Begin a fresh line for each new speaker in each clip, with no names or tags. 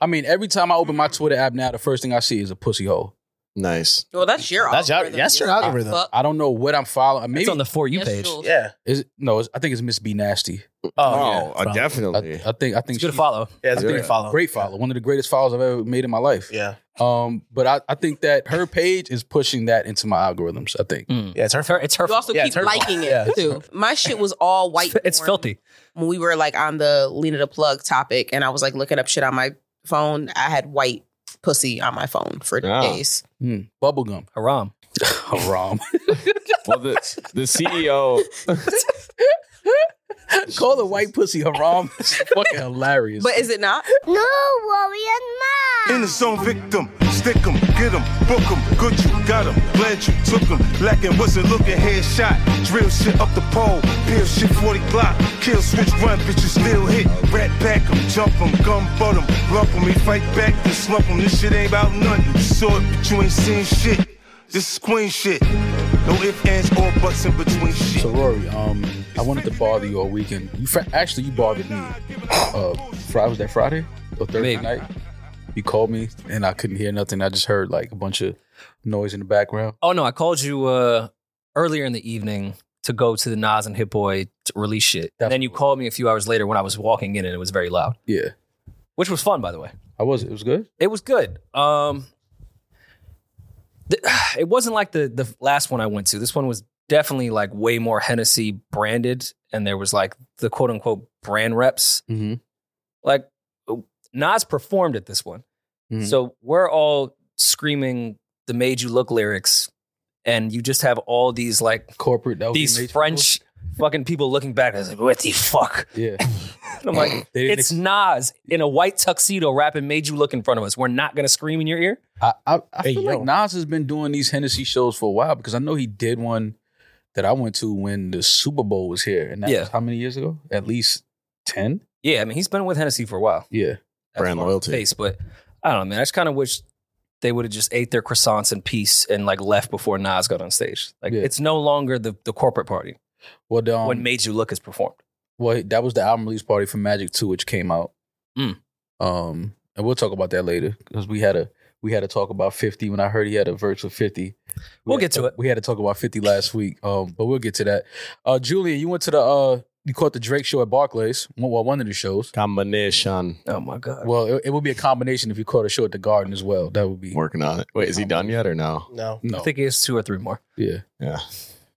I mean, every time I open my Twitter app now, the first thing I see is a pussy hole.
Nice.
Well, that's your
That's your-
algorithm.
that's your
Yes,
algorithm.
fuck.
I don't know what I'm following. Maybe
It's on the for you
Yes,
page.
Jules.
Yeah.
is it- no. It's, I think it's Miss B Nasty.
Oh,
Oh,
uh,
yeah.
I,
definitely.
I think I think
It's good to
she's
follow.
Yeah, it's
Yeah.
a great follow.
a great follow. One of the greatest follows I've ever made in my life.
Yeah.
Um, but I, I think that her page is pushing that into my algorithms. I think.
Yeah, it's her
It's her. It's her.
You also
Yeah,
keep
it's her
liking
fault.
it
Yeah.
too. My shit was all white.
it's
porn
filthy.
When we were like on the Lena the Plug topic, and I was like looking up shit on my phone, I had white pussy on my phone for
Ah.
days.
Hmm. Bubblegum.
Haram.
Haram.
well, the, the E CEO.
Call the white pussy haram. It's fucking hilarious.
But is it not?
No warrior
In
mom.
the zone, victim, stick 'em, get 'em, book 'em, good you got 'em, glad you took 'em, lacking wasn't looking, head shot, drill shit up the pole, peel shit 40 block, kill switch run, bitch you still hit, rat back 'em, jump 'em, gum butt 'em, lump 'em, he fight back, then slump 'em, this shit ain't about nothing, you saw it, but you ain't seen shit, this is queen shit, no ifs, ands, or buts in between shit.
So Rory, um, I wanted to bother you all weekend. You fr- actually you bothered me. Uh, Friday was that Friday or Thursday
Maybe.
night. You called me and I couldn't hear nothing. I just heard like a bunch of noise in the background.
Oh no, I called you uh, earlier in the evening to go to the Nas and Hit Boy to release shit. And then you called me a few hours later when I was walking in, and it was very loud,
Yeah,
which was fun, by the way.
I was. It was good.
It was good. Um, th- it wasn't like the the last one I went to. This one was definitely like way more Hennessy branded, and there was like the quote unquote brand reps.
Mm-hmm.
Like Nas performed at this one,
Mhm.
so we're all screaming the "Made You Look" lyrics, and you just have all these like
Corporate. That was
these
amazing.
French fucking people looking back. It's like, what the fuck?
Yeah,
And I'm like,
They didn't
it's
ex-
Nas in a white tuxedo rapping made you look in front of us. We're not gonna scream in your ear.
I I, I
Hey,
feel
yo.
like Nas has been doing these Hennessy shows for a while because I know he did one that I went to when the Super Bowl was here, and that
Yeah.
was how many years ago? At least ten.
Yeah, I mean, he's been with Hennessy for a while.
Yeah.
That's
Brand
my
loyalty.
Face, but I don't know, man. I just kind of wish they would have just ate their croissants in peace and like left before Nas got on stage. Like
Yeah.
it's no longer the, the corporate party
Well, um,
when Made You Look is performed.
Well, that was the album release party for Magic Two, which came out.
Mm.
Um, and we'll talk about that later because we had a we had a talk about Fifty when I heard he had a verse with Fifty. We
We'll
had
get to
talk-
it.
We had to talk about Fifty last week, um, but we'll get to that. Uh, Julian, you went to the uh, you caught the Drake show at Barclays. One- Well, one of the shows.
Combination.
Oh my
Uh,
god.
Well, it, it would be a combination if you caught a show at the Garden as well. That would be
Working on it. Wait, is he done yet or no?
No.
no.
I think it's two or three more.
yeah.
Yeah.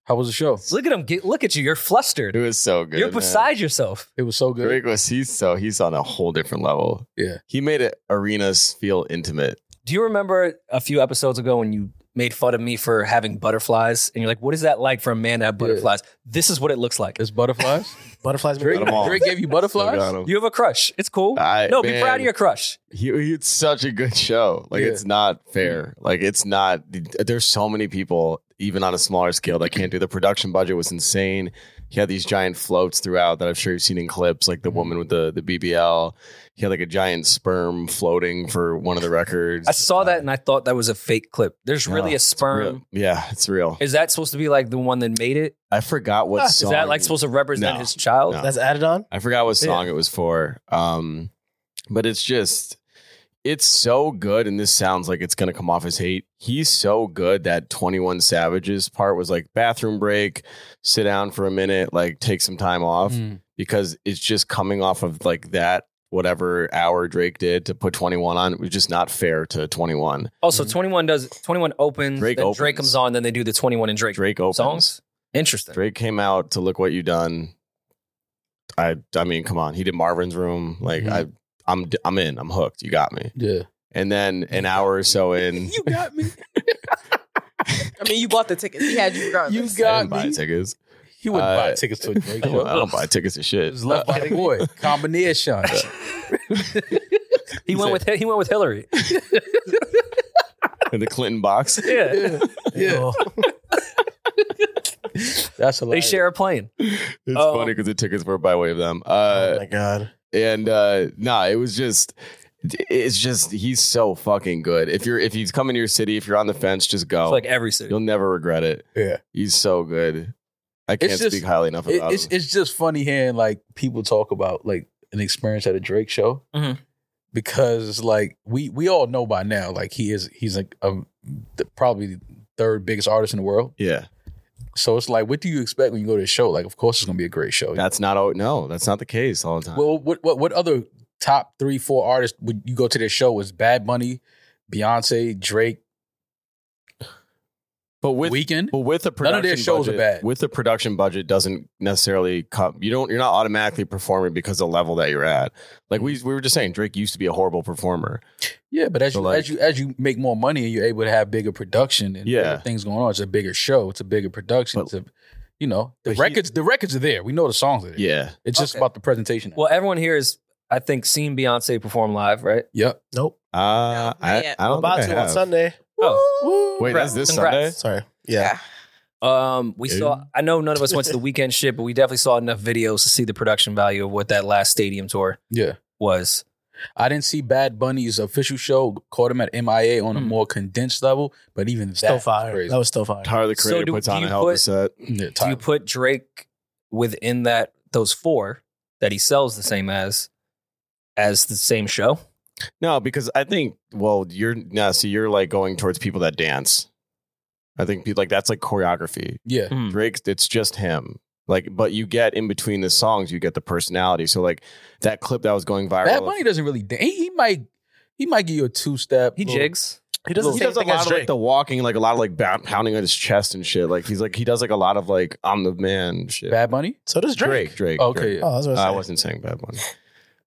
How was the show?
Look at him. Get, look at you. You're
It
flustered.
was so good.
You're
man.
beside yourself.
It was so good.
Drake was he's so he's on a whole different level.
Yeah.
He made it arenas feel intimate.
Do you remember a few episodes ago when you made fun of me for having butterflies? And you're like, what is that like for a man to have butterflies? This is what it looks like.
It's butterflies.
Butterflies.
Drake,
them all.
Drake gave you butterflies.
Still got him.
You have a crush. It's cool.
I-
no, be
man.
proud of your crush.
He, he- it's such a good show. Like
Yeah.
it's not fair. Like it's not. There's so many people, even on a smaller scale, that can't do. The production budget was insane. He had these giant floats throughout that I'm sure you've seen in clips, like the woman with the the BBL. He had like a giant sperm floating for one of the records.
I saw that and I thought that was a fake clip. There's really a sperm.
Real- Yeah, it's real.
Is that supposed to be like the one that made it? Ah,
I forgot what
Is
song.
that like supposed to represent
No.
his child?
No.
That's added on.
I forgot what
Yeah.
song it was for. Um, but it's just, it's so good. And this sounds like it's going to come off as hate. He's so good that 21 Savages part was like bathroom break, sit down for a minute, like take some time off
Mm.
because it's just coming off of like that, whatever hour Drake did to put 21 on. It was just not fair to 21.
Also, 21 does 21 opens,
Hmm. Drake
then Drake
opens.
comes on, then they do the 21 and Drake,
Drake opens.
songs. Interesting.
Drake came out to look what you done. I, I mean, come on. He did Marvin's room. Like
Mm-hmm.
I, I'm, I'm in. I'm hooked. You got me.
Yeah.
And then an hour or so in,
You got me.
I mean, you bought the tickets. He had you
you
regardless.
I
got
didn't buy
me.
tickets.
He wouldn't buy
Uh,
tickets to a Drake
I don't, I
show.
don't buy tickets to
It
shit.
was left by the boy. Combination.
He went with he went with Hillary.
In the Clinton box.
Yeah.
yeah. That's
they
hilarious.
share a plane.
It's
Oh.
funny because the tickets were by way of them. Uh,
oh my god.
and uh, nah, it was just, it's just he's so fucking good. If you're if he's coming to your city, if you're on the fence, just go.
It's like every city.
You'll never regret it.
Yeah.
He's so good. I
It's
can't
just-
speak highly enough
It-
about
it's
him. Mm-hmm.
it's just funny hearing like people talk about like an experience at a Drake show
Mhm.
because like we we all know by now like he is he's like um the, probably the third biggest artist in the world.
Yeah,
So it's like, what do you expect when you go to a show? Like, of course it's gonna be a great show.
that's not oh no, that's not the case all the time.
Well, what what what other top three four artists would you go to their show? Was Bad Bunny, Beyonce, Drake,
but with
Weekend?
But with a production
None of their shows are
budget,
bad.
With the production budget, doesn't necessarily come. You don't. You're not automatically performing because of the level that you're at. Like we we were just saying, Drake used to be a horrible performer.
Yeah, but as
So,
you
like-
as you as you make more money and you're able to have bigger production and
Yeah.
bigger things going on, it's a bigger show, it's a bigger production.
But-
it's a, you know, the
but he-
records the records are there. We know the songs are there.
Yeah,
It's just
Okay.
about the presentation.
Well, everyone here is, I think, seen Beyonce perform live, right?
yep.
Nope.
uh,
not
I,
yet.
I don't
I'm about
think I
to on
have.
Sunday.
Oh,
Wait, that's this Sunday.
Sorday. Sorry. Yeah.
Yeah.
Um, we
Yeah.
saw. I know none of us went to the weekend shit, but we definitely saw enough videos to see the production value of what that last stadium tour
Yeah.
was.
I didn't see Bad Bunny's official show, caught him at MIA on a
Hmm.
more condensed level, but even that
Still
was
fire.
crazy.
That was still fire.
Tyler the
So
Creator
do-
puts
do
on
you
a hell of
put-
a set.
Yeah,
Do you
Tyler.
put Drake within that those four that he sells the same as as the same show?
No, because I think well, you're now see you're like going towards people that dance. I think people like that's like choreography.
yeah.
Mm.
Drake, it's just him. Like, but you get in between the songs, you get the personality. So like that clip that was going viral.
Bad Bunny doesn't really dance. He, he might he might give you a two step.
He jigs.
He
He
does the
does
same
a
thing as
lot of like
Drake.
the walking, like a lot of like ba- pounding on his chest and shit. Like he's like he does like a lot of like I'm the man shit.
Bad Bunny.
so does Drake.
Drake, Drake. Drake.
Okay. yeah.
Oh, that's what
I
I was
wasn't saying Bad Bunny.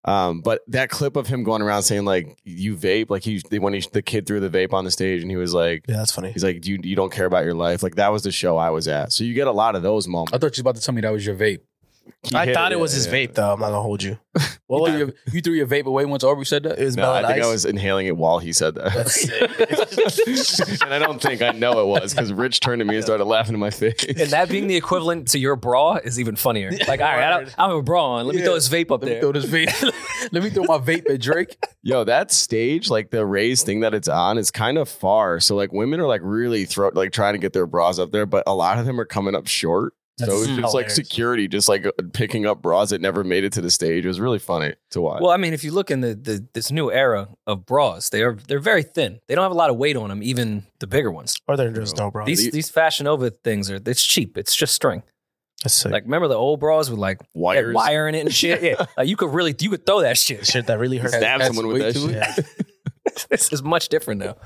Um, but that clip of him going around saying like you vape, like he when he the kid threw the vape on the stage and he was like
Yeah, that's funny.
He's like, you you don't care about your life. Like that was the show I was at. So you get a lot of those moments.
I thought you was about to tell me that was your vape.
He
I
hit
thought it was
yeah,
his
yeah.
vape, though. I'm not gonna hold you.
You
What was
threw, your, you threw your vape away once Aubrey said that.
It was
No,
Mel
I
and
think I
Ice.
was inhaling it while he said that. and I don't think I know it was because Rich turned to me and started laughing in my face.
And that being the equivalent to your bra is even funnier. Like, all right, I don't, I don't have a bra on. Let me throw this vape up
Let me
there.
throw this vape. Let me throw my vape at Drake.
Yo, that stage, like the raised thing that it's on, is kind of far. So like women are like really throw like trying to get their bras up there, but a lot of them are coming up short.
That's
so it's just like
hilarious.
security, just like uh, picking up bras that never made it to the stage. It was really funny to watch.
Well, I mean, if you look in the, the this new era of bras, they are they're very thin. They don't have a lot of weight on them, even the bigger ones.
Or there just no bra.
These
the-
these fashion over things are it's cheap. It's just string.
That's sick.
Like remember the old bras with like they had
Wires.
wire in it and shit. Yeah, like you could really you could throw that shit.
shit that really hurt.
Has-
Stab
has
someone with
weight
that
to
shit.
it.
Yeah.
This is much different now.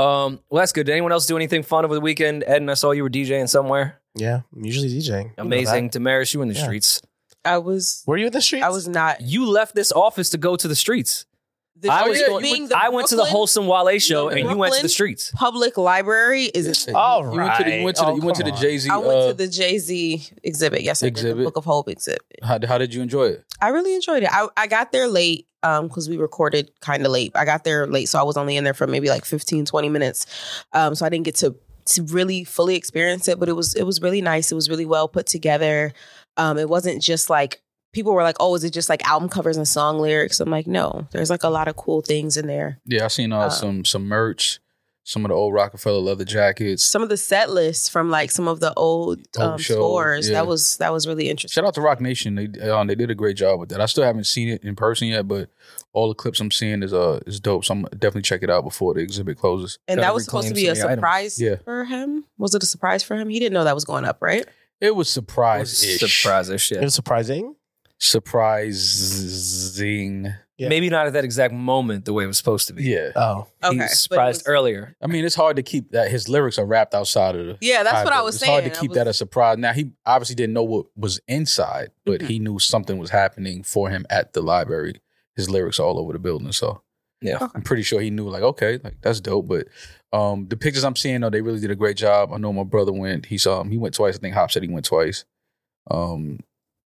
Um, well, that's good. Did anyone else do anything fun over the weekend? Ed and I saw you were DJing somewhere.
yeah. I'm usually DJing. You know
Amazing.
that.
Damaris, you in the
Yeah.
streets.
I was
Were you in the streets?
I was not
You left this office to go to the streets.
the
I was
street
going-
being
I went to the
Brooklyn
wholesome Wale show,
the
and you went to the
Brooklyn?
streets.
public library is
All
You went to the, you went to the,
right.
you went to
Oh,
the
come on.
Jay-Z.
I went
uh,
to the Jay Z exhibit. Yes, I did, the
Exhibit.
Book of Hope exhibit.
how, how did you enjoy it?
I really enjoyed it. I, I got there late um because we recorded kind of late. I got there late, so I was only in there for maybe like 15, 20 minutes. Um, so I didn't get to to really fully experience it, but it was it was really nice. It was really well put together. Um, it wasn't just like people were like, oh, is it just like album covers and song lyrics? I'm like, no, there's like a lot of cool things in there.
Yeah, I seen uh,
Um,
some some merch, some of the old Rockefeller leather jackets.
Some of the set lists from like some of the old
Old
um,
shows,
tours.
yeah.
That was that was really interesting.
Shout out to Rock Nation. They um, they did a great job with that. I still haven't seen it in person yet, but all the clips I'm seeing is uh is dope. So I'm gonna definitely check it out before the exhibit closes.
And
Gotta
that was supposed to
reclaim
be a
some of the items.
surprise
Yeah.
for him. Was it a surprise for him? He didn't know that was going up, right?
It was surprise
Surprise ish.
It was surprising.
surprising.
Yeah.
Maybe not at that exact moment the way it was supposed to be.
Yeah,
Oh,
Okay. but
He
it
was surprised
was-
earlier.
I mean it's hard to keep that his lyrics are wrapped outside of the.
Yeah, that's what I
album.
was
it's
saying.
hard to keep that a surprise. Now he obviously didn't know what was inside, but
Mhm.
he knew something was happening for him at the library. His lyrics are all over the building, so
Yeah.
I'm pretty sure he knew. Like, okay, like that's dope. But um, the pictures I'm seeing though, they really did a great job. I know my brother went. He's um he went twice. I think Hop said he went twice. Um,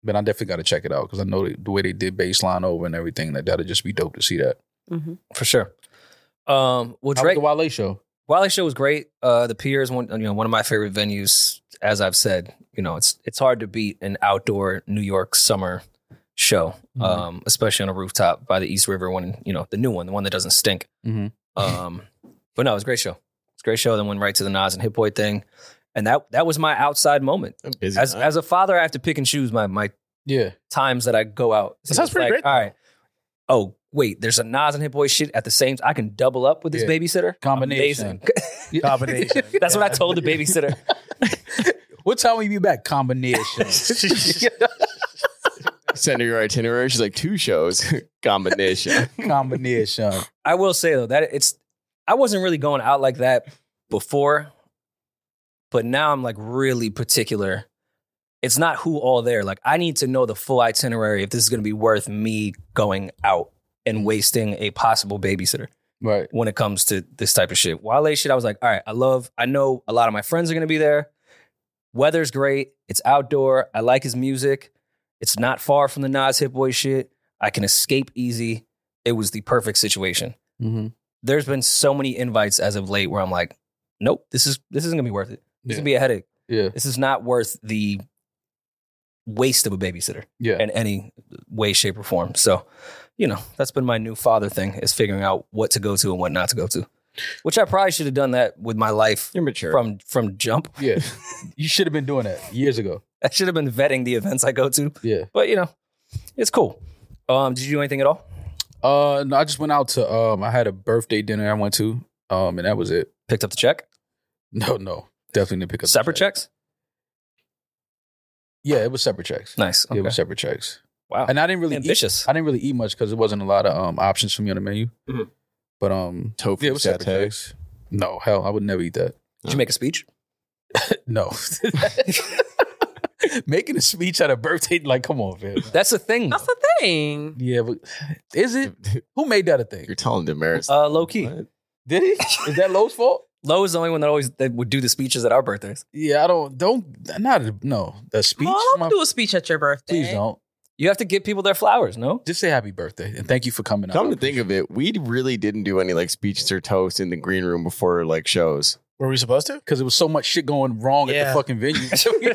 but I definitely got to check it out because I know the, the way they did baseline over and everything. Like that'd just be dope to see that.
hmm
For sure. Um, well,
How was
Drake,
the Wale show?
Wally Show was great. Uh, the Pier is one, you know, one of my favorite venues. As I've said, you know, it's it's hard to beat an outdoor New York summer show,
Mhm.
um, especially on a rooftop by the East River one. You know, the new one, the one that doesn't stink.
Mhm.
Um, but no, it was a great show. It's a great show. Then went right to the Nas and Hip Boy thing, and that that was my outside moment.
Busy
As
night.
as a father, I have to pick and choose my my
Yeah,
times that I go out. So
sounds
it's
pretty
like,
great,
All right. Oh, wait, there's a Nas and Hit Boy shit at the same I can double up with this
Yeah.
babysitter.
Combination.
Amazing.
Combination.
That's what I told the babysitter.
What time will you be back? Combination.
Send her your itinerary. She's like two shows combination.
Combination.
I will say though that it's I wasn't really going out like that before, but now I'm like really particular. It's not who all there. Like I need to know the full itinerary if this is going to be worth me going out and wasting a possible babysitter
Right.
when it comes to this type of shit. Wale shit, I was like, all right, I love. I know a lot of my friends are going to be there. Weather's great. It's outdoor. I like his music. It's not far from the Nas Hit Boy shit. I can escape easy. It was the perfect situation
Mm-hmm.
there's been so many invites as of late where I'm like, nope, this is this isn't gonna be worth it. This
Yeah.
would be a headache.
Yeah.
This is not worth the waste of a babysitter
Yeah.
in any way, shape, or form. So, you know, that's been my new father thing is figuring out what to go to and what not to go to. Which I probably should have done that with my life
You're mature.
from from jump.
yeah. You should have been doing that years ago.
I should have been vetting the events I go to.
Yeah.
But you know, it's cool. Um, did you do anything at all?
Uh no, I just went out to um I had a birthday dinner I went to. Um and that was it.
Picked up the check?
No, no. Definitely didn't pick up the
Separate checks?
Yeah, it was separate checks.
Nice.
Yeah, It
Okay.
was separate checks.
Wow.
And I didn't really eat,
Ambitious.
I didn't really eat much because it wasn't a lot of um options for me on the menu.
Mhm.
But um
Tofu
yeah, it was separate
satay.
checks. No, hell, I would never eat that.
Did you make a speech?
No. Making a speech at a birthday, like, come on, man.
That's the thing.
That's the thing.
Yeah, but is it? Who made that a thing?
You're telling Damaris.
Uh, low key.
What?
Did he? Is that Lowe's fault?
Low is the only one that always that would do the speeches at our birthdays.
Yeah, I don't. Don't not a, no a speech.
Mom, don't
My-
do a speech at your birthday.
please don't.
You have to give people their flowers, no?
Just say happy birthday and thank you for coming.
Come
out.
to think of it, we really didn't do any like speeches or toasts in the green room before like shows.
Were we supposed to?
because there was so much shit going wrong at the
Yeah.
fucking venue. we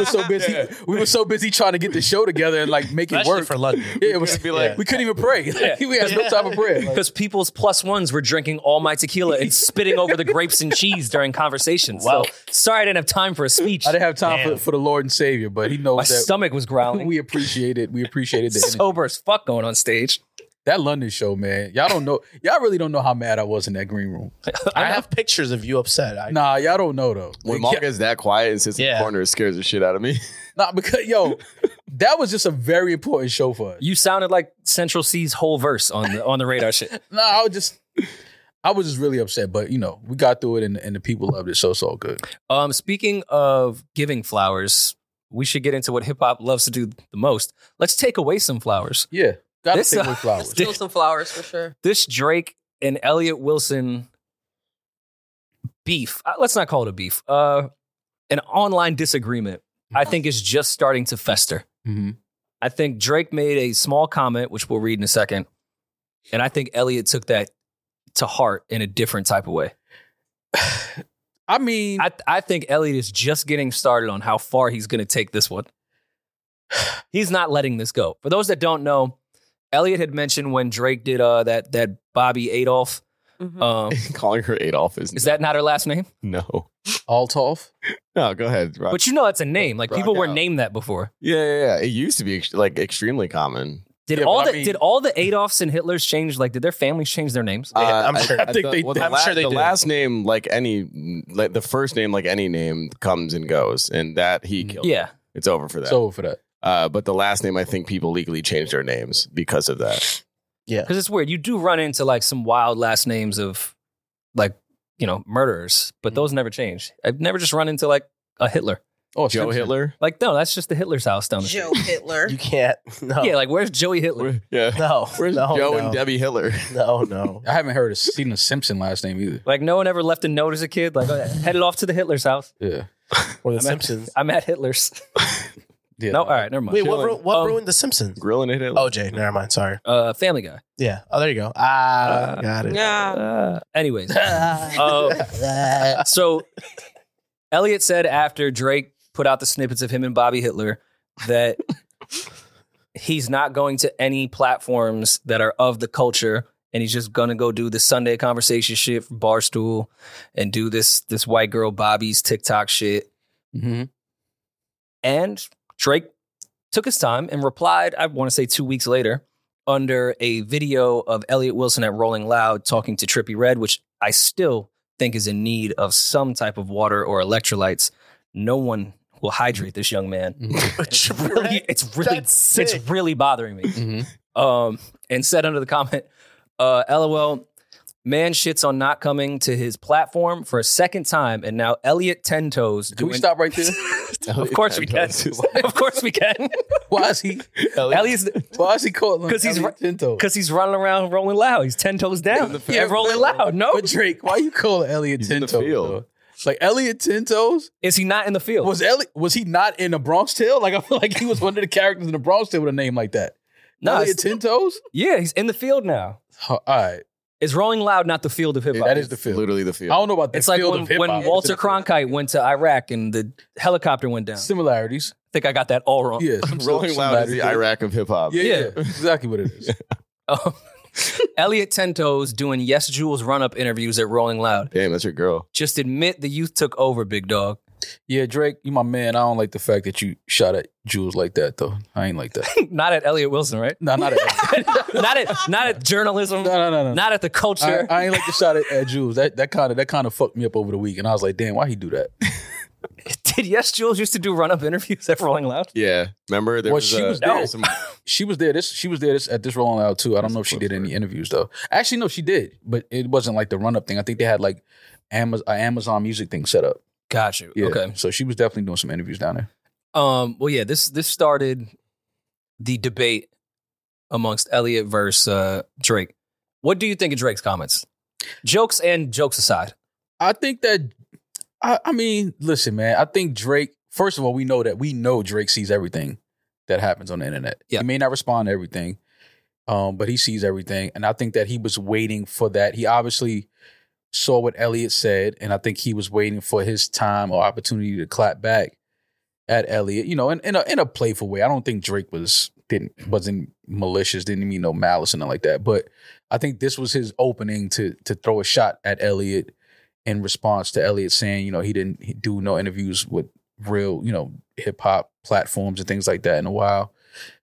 were so busy. We were so busy trying to get the show together and like make it
Especially
work.
for London.
yeah, it was.
Be like-
We couldn't even pray. Like, we had no time for prayer. Like,
Because people's plus ones were drinking all my tequila and spitting over the grapes and cheese during conversations.
Wow.
So sorry I didn't have time for a speech.
I didn't have time for,
Damn.
for the Lord and Savior, but He
my
knows that
stomach was growling.
we appreciated. We appreciated the energy.
sober as fuck going on stage.
that London show, man. Y'all don't know. Y'all really don't know how mad I was in that green room.
I have pictures of you upset. I,
Nah, y'all don't know though.
When
Like,
Mom gets that quiet and sits in
Yeah.
the corner, it scares the shit out of me.
Nah, because yo, that was just a very important show for us.
You sounded like Central C's whole verse on the on the radar shit.
Nah, I was just, I was just really upset, but you know, we got through it, and, and the people loved it, so it's all good.
Um, speaking of giving flowers, we should get into what hip hop loves to do the most. Let's take away some flowers.
Yeah, gotta
This-
take away flowers.
Steal some flowers for sure.
this Drake and Elliot Wilson beef. uh, Let's not call it a beef. Uh, an online disagreement. I think is just starting to fester.
Mhm.
I think Drake made a small comment, which we'll read in a second, and I think Elliot took that to heart in a different type of way.
I mean,
I, I think Elliot is just getting started on how far he's going to take this one. He's not letting this go. For those that don't know, Elliot had mentioned when Drake did uh, that that Bobby Adolf.
Oh,
Mhm.
Um,
Calling her Adolf is,
Is that not her last name?
no.
Althoff.
No, go ahead. Rob.
But you know that's a name. Like
Rock
people were
out.
named that before.
yeah, yeah, yeah. It used to be ex- like extremely common.
Did
Yeah,
all
but I
the
mean-
did all the Adolfs and Hitlers change? Like did their families change their names?
Yeah,
Uh,
I'm sure- I
think they
the
did. I'm sure they
the
did.
last name, like any, like the first name, like any name, comes and goes, and that he killed.
yeah.
it's over for that.
Mm-hmm. So for that,
uh, but the last name, I think people legally changed their names because of that.
Because it's weird. You do run into like some wild last names of like, you know, murderers, but
Mm.
those never change. I've never just run into like a Hitler.
oh
Joe
Simpson.
Hitler.
Like, no, that's just the Hitler's house down the street.
Joe Hitler.
You can't. No.
Yeah, like where's Joey Hitler?
Yeah.
no.
Where's
no,
Joe
no,
and Debbie Hitler?
No, no.
I haven't heard of seen a Simpson last name either.
Like no one ever left a note as a kid. Like oh, headed off to the Hitler's house.
Yeah,
Or The Simpsons.
I'm at Hitler's.
yeah.
uh,
No, all right, never mind.
Wait, what,
Chilling.
ru- what
Um,
ruined The Simpsons?
Grilling at
Oh,
Hitler.
OJ, never mind. Sorry.
Uh, family guy.
Yeah. Oh, there you go. Ah,
Uh,
got it.
yeah.
Uh, anyways. Uh, so Elliot said after Drake put out the snippets of him and Bobby Hitler that he's not going to any platforms that are of the culture and he's just gonna go do the Sunday conversation shit from Barstool and do this this white girl Bobby's TikTok shit.
Mhm.
And Drake took his time and replied, I want to say two weeks later, under a video of Elliot Wilson at Rolling Loud talking to Trippy Red, which I still think is in need of some type of water or electrolytes. No one will hydrate this young man. it's really, it's really,
That's sick.
it's really bothering me.
Mhm.
Um, and said under the comment, uh, "LOL, man shits on not coming to his platform for a second time, and now Elliot Ten Toes
Can we
doing-
stop right there?
Of course we can. of course we can.
Why is he?
Elliot's
Why is he called?
'Cause he's
Elliot Tinto.
because he's running around rolling loud. He's ten toes down.
Yeah,
Yeah, rolling loud. No,
But Drake, why you call it Elliot
Oh. He's in the
Tinto?
field.
though? Like Elliot Tintos
is he not in the field?
was Elliot was he not in the Bronx Tale? Like I feel like he was one of the characters in the Bronx Tale with a name like that.
no,
Elliot
it's-
Tintos.
yeah, he's in the field now.
Oh, all right,
Is rolling loud not the field of hip
Yeah,
hop?
that is the field.
Literally the
I
field.
don't know about the
It's like
field
when,
of hip
when
hop.
Walter
It's a-
Cronkite went to Iraq and the helicopter went down. I
similarities.
think I got that all wrong.
Yeah, some-
Rolling Loud is
similarities.
the Iraq of hip hop.
Yeah, yeah,
Yeah.
exactly what it is.
Um, Elliot Tento's doing Yes Jules run up interviews at Rolling Loud.
Damn, that's your girl.
Just admit the youth took over, big dog.
yeah, Drake, you my man. I don't like the fact that you shot at Jules like that though. I ain't like that.
not at Elliot Wilson, right?
No, not at.
not at not at journalism.
No, no, no, no.
Not at the culture.
I, I ain't like the shot at, at Jules. That that kind of that kind of fucked me up over the week, and I was like, damn, why he do that?
Did Yes Jules used to do run up interviews at Rolling Loud?
Yeah, remember there
Well,
was,
she
uh,
was
there
dope.
was some
She was there. This she was there. This at this rolling out too. I don't know if she did any interviews though. Actually, no, she did, but it wasn't like the run up thing. I think they had like Amazon Amazon Music thing set up.
Got you.
Yeah.
Okay.
So she was definitely doing some interviews down there.
Um. Well, yeah. This this started the debate amongst Elliot versus uh, Drake. What do you think of Drake's comments? Jokes and jokes aside,
I think that. I, I mean, listen, man. I think Drake. First of all, we know that we know Drake sees everything that happens on the internet.
Yeah.
He may not respond to everything, um, but he sees everything, and I think that he was waiting for that. He obviously saw what Elliot said, and I think he was waiting for his time or opportunity to clap back at Elliot. You know, in in a, in a playful way. I don't think Drake was didn't wasn't malicious, didn't mean no malice or nothing like that. But I think this was his opening to to throw a shot at Elliot in response to Elliot saying, you know, he didn't he do no interviews with real, you know, hip hop platforms and things like that in a while.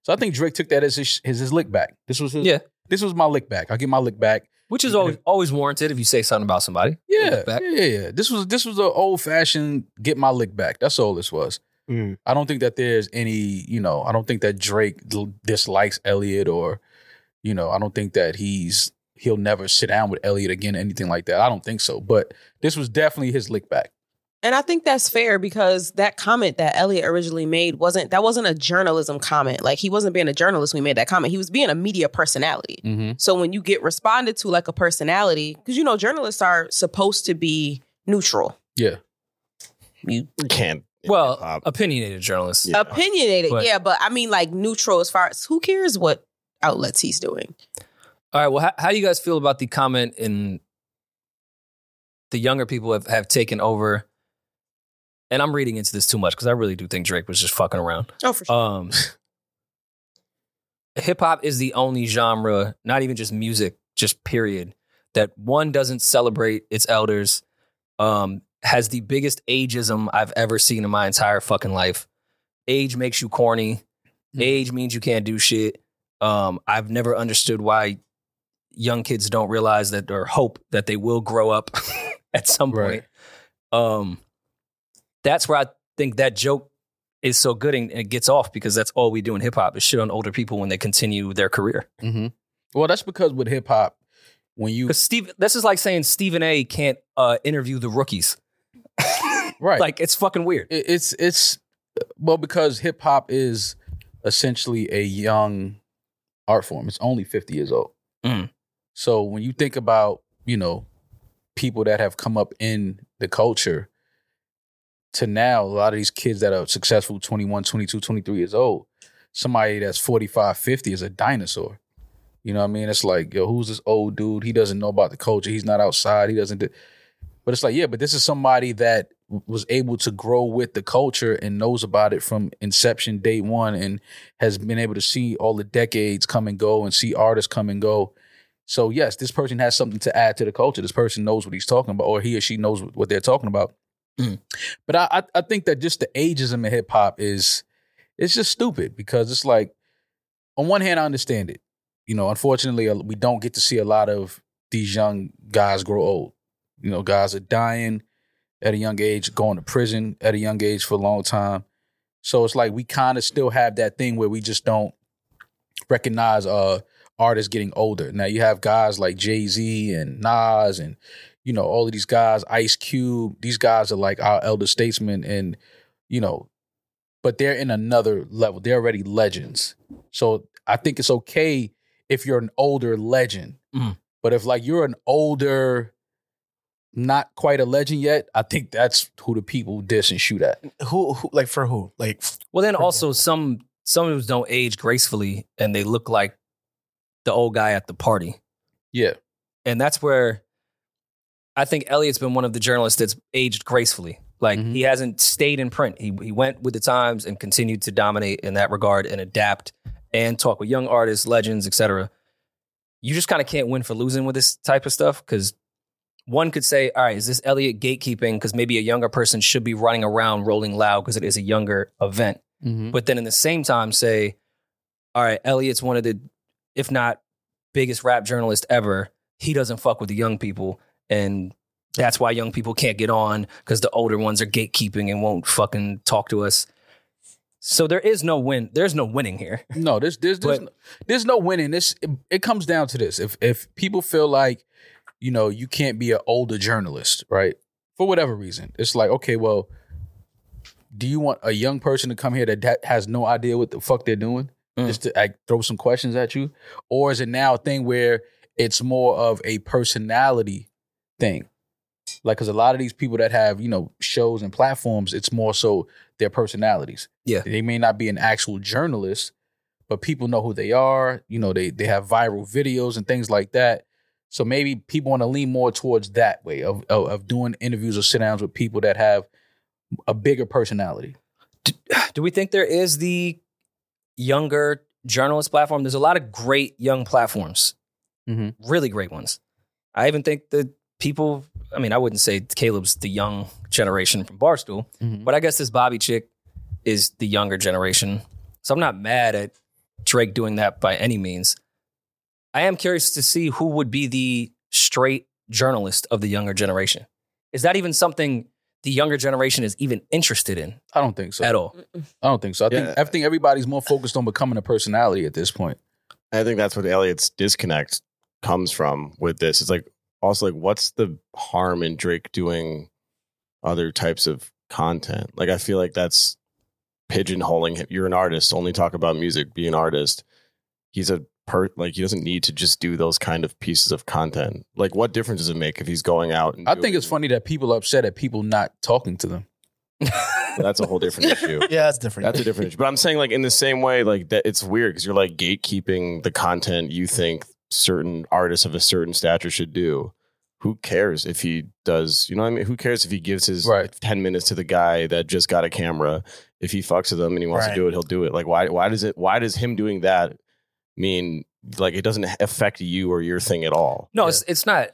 So I think Drake took that as his his, his lick back. This was his,
Yeah.
This was my lick back. I get my lick back.
which is always always warranted if you say something about somebody.
Yeah,
Lick back.
yeah, yeah. This was this was an old fashioned get my lick back. That's all this was.
Mm.
I don't think that there's any, you know, I don't think that Drake d- dislikes Elliot or, you know, I don't think that he's he'll never sit down with Elliot again, anything like that. I don't think so. But this was definitely his lick back.
And I think that's fair because that comment that Elliot originally made wasn't that wasn't a journalism comment. Like he wasn't being a journalist when he made that comment. He was being a media personality.
Mm-hmm.
So when you get responded to like a personality, because you know journalists are supposed to be neutral,
Yeah.
can't.
Well, uh,
hip-hop.
opinionated journalists.
Yeah.
opinionated,
But-
yeah. But I mean like neutral as far as who cares what outlets he's doing.
All right. Well, how, how do you guys feel about the comment in the younger people have, have taken over? And I'm reading into this too much because I really do think Drake was just fucking around.
Oh, for sure.
Um, hip hop is the only genre, not even just music, just period, that one doesn't celebrate its elders. Um, has the biggest ageism I've ever seen in my entire fucking life. Age makes you corny.
Mm.
Age means you can't do shit. Um, I've never understood why young kids don't realize that or hope that they will grow up at some point. Um, that's where I think that joke is so good and it gets off because that's all we do in hip hop is shit on older people when they continue their career.
Mm-hmm. Well, that's because with hip hop, when you
Because Steve, this is like saying Stephen A. can't uh, interview the rookies.
right,
Like it's fucking weird.
it- it's it's well because hip hop is essentially a young art form. It's only fifty years old.
Mm.
So when you think about you know people that have come up in the culture to now, a lot of these kids that are successful 21, 22, 23 years old, somebody that's 45, 50 is a dinosaur. You know what I mean? It's like, yo, who's this old dude? He doesn't know about the culture. He's not outside. He doesn't do but it's like, yeah, but this is somebody that w- was able to grow with the culture and knows about it from inception day one and has been able to see all the decades come and go and see artists come and go. So yes, this person has something to add to the culture. This person knows what he's talking about, or he or she knows what they're talking about.
Mhm.
But I, I I think that just the ageism in hip hop is it's just stupid because it's like on one hand I understand it. you know, unfortunately, uh, we don't get to see a lot of these young guys grow old. You know, guys are dying at a young age, going to prison at a young age for a long time. So it's like we kind of still have that thing where we just don't recognize uh artists getting older. Now you have guys like Jay Z and Nas and you know all of these guys, Ice Cube. These guys are like our elder statesmen, and you know, but they're in another level. They're already legends. So I think it's okay if you're an older legend,
Mm.
but if like you're an older. Not quite a legend yet. I think that's who the people diss and shoot at.
Who, who, like for who? Like,
Well, then also some some of those don't age gracefully, and they look like the old guy at the party,
Yeah,
and that's where I think Elliot's been one of the journalists that's aged gracefully. Like
Mhm.
he hasn't stayed in print. He he went with the times and continued to dominate in that regard and adapt and talk with young artists, legends, etc. You just kind of can't win for losing with this type of stuff because one could say, all right, is this Elliot gatekeeping? Because maybe a younger person should be running around rolling loud because it is a younger event
Mm-hmm.
but then in the same time say, all right, Elliot's one of the, if not biggest rap journalist ever. He doesn't fuck with the young people. And that's why young people can't get on because the older ones are gatekeeping and won't fucking talk to us. So there is no win. There's no winning here.
No, there's there's there's,
But-
no, there's no winning. This it, it comes down to this. If if people feel like you know you can't be an older journalist, right? For whatever reason, it's like okay, well, do you want a young person to come here that ha- has no idea what the fuck they're doing,
Mm.
just to like, throw some questions at you, or is it now a thing where it's more of a personality thing? Like, because a lot of these people that have you know shows and platforms, it's more so their personalities.
Yeah.
they may not be an actual journalist, but people know who they are. You know, they they have viral videos and things like that. So maybe people want to lean more towards that way of of, of doing interviews or sit downs with people that have a bigger personality.
Do we think there is the younger journalist platform? There's a lot of great young platforms,
Mhm.
really great ones. I even think that people, I mean, I wouldn't say Caleb's the young generation from Barstool, but I guess this Bobby chick is the younger generation. So I'm not mad at Drake doing that by any means. I am curious to see who would be the straight journalist of the younger generation. Is that even something the younger generation is even interested in
I don't think so.
at all?
I don't think so. I
Yeah.
think I think everybody's more focused on becoming a personality at this point.
I think that's what Elliot's disconnect comes from with this. It's like also like what's the harm in Drake doing other types of content? Like I feel like that's pigeonholing him. You're an artist, only talk about music, be an artist. He's a per like he doesn't need to just do those kind of pieces of content. Like what difference does it make if he's going out and
I think
doing-
it's funny that people are upset at people not talking to them.
That's a whole different issue.
yeah, that's different.
That's a different issue. But I'm saying like in the same way, like that it's weird because you're like gatekeeping the content you think certain artists of a certain stature should do. Who cares if he does, you know what I mean? Who cares if he gives his
Right.
10 minutes to the guy that just got a camera? If he fucks with them and he wants
Right.
to do it, he'll do it. Like why why does it why does him doing that mean like it doesn't affect you or your thing at all?
No, it's it's not.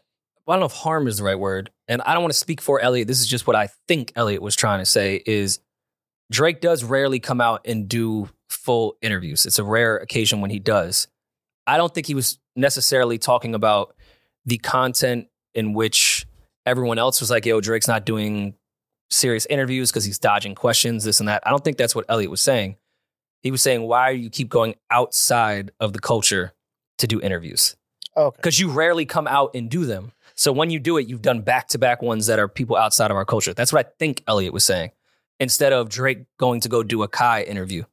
I don't know if harm is the right word, and I don't want to speak for Elliot. This is just what I think Elliot was trying to say: is Drake does rarely come out and do full interviews. It's a rare occasion when he does. I don't think he was necessarily talking about the content in which everyone else was like, "Yo, Drake's not doing serious interviews because he's dodging questions, this and that." I don't think that's what Elliot was saying. He was saying, "Why you keep going outside of the culture to do interviews?"
Okay.
because you rarely come out and do them. So when you do it, you've done back to back ones that are people outside of our culture. That's what I think Elliot was saying. Instead of Drake going to go do a Kai interview,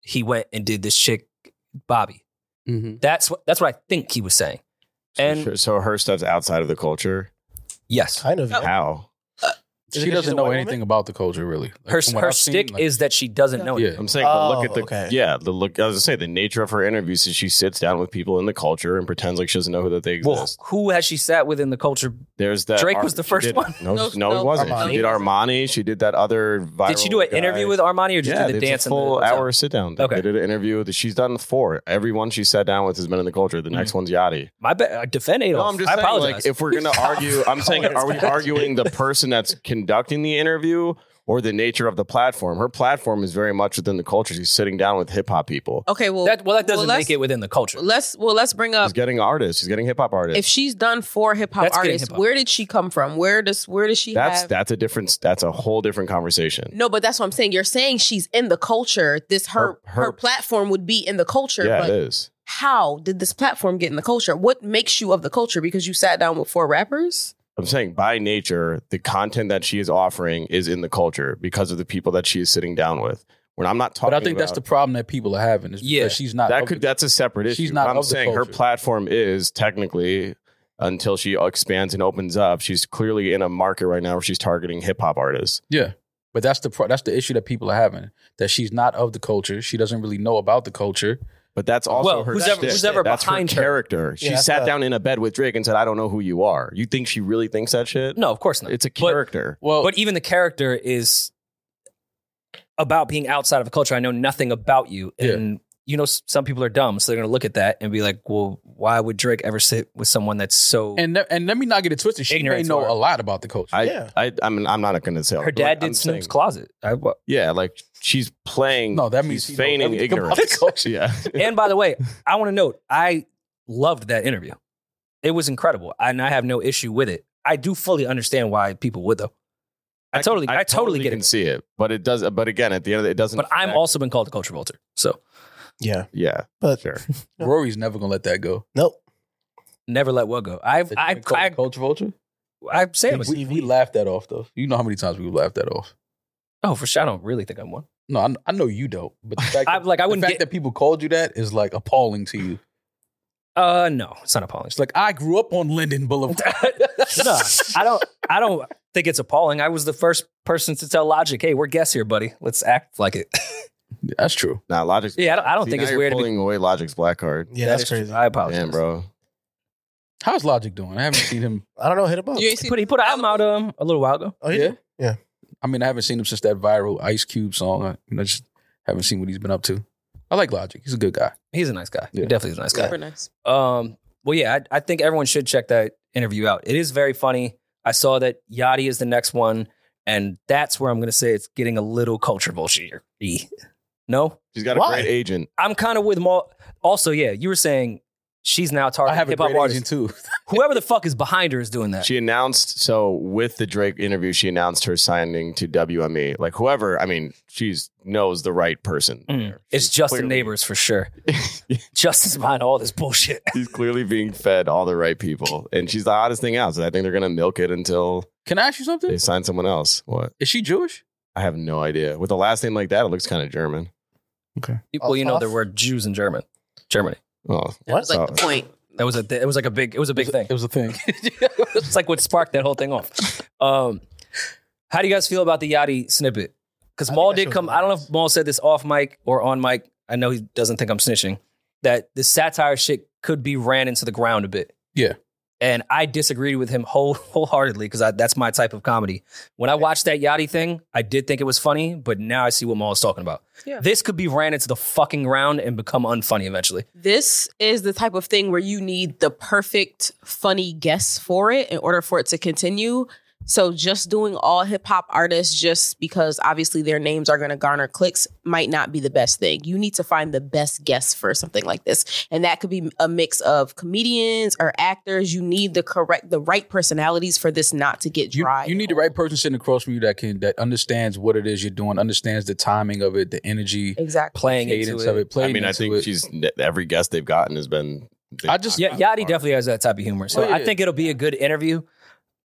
he went and did this chick Bobby.
Mm-hmm.
That's what that's what I think he was saying.
So
And-
sure- so her stuff's outside of the culture.
Yes,
Kind
Oh,
of. yeah.
How?
Is it 'cause
She
she's
doesn't
a
know
white
anything about the culture really. Like,
her
from what
her
I've seen,
stick
like-
is that she doesn't know
yeah.
it.
I'm saying, but look
Oh,
at the
okay.
yeah, the look. I was gonna say the nature of her interviews is she sits down with people in the culture and pretends like she doesn't know who that they
Well,
exist.
who has she sat with in the culture?
There's that
Drake was
Ar-
the
she
first
did-
one.
No,
No,
no, it
no,
wasn't.
Armani.
She did Armani. She did that other. Viral
Did she do an
guy.
interview with Armani or just
yeah,
did the
it's
dance?
a
in the
full
hotel?
hour sit down.
Okay.
They did an interview. with- She's done four. Everyone she sat down with has been in the culture. The next one's Yachty.
My bad. I defend Adolf.
No, I'm just
Mm-hmm. I
saying,
apologize.
like, if we're gonna argue, I'm saying, are we arguing the person that's conducting the interview or the nature of the platform. Her platform is very much within the culture. She's sitting down with hip hop people.
Uh, Okay, well,
That well, that doesn't
let's-
make it within the culture.
Let's well, let's bring up
She's getting artists. She's getting hip hop artists.
if she's done for hip hop
That's getting
artists.
hip-hop.
Where did she come from? Where does where does she
that's
have?
that's a different. That's a whole different conversation.
No, but that's what I'm saying. You're saying she's in the culture. This her
Her-
her,
her-
platform would be in the culture,
yeah,
but
it is.
how did this platform get in the culture? What makes you of the culture? Because you sat down with four rappers?
I'm saying by nature, the content that she is offering is in the culture because of the people that she is sitting down with. When I'm not talking,
But I think that's the
about-
problem that people are having. Is
Yeah.
because she's not.
that
of
could
the-
that's a separate issue.
She's not
But I'm
of the
saying her
culture.
platform is technically until she expands and opens up. She's clearly in a market right now where she's targeting hip hop artists.
yeah. But that's the pro- that's the issue that people are having. That she's not of the culture. She doesn't really know about the culture.
But that's also
Well,
her
who's ever-
shtick.
who's ever
that's
behind
her
her?
character. She
Yeah, that's
sat
the-
down in a bed with Drake and said, "I don't know who you are." You think she really thinks that shit?
no, of course not.
it's a
But-
character.
Well,
but even the character is about being outside of a culture. I know nothing about you,
Yeah.
and you know s- some people are dumb, so they're gonna look at that and be like, "Well, why would Drake ever sit with someone that's so?"
and le- and let me not get it twisted. She may
Ignorance
know
or-
a lot about the culture.
I,
Yeah.
I, I mean, I'm not going to say
her dad did
I'm
Snoop's
saying-
closet. I, wa-
Yeah, like she's playing.
no, that means
she's
she knows
feigning
everything about
ignorance.
the culture.
Yeah,
and by the way, I want to note I loved that interview. It was incredible, and I have no issue with it. I do fully understand why people would though. I,
can-
totally, I, totally, get
can
it.
see it, but it does. But again, at the end, of the, it doesn't.
But I'm
affect-
also been called a culture vulture. So
Yeah,
Yeah,
but
sure.
Rory's never gonna let that go.
nope.
never let what go. I,
That you
I,
may call
I,
it culture vulture.
I, say it was
We,
TV.
we laughed that off though. You know how many times we laughed that off.
Oh, for sure. I don't really think I'm one.
No, I, I know you don't. But the fact
I
that,
like. I
the
wouldn't
fact
get.
that people called you that is like appalling to you.
uh, no, it's not appalling. It's
It's
like,
like I grew up on Linden Boulevard.
no, I don't. I don't think it's appalling. I was the first person to tell Logic, "Hey, we're guests here, buddy. Let's act like it."
That's true.
Now Logic's.
yeah, I don't, I don't
See,
think
now
it's
you're
weird to be. Oh,
pulling away Logic's black card.
Yeah,
That
that's
is true.
crazy.
I apologize,
Damn, bro.
How's Logic doing? I haven't seen him.
I don't know. Hit him up.
You ain't
He
seen
put he put an album out um a little while ago.
oh yeah.
I mean, I haven't seen him since that viral Ice Cube song. I, you know, just haven't seen what he's been up to. I like Logic. He's a good guy.
He's a nice guy. He
Yeah.
definitely is a nice guy.
super nice.
Um, well, yeah, I, I think everyone should check that interview out. It is very funny. I saw that Yachty is the next one, and that's where I'm going to say it's getting a little culture vulture. No,
She's got a
Why?
great agent.
I'm kind of with Mal. Also, yeah, you were saying she's now
I
targeting
have a
hip hop
great
artists.
agent too.
Whoever the fuck is behind her is doing that.
She announced so with the Drake interview, she announced her signing to WME. Like whoever, I mean, she's knows the right person.
Mm.
there.
It's
She's
Justin
clearly-
Neighbors for sure. Justin's behind all this bullshit.
She's clearly being fed all the right people, and she's the hottest thing out. So I think they're gonna milk it until
Can I ask you something?
they sign someone else. What?
Is she Jewish?
I have no idea. With a last name like that, it looks kind of German.
Well, you know
Off-
the word Jews in German, Germany.
Oh,
That was like
So-
the point.
That was a it was like a big it was a big thing.
It was a thing.
It's like what sparked that whole thing off. Um, how do you guys feel about the Yachty snippet? Because
I
Maul
think that
did
show's
come. I don't know if
nice.
Maul said this off mic or on mic. I know he doesn't think I'm snitching. That the satire shit could be ran into the ground a bit.
Yeah.
And I disagreed with him whole wholeheartedly because that's my type of comedy. When I watched that Yachty thing, I did think it was funny, but now I see what Maul is talking about.
Yeah.
This could be ran into the fucking ground and become unfunny eventually.
This is the type of thing where you need the perfect funny guest for it in order for it to continue. So just doing all hip hop artists just because obviously their names are going to garner clicks might not be the best thing. You need to find the best guests for something like this. And that could be a mix of comedians or actors. You need the correct the right personalities for this not to get
You,
dry.
you need the right person sitting across from you that can that understands what it is you're doing, understands the timing of it, the energy,
Exactly.
Playing
cadence
into
of
it.
it. Playing
I mean, I
into
think
it.
she's every guest they've gotten has been.
I just-
Yeah, Yachty definitely has that type of humor. So
Oh, yeah.
I think it'll be a good interview.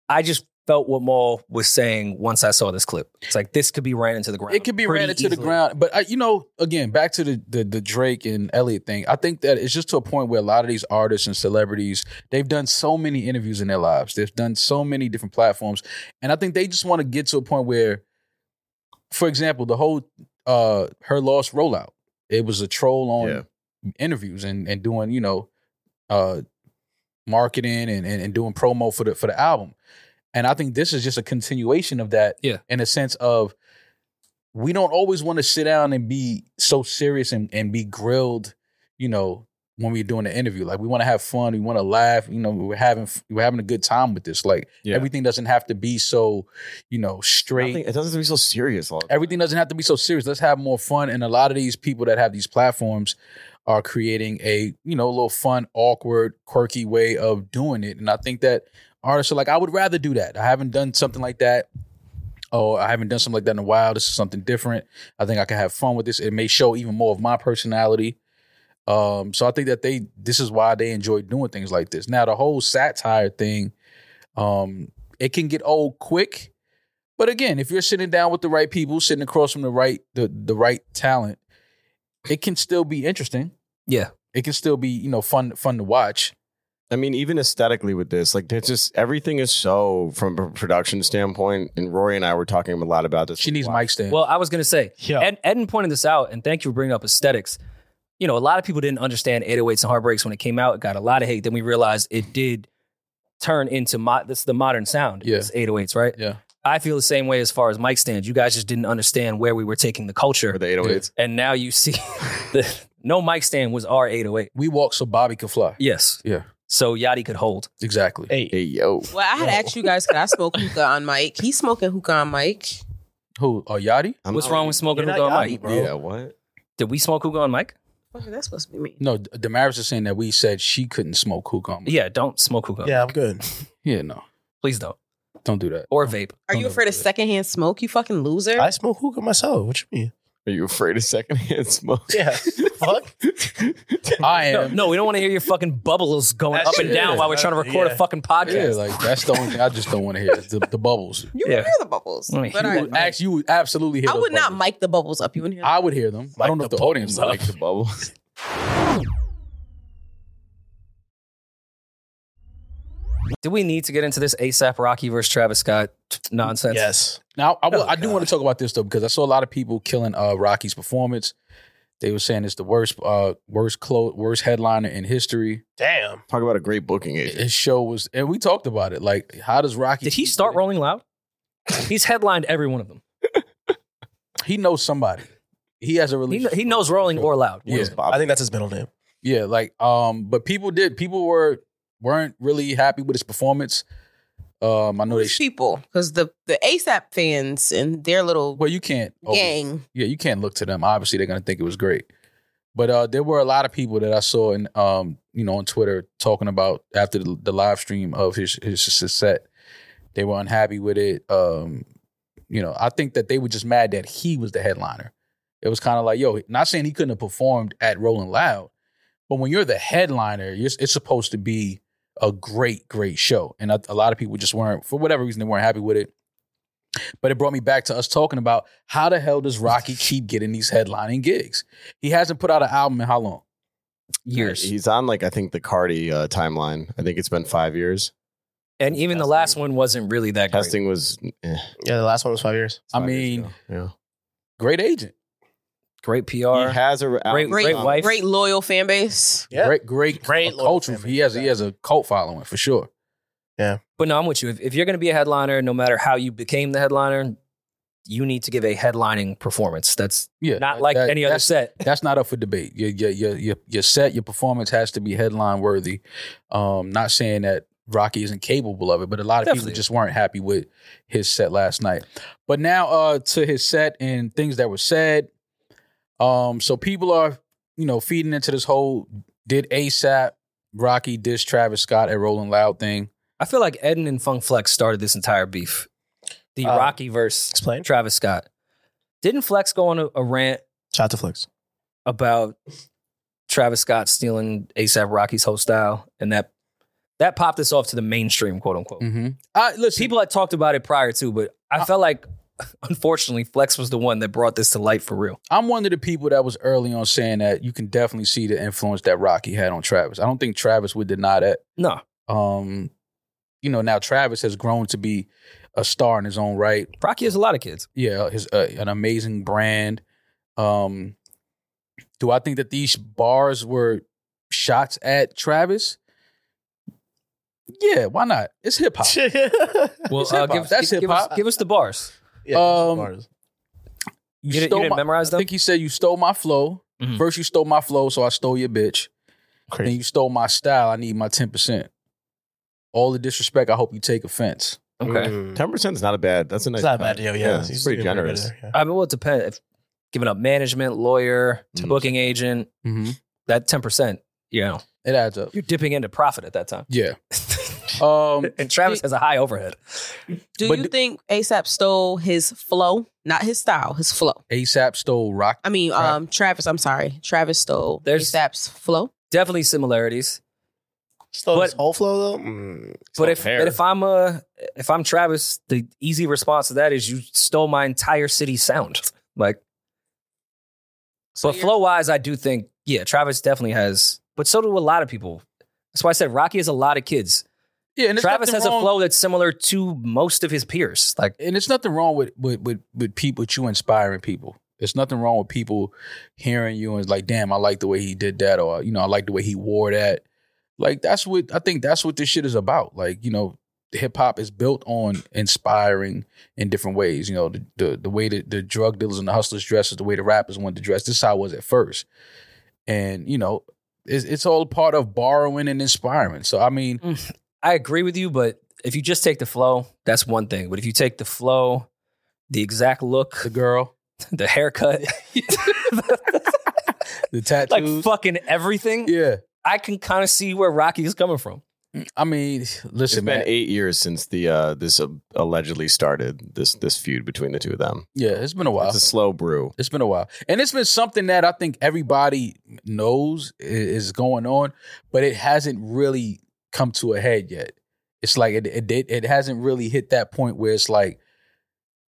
I just felt what Maul was saying once I saw this clip. It's like this could be ran into the ground.
It could be
pretty
ran into the
easily.
ground, but I, you know, again, back to the, the the Drake and Elliot thing. I think that it's just to a point where a lot of these artists and celebrities they've done so many interviews in their lives, they've done so many different platforms, and I think they just want to get to a point where, for example, the whole uh her lost rollout, it was a troll on
Yeah.
interviews and and doing you know, uh, marketing and, and and doing promo for the for the album, and I think this is just a continuation of that.
Yeah.
in a sense of we don't always want to sit down and be so serious and, and be grilled, you know, when we were doing the interview. Like we want to have fun, we want to laugh. You know, we're having we're having a good time with this. Like
Yeah.
everything doesn't have to be so, you know,
I don't
straight.
think- it doesn't have to be so serious. All the time.
everything doesn't have to be so serious. Let's have more fun. And a lot of these people that have these platforms are creating a you know little fun, awkward, quirky way of doing it. And I think that artists are like, I would rather do that. I haven't done something like that. Oh, I haven't done something like that in a while. This is something different. I think I can have fun with this. It may show even more of my personality. Um, so I think that they this is why they enjoy doing things like this. Now the whole satire thing, um, it can get old quick. But again, if you're sitting down with the right people, sitting across from the right the the right talent, it can still be interesting.
Yeah.
It can still be, you know, fun fun to watch.
I mean, even aesthetically with this, like there's just everything is so from a production standpoint. And Rory and I were talking a lot about this.
She needs
Wow.
mic stand.
Well, I was gonna say,
Yeah.
Ed, Eden pointed this out, and thank you for bringing up aesthetics. You know, a lot of people didn't understand 808s and Heartbreaks when it came out. It got a lot of hate. Then we realized it did turn into mo- this is the modern sound.
Yeah.
It's 808s, right?
Yeah.
I feel the same way as far as mic stands. You guys just didn't understand where we were taking the culture,
for the 808s.
and now you see the no mic stand was our 808.
we walk so Bobby could fly.
Yes.
Yeah.
So Yachty could hold.
Exactly.
Hey,
Hey yo,
Well, I had asked you guys, could I smoke hookah on Mike? He's smoking hookah on Mike.
Who? Oh, Yachty?
I'm
What's
not-
wrong with smoking
You're
hookah
not
on
Yachty,
mic?
bro?
Yeah, what?
Did we smoke hookah on mic?
What is that supposed to be me?
No, D- Damaris is saying that we said she couldn't smoke hookah. on mic.
Yeah, don't smoke hookah.
yeah, I'm good.
Yeah, no.
Please don't.
Don't do that.
Or vape.
Are you afraid of secondhand smoke, you fucking loser?
I smoke hookah myself. What you mean?
Are you afraid of secondhand smoke?
Yeah. Fuck.
I
No,
am.
uh, no, we don't want to hear your fucking bubbles going
That's
up and
true.
down while we're trying to record
Yeah.
a fucking
Yeah,
podcast.
like that's the only thing I just don't want to hear. The, the bubbles.
you
yeah.
would hear the bubbles.
Let me
But
hear
I,
You would, actually, you would absolutely hear
I
those
would not
bubbles.
mic the bubbles up. You wouldn't hear
I would hear them. I don't know if the audience would like
the bubble.
Do we need to get into this ASAP Rocky versus Travis Scott nonsense?
yes.
Now, I, will-
Oh,
I do
God.
want to talk about this though because I saw a lot of people killing uh, Rocky's performance. They were saying it's the worst, uh, worst clo- worst headliner in history.
Damn.
Talk about a great booking agent.
His show was, and we talked about it. Like, how does Rocky?
Did he start Rolling Loud? He's headlined every one of them.
He knows somebody. He has a
He,
relationship.
kn- he knows Rolling or Loud.
What is
Yeah.
Bob?
I think that's his middle name.
Yeah, like um, but people did. People were weren't really happy with his performance. Um, I know they.
these people because the the ASAP fans and their little
well, you can't. oh, over-
gang.
yeah, you can't look to them. Obviously, they're gonna think it was great. But uh, there were a lot of people that I saw in um, you know, on Twitter talking about after the, the live stream of his his, his set, they were unhappy with it. Um, you know, I think that they were just mad that he was the headliner. It was kind of like, yo, not saying he couldn't have performed at Rolling Loud, but when you're the headliner, you're, it's supposed to be a great, great show. And a, a lot of people just weren't, for whatever reason, they weren't happy with it. But it brought me back to us talking about how the hell does Rocky keep getting these headlining gigs? He hasn't put out an album in how long?
Years.
He's on like I think the Cardi uh, timeline. I think it's been five years.
and even the
Testing.
last one wasn't really that great.
Testing was. eh, it's
Yeah, the last one was five years.
I
five years
mean,
ago.
Great agent,
Great PR.
yeah. he has a
Great-
Great,
wife.
great loyal fan base.
Yeah.
great, great,
Great
a
loyal
culture.
family.
He has he has a cult following for sure.
But no, I'm with you. If, if you're going to be a headliner, no matter how you became the headliner, you need to give a headlining performance. That's
Yeah,
not like
that-
any other
that's-
set.
That's not up for debate. Your your your your, your set, your performance has to be headline worthy. Um, not saying that Rocky isn't capable of it, but a lot of
Definitely.
people just weren't happy with his set last night. But now uh, to his set and things that were said. Um, so people are you know feeding into this whole did ASAP Rocky diss Travis Scott at Rolling Loud thing.
I feel like Eden and Funk Flex started this entire beef. The
Uh,
Rocky verse
Explain.
Travis Scott. Didn't Flex go on a, a rant
Shout out to Flex.
about Travis Scott stealing ASAP Rocky's whole style, and that that popped this off to the mainstream, quote unquote.
Mm-hmm. Uh, listen,
People had talked about it prior too, but I
Uh,
felt like unfortunately Flex was the one that brought this to light for real.
I'm one of the people that was early on saying that you can definitely see the influence that Rocky had on Travis. I don't think Travis would deny that.
No,
um you know now travis has grown to be a star in his own right
Rocky has a lot of kids.
yeah his uh, an amazing brand um do i think that these bars were shots at travis yeah why not it's hip-hop
Well,
It's
uh,
hip-hop.
give,
That's
give, give us,
hip-hop.
give us the bars.
yeah,
Um,
bars.
you,
You, didn't- you
stole
didn't
my,
memorize
i
them.
think he said you stole my flow
Mhm.
first you stole my flow so i stole your bitch and
Crazy.
you stole my style, I need my ten percent. All the disrespect, I hope you take offense.
Okay.
Mm.
Ten percent is not a bad. That's a nice.
It's not a
cut.
bad deal. Yeah,
it's
He's
pretty
doing good
generous.
there, yeah.
I mean, well, it depends. If giving up management, lawyer, to
Mm.
booking agent,
Mm-hmm.
that 10%, you know,
It adds up.
you're dipping into profit at that time.
Yeah. Um.
and Travis has a high overhead.
Do
But
you
do-
think ASAP stole his flow? Not his style, his flow.
ASAP stole rock.
I mean,
Tra-
um, Travis. I'm sorry, Travis stole
There's-
ASAP's flow.
Definitely similarities.
Stole
But-
his whole flow though. Mm.
but
not
if
fair.
but if I'm uh if I'm Travis, the easy response to that is you stole my entire city's sound. Like, but
you're-
flow wise, I do think yeah, Travis definitely has, but so do a lot of people. That's why I said Rocky has a lot of kids.
Yeah. And there's
Travis
nothing
has a
wrong-
flow that's similar to most of his peers. Like,
and it's nothing wrong with with with, with people with you inspiring people. There's nothing wrong with people hearing you and it's like, damn, I like the way he did that, or you know, I like the way he wore that. Like that's what I think that's what this shit is about. Like you know, hip hop is built on inspiring in different ways. You know, the the, the way that the drug dealers and the hustlers dress is the way the rappers wanted to dress. This is how it was at first, and you know, it's, it's all part of borrowing and inspiring. So I mean,
I agree with you, but if you just take the flow, that's one thing. But if you take the flow, the exact
the
look,
girl,
the haircut,
the
like
tattoos,
fucking everything,
yeah.
I can kind of see where Rocky is coming from.
I mean,
It's
listen, man.
been eight years since the uh, this uh, allegedly started this this feud between the two of them.
Yeah, it's been a while.
It's a slow brew.
It's been a while, and it's been something that I think everybody knows i- is going on, but it hasn't really come to a head yet. It's like it it did- it hasn't really hit that point where it's like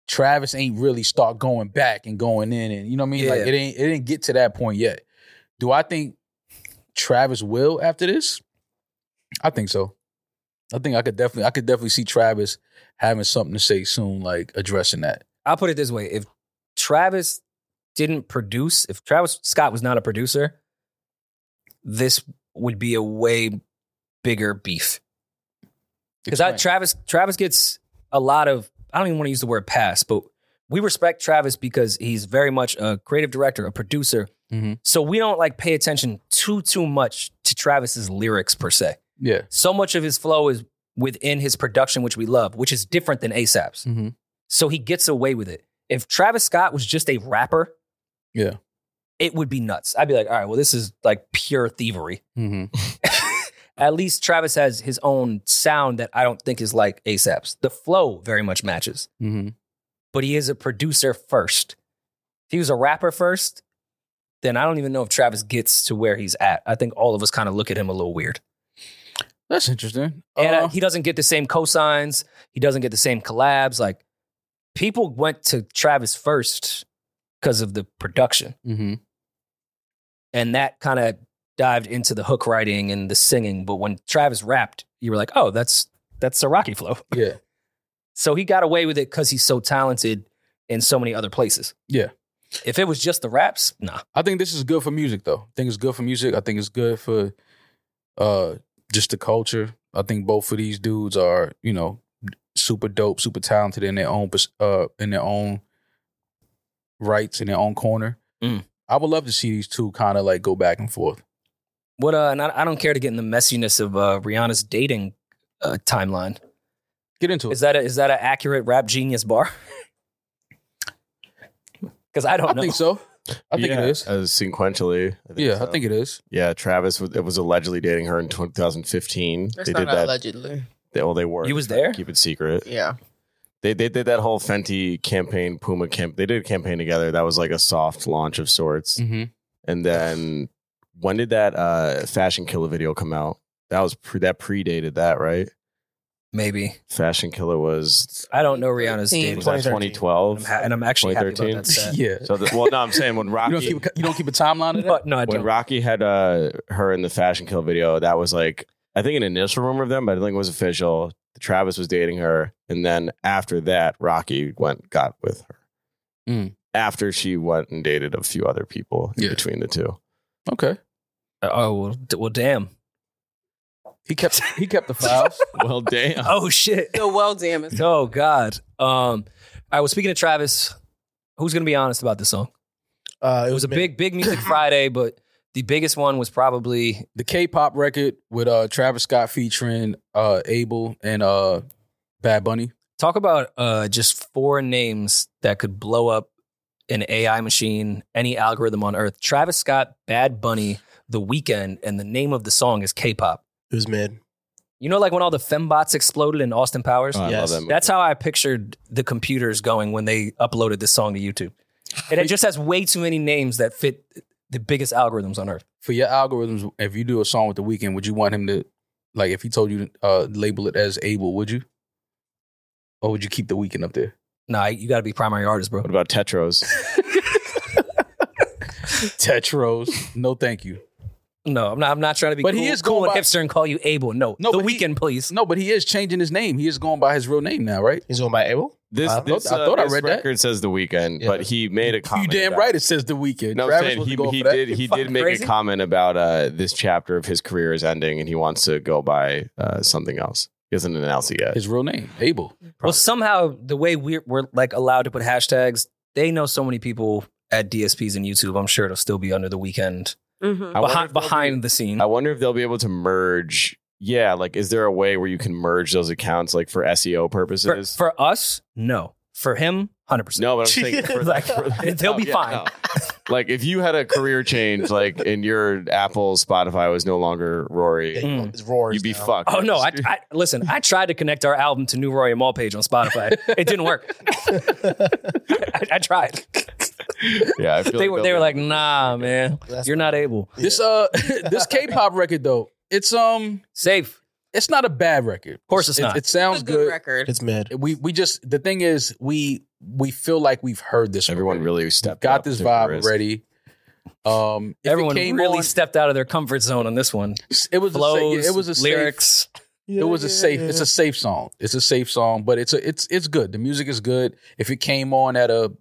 Travis ain't really start going back and going in, and you know what I mean. Like
Yeah.
it ain't it didn't get to that point yet. Do I think Travis will after this? I think so. I think I could definitely I could definitely see Travis having something to say soon, like addressing that.
I'll put it this way: if Travis didn't produce, if Travis Scott was not a producer, this would be a way bigger beef. Because
Explain.
Travis Travis gets a lot of I don't even want to use the word pass, but we respect Travis because he's very much a creative director, a producer.
Mhm.
So we don't like pay attention too too much to Travis's lyrics per se.
yeah.
So much of his flow is within his production, which we love, which is different than ASAP's.
Mm-hmm.
So he gets away with it. If Travis Scott was just a rapper,
Yeah.
it would be nuts. I'd be like, all right, well, this is like pure thievery.
Mm-hmm.
At least Travis has his own sound that I don't think is like ASAP's. The flow very much matches,
Mm-hmm.
but he is a producer first. If he was a rapper first, then I don't even know if Travis gets to where he's at. I think all of us kind of look at him a little weird.
That's interesting.
And uh,
Uh,
he doesn't get the same cosigns. He doesn't get the same collabs. Like people went to Travis first because of the production,
mhm.
and that kind of dived into the hook writing and the singing. But when Travis rapped, you were like, "Oh, that's that's a Rocky flow."
Yeah.
So he got away with it because he's so talented in so many other places.
Yeah.
If it was just the raps, nah.
I think this is good for music though. I think it's good for music. I think it's good for uh just the culture. I think both of these dudes are, you know, super dope, super talented in their own pers- uh in their own rights in their own corner.
Mm.
I would love to see these two kind of like go back and forth.
What? Uh, and I, I don't care to get in the messiness of uh, Rihanna's dating uh, timeline.
Get into it.
Is that a, is that an accurate rap genius bar? Because I don't
I
know.
think so. I think
Yeah,
it is.
as Uh, sequentially. I think
yeah,
so.
I think it is.
Yeah, Travis was, it was allegedly dating her in 2015.
That's
they
not
did that.
allegedly.
They, well, they were.
You was
trying to
there?
Keep it secret.
Yeah.
They they did that whole Fenty campaign, Puma camp. They did a campaign together. That was like a soft launch of sorts.
Mm-hmm.
And then when did that uh, fashion killer video come out? That was pre- that predated that, right?
Maybe
Fashion killer was
I don't know Rihanna's
Thirteen.
dating.
was that
2013.
2012.
I'm ha- and I'm actually happy about
2013?
that. stat.
Yeah.
So the, well, no, I'm saying when
You
Rocky
don't keep a, you don't keep a timeline of that.
No, no, I
when
don't.
Rocky had uh, her in the fashion kill video, that was like I think an initial rumor of them, but I don't think it was official. Travis was dating her, and then after that, Rocky went got with her.
Mm.
After she went and dated a few other people in
Yeah.
between the two.
Okay.
oh well, d- well, damn.
He kept he kept the files.
Well, damn.
Oh shit.
No, well, damn it.
Oh god. Um. All right. Well, speaking of Travis, who's gonna be honest about this song?
Uh,
It was a
mid-
big, big music Friday, but The biggest one was probably
The K-pop record with uh Travis Scott featuring uh Abel and uh Bad Bunny.
talk about uh, just four names that could blow up an AI machine, any algorithm on earth. Travis Scott, Bad Bunny, The Weeknd, and the name of the song is K-pop.
It was mid.
You know, like when all the fembots exploded in Austin Powers.
Oh, I love
Yes.
that movie.
That's how I pictured the computers going when they uploaded this song to YouTube. And it just has way too many names that fit the biggest algorithms on earth.
For your algorithms, if you do a song with the weekend, would you want him to like if he told you to uh label it as Abel, would you? Or would you keep the weekend up there?
Nah, you got to be primary artist, bro.
What about Tetros?
Tetros. No, thank you.
No, I'm not. I'm not trying to be.
But
cool,
he is
cool
going
and
by-
hipster and call you Abel. No,
No,
the
but he-
weekend, please.
No, but he is changing his name. He is going by his real name now, right?
He's going by Abel.
This,
I
this,
thought- I
uh,
thought I
this
read that.
record says the weekend,
Yeah.
but he made a
You
comment.
damn
about-
right. It says the weekend.
No, I'm
Travis
saying
wasn't
he,
going
he
for that.
did he did
fucking
make
crazy.
a comment about uh, this chapter of his career is ending and he wants to go by uh, something else. He hasn't announced it yet.
His real name, Abel.
Well, somehow the way we're, we're like allowed to put hashtags, they know so many people at DSPs and YouTube. I'm sure it'll still be under the weekend
Mm-hmm.
I wonder
behind
if they'll
behind the scene.
I wonder if they'll be able to merge. Yeah, like is there a way where you can merge those accounts like for SEO
for,
purposes?
for us, no. For him, hundred percent.
no, but I'm saying for,
Like,
for-
they'll be fine.
Like if you had a career change, like and your Apple Spotify was no longer Rory,
Mm.
It's roars.
you'd be
now.
fucked.
Oh no! I, I listen. I tried to connect our album to New Roy and Mall page on Spotify. It didn't work. I, I tried.
yeah, I feel
They were they
they'll
were
be-
like, nah, man,
That's-
you're not able.
This uh this K-pop record though, it's um
Safe.
it's not a bad record. Of
course it's
it,
not.
It sounds
It's a good,
good.
record.
It's mid.
We we just the thing is we we feel like we've heard this.
everyone
already.
really stepped
got
up
this
to the
vibe
risk.
already. Um, if it
Everyone
came
really
on-
stepped out of their comfort zone on this one.
it was a
Flows,
sa- it was a
lyrics.
Safe, it was a safe. It's a safe song. It's a safe song, but it's a it's it's good. The music is good. If it came on at a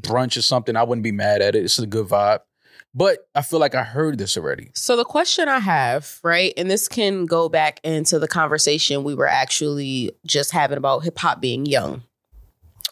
brunch or something, I wouldn't be mad at it. It's a good vibe. But I feel like I heard this already.
So the question I have, right, and this can go back into the conversation we were actually just having about hip hop being young.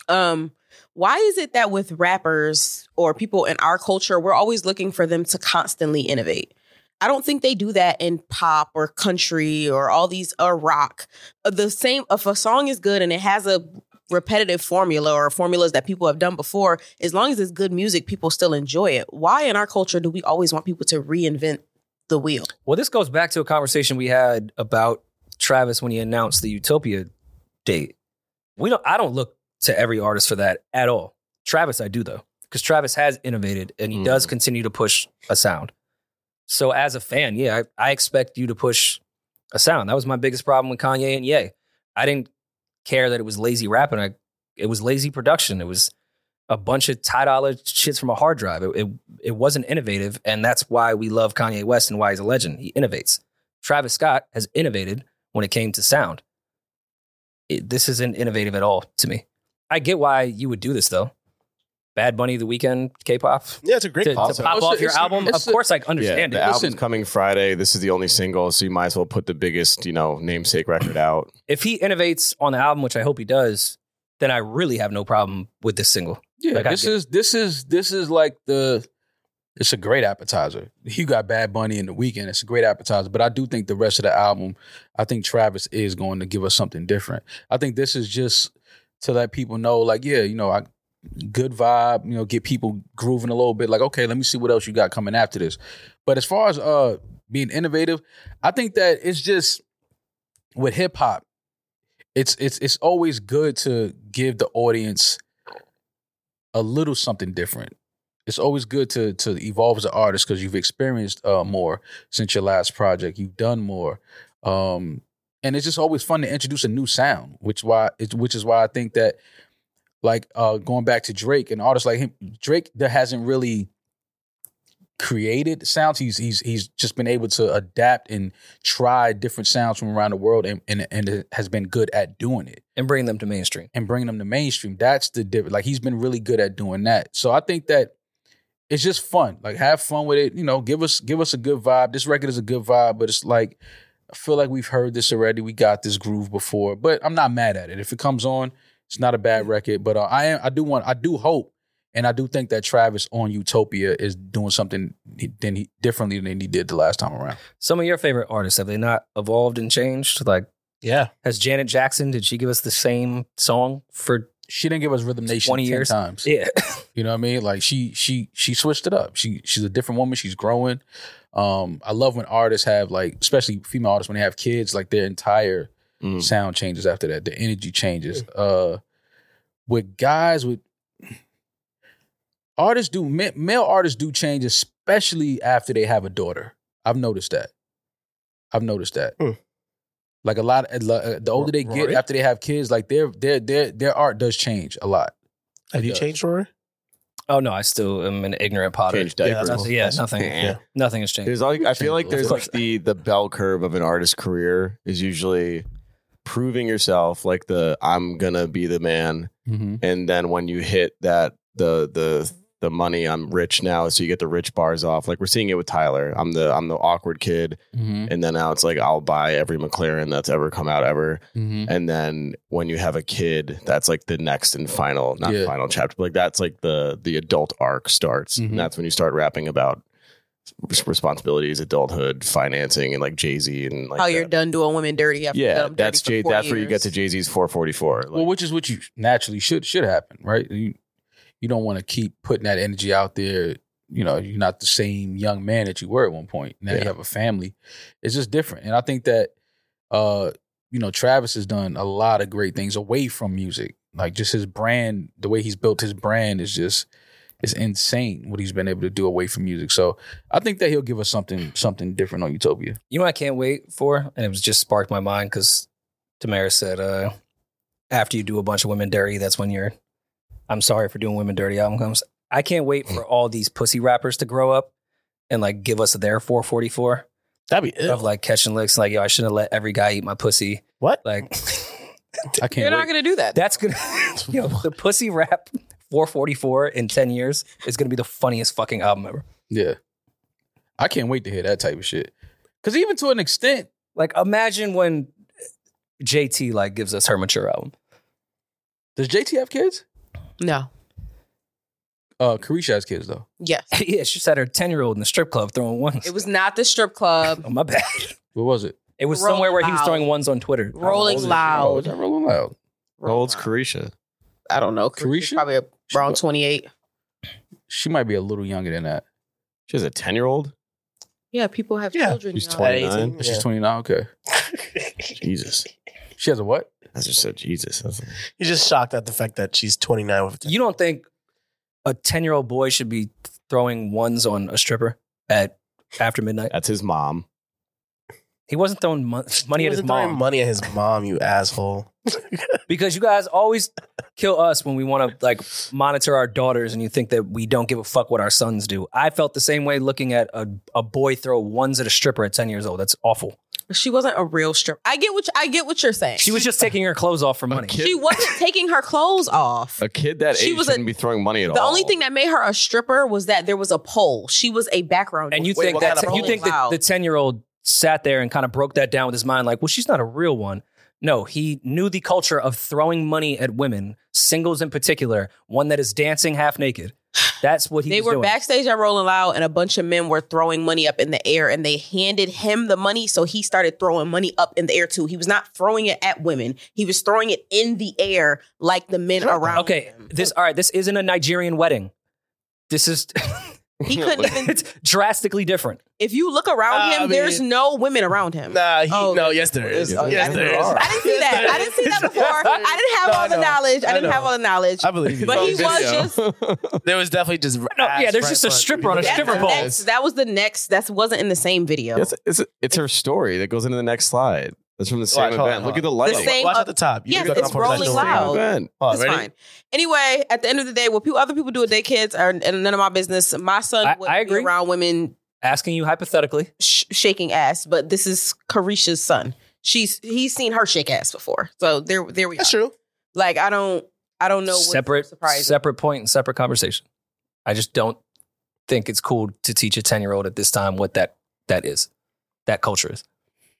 Um, why is it that with rappers or people in our culture, we're always looking for them to constantly innovate? I don't think they do that in pop or country or all these or rock. Uh, The same if a song is good and it has a repetitive formula or formulas that people have done before, as long as it's good music, people still enjoy it. Why in our culture do we always want people to reinvent the wheel?
Well, this goes back to a conversation we had about Travis when he announced the Utopia date. We don't. I don't look to every artist for that at all. Travis, I do though, because Travis has innovated and he does continue to push a sound. So as a fan, yeah, I, I expect you to push a sound. That was my biggest problem with Kanye and Ye. I didn't care that it was lazy rapping. I, it was lazy production. It was a bunch of tie dollar shits from a hard drive. It, it it wasn't innovative, and that's why we love Kanye West and why he's a legend. He innovates. Travis Scott has innovated when it came to sound. It- this isn't innovative at all to me. I get why you would do this though. Bad Bunny, The Weekend, K-pop
Yeah, it's a great
to, to pop
concept.
It's a-
off your
it's a-
album. Of
it's a-
course, I
Yeah,
understand
the
it.
album's
Listen.
coming Friday. This is the only single, so you might as well put the biggest, you know, namesake record out.
If he innovates on the album, which I hope he does, then I really have no problem with this single.
Yeah,
Like, I
this
get-
is this is this is like the it's a great appetizer. You got Bad Bunny in the weekend. It's a great appetizer, but I do think the rest of the album, I think Travis is going to give us something different. I think this is just to let people know, like, yeah, you know, I good vibe, you know, get people grooving a little bit. Like, okay, let me see what else you got coming after this. But as far as uh being innovative, I think that it's just with hip hop, it's it's it's always good to give the audience a little something different. It's always good to to evolve as an artist because you've experienced uh, more since your last project. You've done more, um, and it's just always fun to introduce a new sound. Which why it's which is why I think that like uh, going back to Drake, an artist like him, Drake that hasn't really created sounds. He's he's he's just been able to adapt and try different sounds from around the world, and and, and has been good at doing it
And bring them to mainstream.
and bringing them to mainstream. That's the difference. Like he's been really good at doing that. So I think that it's just fun. Like have fun with it. You know, give us give us a good vibe. This record is a good vibe, but it's like I feel like we've heard this already. We got this groove before, but I'm not mad at it. If it comes on, it's not a bad record. But uh, I am. I do want. I do hope And I do think that Travis on Utopia is doing something he- than he, differently than he did the last time around.
Some of your favorite artists have they not evolved and changed? Like,
Yeah.
has Janet Jackson? Did she give us the same song for?
She didn't give us Rhythm Nation
20
ten
years.
times.
Yeah,
You know what I mean? Like she she she switched it up. She she's a different woman. She's growing. Um, I love when artists have like, especially female artists, when they have kids, like their entire
Mm.
sound changes after that. The energy changes. Uh, with guys, with artists do ma- male artists do change, especially after they have a daughter. I've noticed that. I've noticed that.
Hmm.
Like a lot, uh, the older they get
Rory?
after they have kids, like their their their their art does change a lot.
Have you
does.
changed, Rory?
Oh no, I still am an ignorant potter.
Change diapers.
that's
Nothing, yeah, nothing.
Yeah.
Nothing has changed.
There's like I feel like there's
Of
like the the bell curve of an artist's career is usually proving yourself like the I'm gonna be the man,
Mm-hmm.
and then when you hit that the the the money I'm rich now, so you get the rich bars off. Like we're seeing it with Tyler. I'm the I'm the awkward kid,
Mm-hmm.
and then now it's like I'll buy every McLaren that's ever come out ever.
Mm-hmm.
And then when you have a kid, that's like the next and final, not
Yeah.
final chapter, but like that's like the the adult arc starts,
Mm-hmm.
Mhm.
and that's when you start rapping about res- responsibilities, adulthood, financing, and like Jay Z and like
How Oh, you're
that.
done doing women dirty after you've done
yeah,
them dirty
that's
for
Jay.
four
That's where you get
years.
to Jay Z's 444. Like,
well, which is what you naturally should should happen, right? You you don't want to keep putting that energy out there. You know, you're not the same young man that you were at one point. Now you
Yeah.
have a family. It's just different, and I think that uh, you know Travis has done a lot of great things away from music. Like just his brand, the way he's built his brand is just it's insane what he's been able to do away from music. So I think that he'll give us something something different on Utopia.
You know what I can't wait for? And it was just sparked my mind because Tamara said, uh, after you do a bunch of women dirty, that's when you're I'm sorry for doing women dirty album comes. I can't wait
Hmm.
for all these pussy rappers to grow up and like give us their 444
That'd be
of
ill.
like catching licks. Like, yo, I shouldn't have let every guy eat my pussy.
What?
Like,
I can't.
You're
wait.
not gonna do that.
that's gonna, yo, the pussy rap 444 in 10 years is gonna be the funniest fucking album ever.
Yeah. I can't wait to hear that type of shit. Cause even to an extent,
Like, imagine when JT like gives us her mature album.
does JT have kids?
no.
Uh Carisha has kids though.
Yes.
yeah, she said her 10 year old in the strip club throwing ones.
It was not the strip club.
oh, my bad.
What was it?
It was
Rolling
somewhere where he was
Loud.
throwing ones on Twitter.
Rolling
Oh, is
loud.
that rolling loud?
how old's Carisha?
I don't know.
Carisha?
Probably around 28.
She might be a little younger than that.
She has a 10 year old.
Yeah, people have
Yeah.
children.
She's
y'all.
20.
But She's 29. Okay.
Jesus,
She has a what?
that's just so Jesus. That's-
He's just shocked at the fact that she's 29 with a 10.
You don't think a 10 year old boy should be throwing ones on a stripper at after midnight?
That's his mom.
He wasn't throwing mon- money
He
at his
wasn't throwing
mom
money at his mom, you asshole.
because you guys always kill us when we want to like monitor our daughters and you think that we don't give a fuck what our sons do. I felt the same way looking at a, a boy throw ones at a stripper at 10 years old. That's awful.
She wasn't a real strip. I get what you- I get what you're saying.
She was just taking her clothes off for money.
kid-
she wasn't taking her clothes off.
A kid that
She
age
was a-
shouldn't be throwing money at all.
The only thing that made her a stripper was that there was a pole. She was a background.
And you
Wait,
think
what
that
kind of
you
poll?
think that
Wow.
the ten year old sat there and kind of broke that down with his mind, like, well, she's not a real one. No, he knew the culture of throwing money at women, singles in particular, one that is dancing half naked. That's what he
they
was
were
doing.
backstage at Rolling Loud, and a bunch of men were throwing money up in the air, and they handed him the money, so he started throwing money up in the air too. He was not throwing it at women; he was throwing it in the air like the men around.
okay,
him.
this all right. This isn't a Nigerian wedding. This is
he couldn't even.
it's drastically different.
If you look around
Uh,
him,
I mean-
there's no women around him.
Nah, he,
Oh.
no, yes, there is.
Oh, yeah,
Yes,
I
there
think
is.
there are.
I didn't see
Yes,
that.
there
I didn't see
is.
that before. I didn't have
No, I
all the
know.
knowledge. I,
I
didn't
know.
have all the knowledge.
I believe you.
But he
Video.
was just.
There was definitely just.
No, yeah, there's just a stripper on a
That's
stripper
the
pole.
next- that was the next. That wasn't in the same video.
It's, it's, it's her story that goes into the next slide. That's from the same
Watch, hold on,
event.
hold
Look
on.
at the
Watch,
lighting.
uh, The same-
watch at the top.
Yes,
look at
it's
the
Rolling
professional
Same
Loud.
event.
Oh,
It's
ready?
fine. Anyway, at the end of the day, what people, other people do with their kids are and none of my business. My son
I-
would
I
be
agree.
around women
Asking you hypothetically,
sh- shaking ass, but this is Carisha's son. She's he's seen her shake ass before, so there there we are.
That's true.
Like I don't I don't know what's
separate
surprising.
separate point and separate conversation. I just don't think it's cool to teach a ten year old at this time what that that is, that culture is.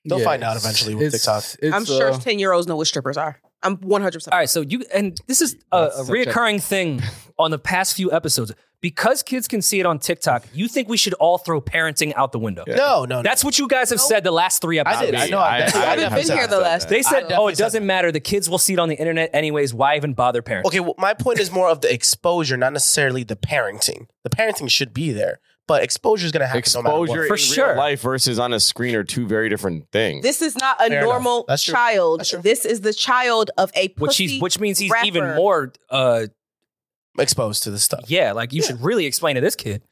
They'll find out eventually with
it's-
TikTok.
it's,
I'm sure
uh,
ten year olds know what strippers are. I'm 100. percent
All right, so you and this is a, a
That's such a-
reoccurring thing on the past few episodes because kids can see it on TikTok. You think we should all throw parenting out the window?
No, no, no.
That's what you guys have said the last three
I
episodes.
did. I know. I,
I- I
haven't been here the last.
They
I
said, "Oh,
definitely
it
said
doesn't matter. The kids will see it on the internet anyways. Why even bother parenting?"
Okay, well, my point is more of the exposure, not necessarily the parenting. The parenting should be there, but exposure is going to happen. no matter
Exposure
what.
For
in
sure.
real life versus on a screen are two very different things.
This is not a
Fair enough.
normal
That's true.
child.
That's true.
This is the child of a pussy
Which he's, which means he's even
rapper.
more. Uh,
exposed to this stuff.
yeah, like you should really explain to this kid.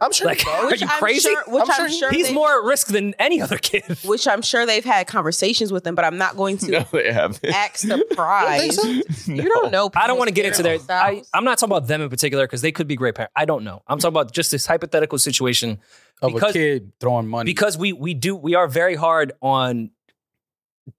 I'm sure.
Like,
he
are
knows.
you
I'm
crazy?
sure- which
I'm
I'm,
sure
sure,
he-
He's
they-
more at risk than any other kid.
Which I'm sure they've had conversations with them, but I'm not going to
no, they haven't.
ask the prize. You don't know.
I don't want to get into their.
people's
I,
styles.
I'm not talking about them in particular because they could be great parents. I don't know. I'm talking about just this hypothetical situation
of
Because-
a kid throwing money.
because we we do we are very hard on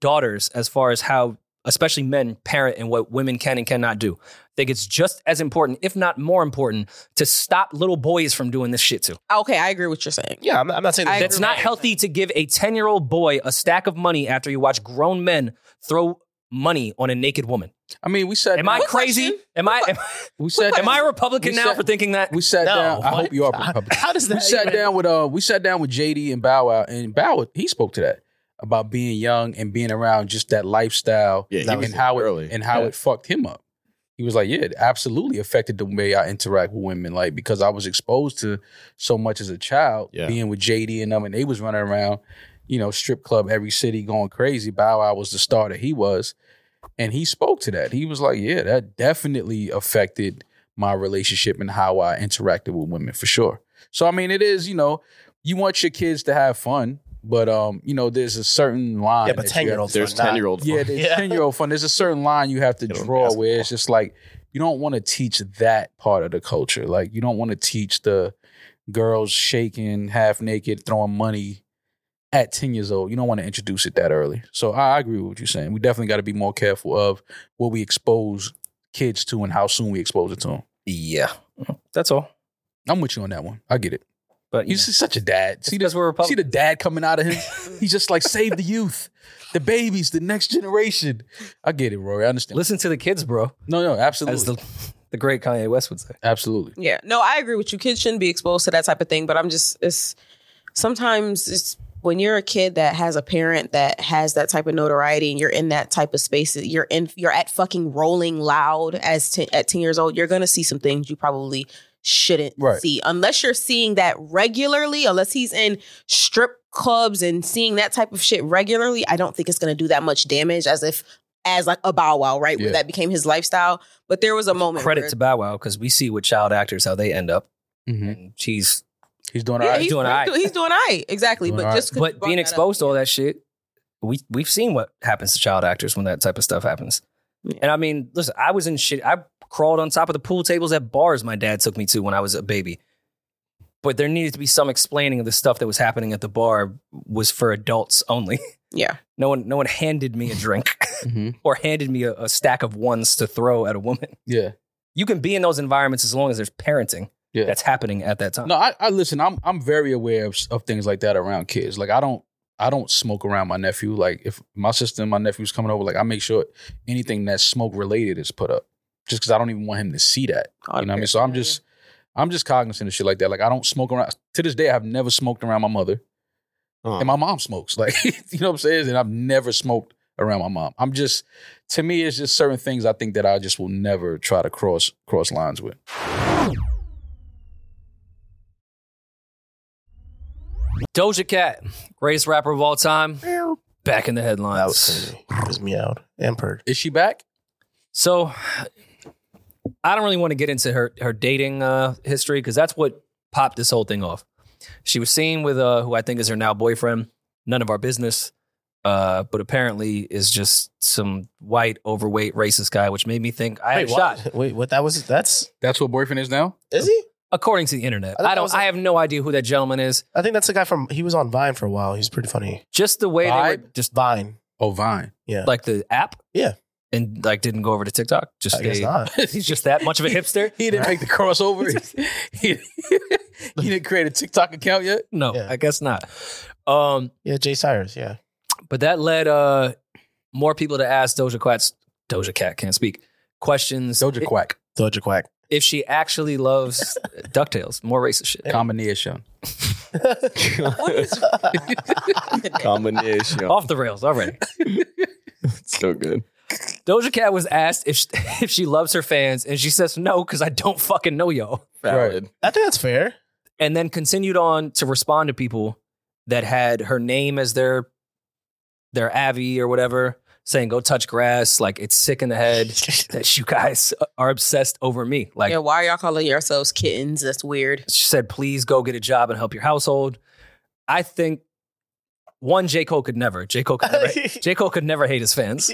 daughters as far as how especially men parent and what women can and cannot do. I think it's just as important, if not more important, to stop little boys from doing this shit too.
okay, I agree with what you're saying.
yeah, I'm, I'm not saying
I
that.
That's
agree.
not healthy to give a 10-year-old boy a stack of money after you watch grown men throw money on a naked woman.
I mean, we sat.
Am I
down-
Quick
crazy?
question.
Am I am,
We sat.
am I a Republican
We
now
said-
for thinking that?
We sat
No,
down. I
what?
hope you are Republican.
How does that?
We sat
even-
down with uh, we sat down with JD and Bow Wow, and Bow Wow, he spoke to that about being young and being around just that lifestyle,
Yeah, he was
and how
early.
it and how
Yeah.
it fucked him up. He was like, "Yeah, it absolutely affected the way I interact with women, like because I was exposed to so much as a child,
Yeah.
being with JD and them, and they was running around, you know, strip club every city going crazy. Bow Wow was the star that he was, and he spoke to that. He was like, "Yeah, that definitely affected my relationship and how I interacted with women for sure." So I mean, it is you know, you want your kids to have fun, but um, you know, there's a certain line.
Yeah, but
that you
ten year
have-
olds.
There's ten year old.
Yeah, there's
Yeah.
ten year old fun. There's a certain line you have to
Get on
draw where
basketball.
it's just like you don't want to teach that part of the culture. Like you don't want to teach the girls shaking, half naked, throwing money at ten years old. You don't want to introduce it that early. So I I agree with what you're saying. We definitely got to be more careful of what we expose kids to and how soon we expose it to them.
yeah. That's all.
I'm with you on that one. I get it.
But you
He's just such a dad. See,
see, because we're
See
Republican.
the dad coming out of him. He's just like, save the youth, the babies, the next generation. I get it, Rory. I understand.
Listen to the kids, bro.
no, no,
As
absolutely,
the the great Kanye West would say.
absolutely.
Yeah, no, I agree with you. Kids shouldn't be exposed to that type of thing, but I'm just it's sometimes it's when you're a kid that has a parent that has that type of notoriety and you're in that type of space, you're in you're at fucking rolling loud as 10, at 10 years old, you're going to see some things you probably shouldn't
Right.
see unless you're seeing that regularly, unless he's in strip clubs and seeing that type of shit regularly, I don't think it's going to do that much damage as if as like a bow wow, right?
Yeah.
Where that became his lifestyle. But there was a moment
Credit
where-
to Bow Wow because we see with child actors how they end up.
Mhm.
And she's
He's doing all
Yeah,
right.
he's,
doing all right.
he's, he's doing all right. Exactly.
Doing
but
all right.
just 'cause you
but
brought
being
that
exposed to
up,
all that shit, we we've seen what happens to child actors when that type of stuff happens.
Yeah.
And I mean, listen, I was in shit. I crawled on top of the pool tables at bars my dad took me to when I was a baby. But there needed to be some explaining of the stuff that was happening at the bar was for adults only.
Yeah. Mm-hmm.
No one no one handed me a drink
Mhm.
or handed me a, a stack of ones to throw at a woman.
Yeah,
You can be in those environments as long as there's parenting
yeah.
that's happening at that time.
no, I, I listen. I'm I'm very aware of, of things like that around kids. Like I don't I don't smoke around my nephew. Like if my sister and my nephew's coming over, like I make sure anything that's smoke related is put up, just because I don't even want him to see that. You know what I mean? So I'm just I'm just cognizant of shit like that. Like I don't smoke around. To this day, I've never smoked around my mother.
Oh,
and my mom smokes. Like you know what I'm saying? And I've never smoked around my mom. I'm just to me, it's just certain things I think that I just will never try to cross cross lines with.
Doja Cat, greatest rapper of all time, back in the headlines.
That was crazy. It was meowed and purred.
Is she back?
So I don't really want to get into her her dating uh, history because that's what popped this whole thing off. She was seen with uh, who I think is her now boyfriend. None of our business, uh, but apparently is just some white, overweight, racist guy, which made me think I had a shot.
what? Wait, what? That was that's
That's what boyfriend is now.
is he?
According to the internet,
I thought
I,
that
don't.
was
I
like-
have no idea who that gentleman is.
I think that's the guy from. He was on Vine for a while. He's pretty funny.
Just the way they were,
Vibe?
just
Vine.
Oh, Vine.
like the app,
Yeah.
and like didn't go over to TikTok. Just
I guess
they-
not.
he's just that much of a hipster.
He didn't make the crossover. he, he didn't create a TikTok account yet.
No,
Yeah.
I guess not. Um,
Yeah, Jay Cyrus. Yeah,
But that led uh more people to ask Doja Cat's Doja Cat can't speak. Questions.
Doja
i-
Quack,
Doja Quack.
If she actually loves DuckTales, more racist shit.
combination.
Combination.
Oh.
Off the rails already.
so good.
Doja Cat was asked if she, if she loves her fans, and she says no because I don't fucking know y'all.
Valid.
I think that's fair.
And then continued on to respond to people that had her name as their their Abby or whatever, saying "Go touch grass," like it's sick in the head that you guys are obsessed over me. Like
yeah, why are y'all calling yourselves kittens? That's weird.
she said, "Please go get a job and help your household." I think one J Cole could never. J Cole could never. J Cole could never hate his fans.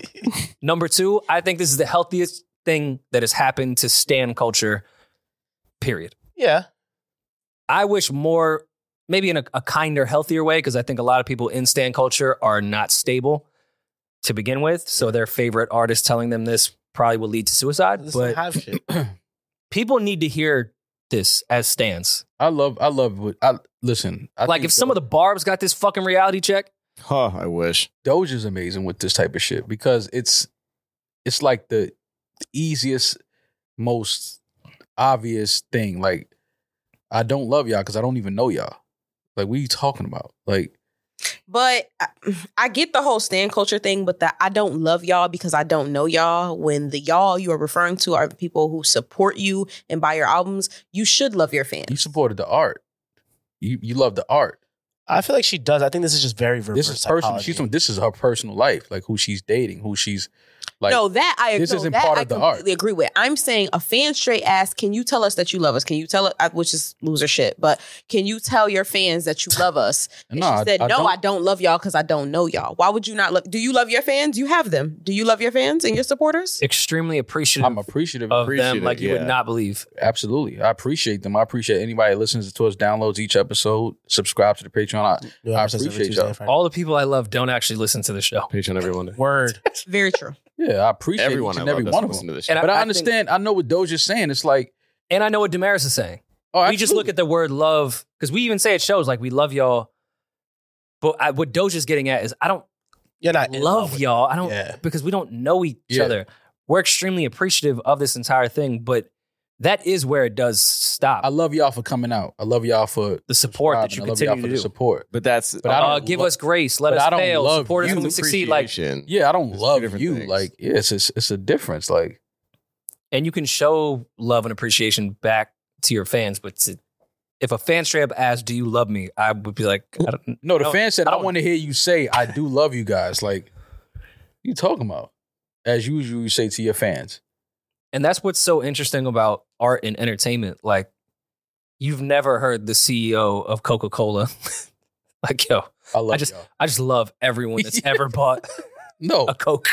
Number two, I think this is the healthiest thing that has happened to stan culture. Period.
yeah.
I wish more, maybe in a, a kinder, healthier way, because I think a lot of people in stan culture are not stable to begin with. So their favorite artist telling them this probably will lead to suicide.
This is
but
hive shit.
people need to hear this as stans.
I love, I love. What, I listen. I
like
think
if some of the barbs got this fucking reality check.
Huh, I wish.
Doge is amazing with this type of shit because it's it's like the easiest, most obvious thing. Like I don't love y'all because I don't even know y'all. Like what are you talking about? Like
But I, I get the whole stand culture thing, but the I don't love y'all because I don't know y'all. When the y'all you are referring to are the people who support you and buy your albums, you should love your fans.
you supported the art. You you love the art.
I feel like she does. I think this is just very reverse
This is personal.
psychology.
She's from. This is her personal life. Like who she's dating. Who she's like.
no, that I
this
no,
isn't
that
part
I
of the art.
completely agree with. I'm saying a fan straight ass, can you tell us that you love us? Can you tell us I- which is loser shit, but can you tell your fans that you love us? And
Nah,
she said,
I
No,
don't-
I don't love y'all because I don't know y'all. Why would you not love do you love your fans? You have them. Do you love your fans and your supporters?
extremely appreciative
I'm appreciative.
of them,
Appreciative,
like you would
yeah.
not believe.
Absolutely, I appreciate them. I appreciate anybody that listens to us, downloads each episode, subscribe to the Patreon. I,
New episodes every
appreciate
Tuesday
y'all.
and Friday.
All the people I love don't actually listen to the show,
Patreon every Monday.
Word.
Very true.
yeah, I appreciate
Everyone,
each
I
and
love
every
doesn't
one of
listen
them.
to this.
And
shit.
But
I
I,
think-
understand. I know what Doja's saying. It's like,
and I know what Damaris is saying.
oh,
We just look at the word love because we even say it shows like we love y'all. But I, what Doja's getting at is I don't
You're not in
love
with-
y'all. I don't
Yeah.
because we don't know each
Yeah.
other. We're extremely appreciative of this entire thing, but that is where it does stop.
I love y'all for coming out. I love y'all for
the support that
subscribing.
you
I love y'all
continue
for
to
the
do.
support.
But that's
But I don't
Uh, give
lo-
us grace. Let
but
us
I don't
fail.
love
Support us
you.
when we succeed. Like,
appreciation.
Yeah, I don't
It's two
love
different
you.
things.
Like, yeah, it's, it's it's a difference. Like,
and you can show love and appreciation back to your fans. But to, if a fan straight up asked, "Do you love me?" I would be like, I don't,
no, the
I don't-
fan said,
I
I,
don't-
want to hear you say, I do love you guys. Like, you talking about? As usual, you say to your fans.
and that's what's so interesting about art and entertainment. Like, you've never heard the CEO of Coca Cola. like, yo,
I love
I just,
y'all.
I just love everyone that's ever bought
No,
a Coke.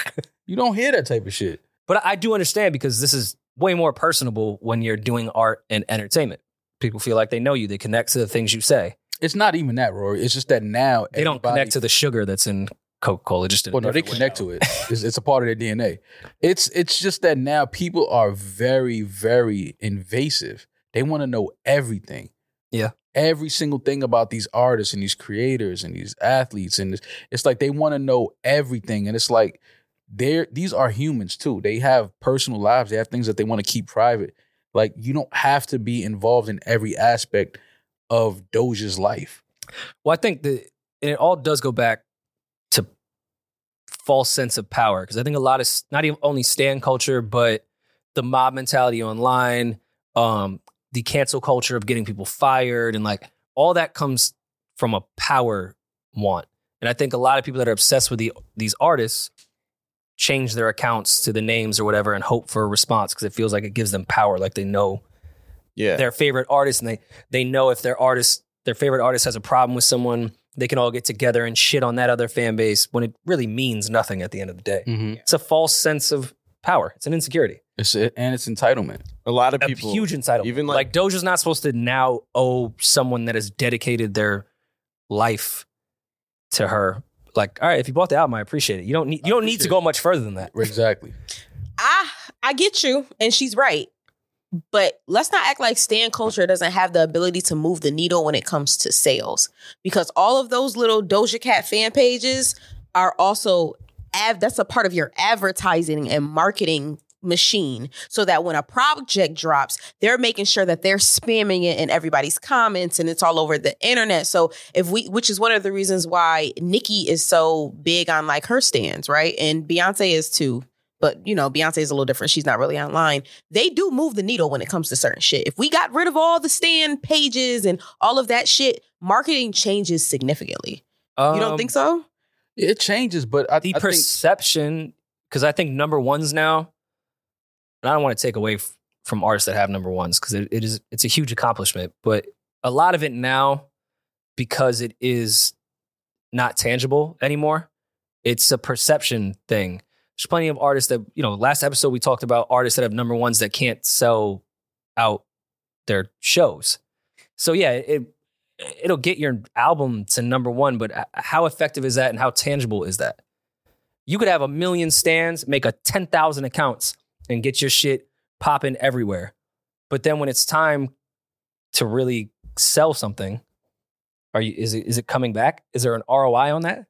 you don't hear that type of shit.
But I do understand because this is way more personable when you're doing art and entertainment. People feel like they know you. They connect to the things you say.
It's not even that, Rory. It's just that now
They don't
everybody-
connect to the sugar that's in Coca Cola. Just in a
Well, no, they
different way.
connect to it. It's, it's a part of their DNA. It's it's just that now people are very very invasive. They want to know everything.
Yeah.
every single thing about these artists and these creators and these athletes and it's, it's like they want to know everything. And it's like they're these are humans too. They have personal lives. They have things that they want to keep private. Like you don't have to be involved in every aspect of Doja's life.
Well, I think the and it all does go back to false sense of power because I think a lot of s- not even only stand culture, but the mob mentality online, um, the cancel culture of getting people fired, and like all that comes from a power want. And I think a lot of people that are obsessed with the these artists change their accounts to the names or whatever and hope for a response because it feels like it gives them power, like they know
Yeah.
their favorite artist and they they know if their artist their favorite artist has a problem with someone they can all get together and shit on that other fan base when it really means nothing at the end of the day it's a false sense of power it's an insecurity
It's and it's entitlement.
A lot of
a
people.
huge entitlement
even
like,
like-
doja's not supposed to now owe someone that has dedicated their life to her like all right if you bought the album i appreciate it you don't need you don't need to
appreciate
go much further than that
Exactly.
I I get you, and she's right. But let's not act like stand culture doesn't have the ability to move the needle when it comes to sales, because all of those little Doja Cat fan pages are also av- that's a part of your advertising and marketing machine so that when a project drops they're making sure that they're spamming it in everybody's comments and it's all over the internet so if we which is one of the reasons why nikki is so big on like her stands right and beyonce is too but you know beyonce is a little different she's not really online they do move the needle when it comes to certain shit if we got rid of all the stand pages and all of that shit marketing changes significantly you don't
Um,
think so
It changes, but I,
the
I think
perception because I think number ones now, and I don't want to take away f- from artists that have number ones because it, it is it's a huge accomplishment, but a lot of it now because it is not tangible anymore. It's a perception thing. There's plenty of artists that you know. Last episode we talked about artists that have number ones that can't sell out their shows. So yeah, it it'll get your album to number one, but h- how effective is that and how tangible is that? You could have a million stands, make a 10,000 accounts, and get your shit popping everywhere. But then when it's time to really sell something, are you is it is it coming back? Is there an ROI on that?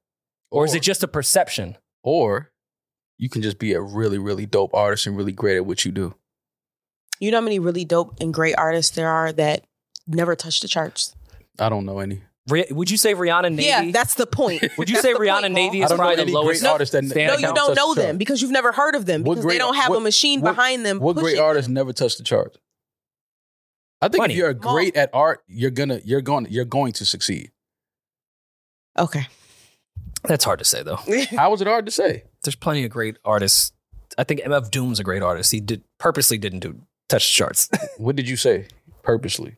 Or, is it just a perception?
or you can just be a really really dope artist and really great at what you do.
You know how many really dope and great artists there are that never touch the charts.
I don't know any.
Rih- would you say Rihanna Navy?
Yeah, that's the point.
would you
That's
say
the
Rihanna
point, Paul.
Navy
I
is
don't know
probably the
any
lowest?
great artists that
stand
No,
that
you
touch
account?
don't
the chart.
know them because you've never heard of them
What
because they
great-
don't have a
what-
machine
what-
behind
Um,
them.
What great
pushing
artists
them.
never touch the chart? I think
Plenty.
if you're
Come on.
great at art, you're gonna you're going you're going to succeed.
Okay.
That's hard to say though.
How is it hard to say?
there's plenty of great artists. I think MF Doom's a great artist. He did purposely didn't do touch the charts.
What did you say? Purposely.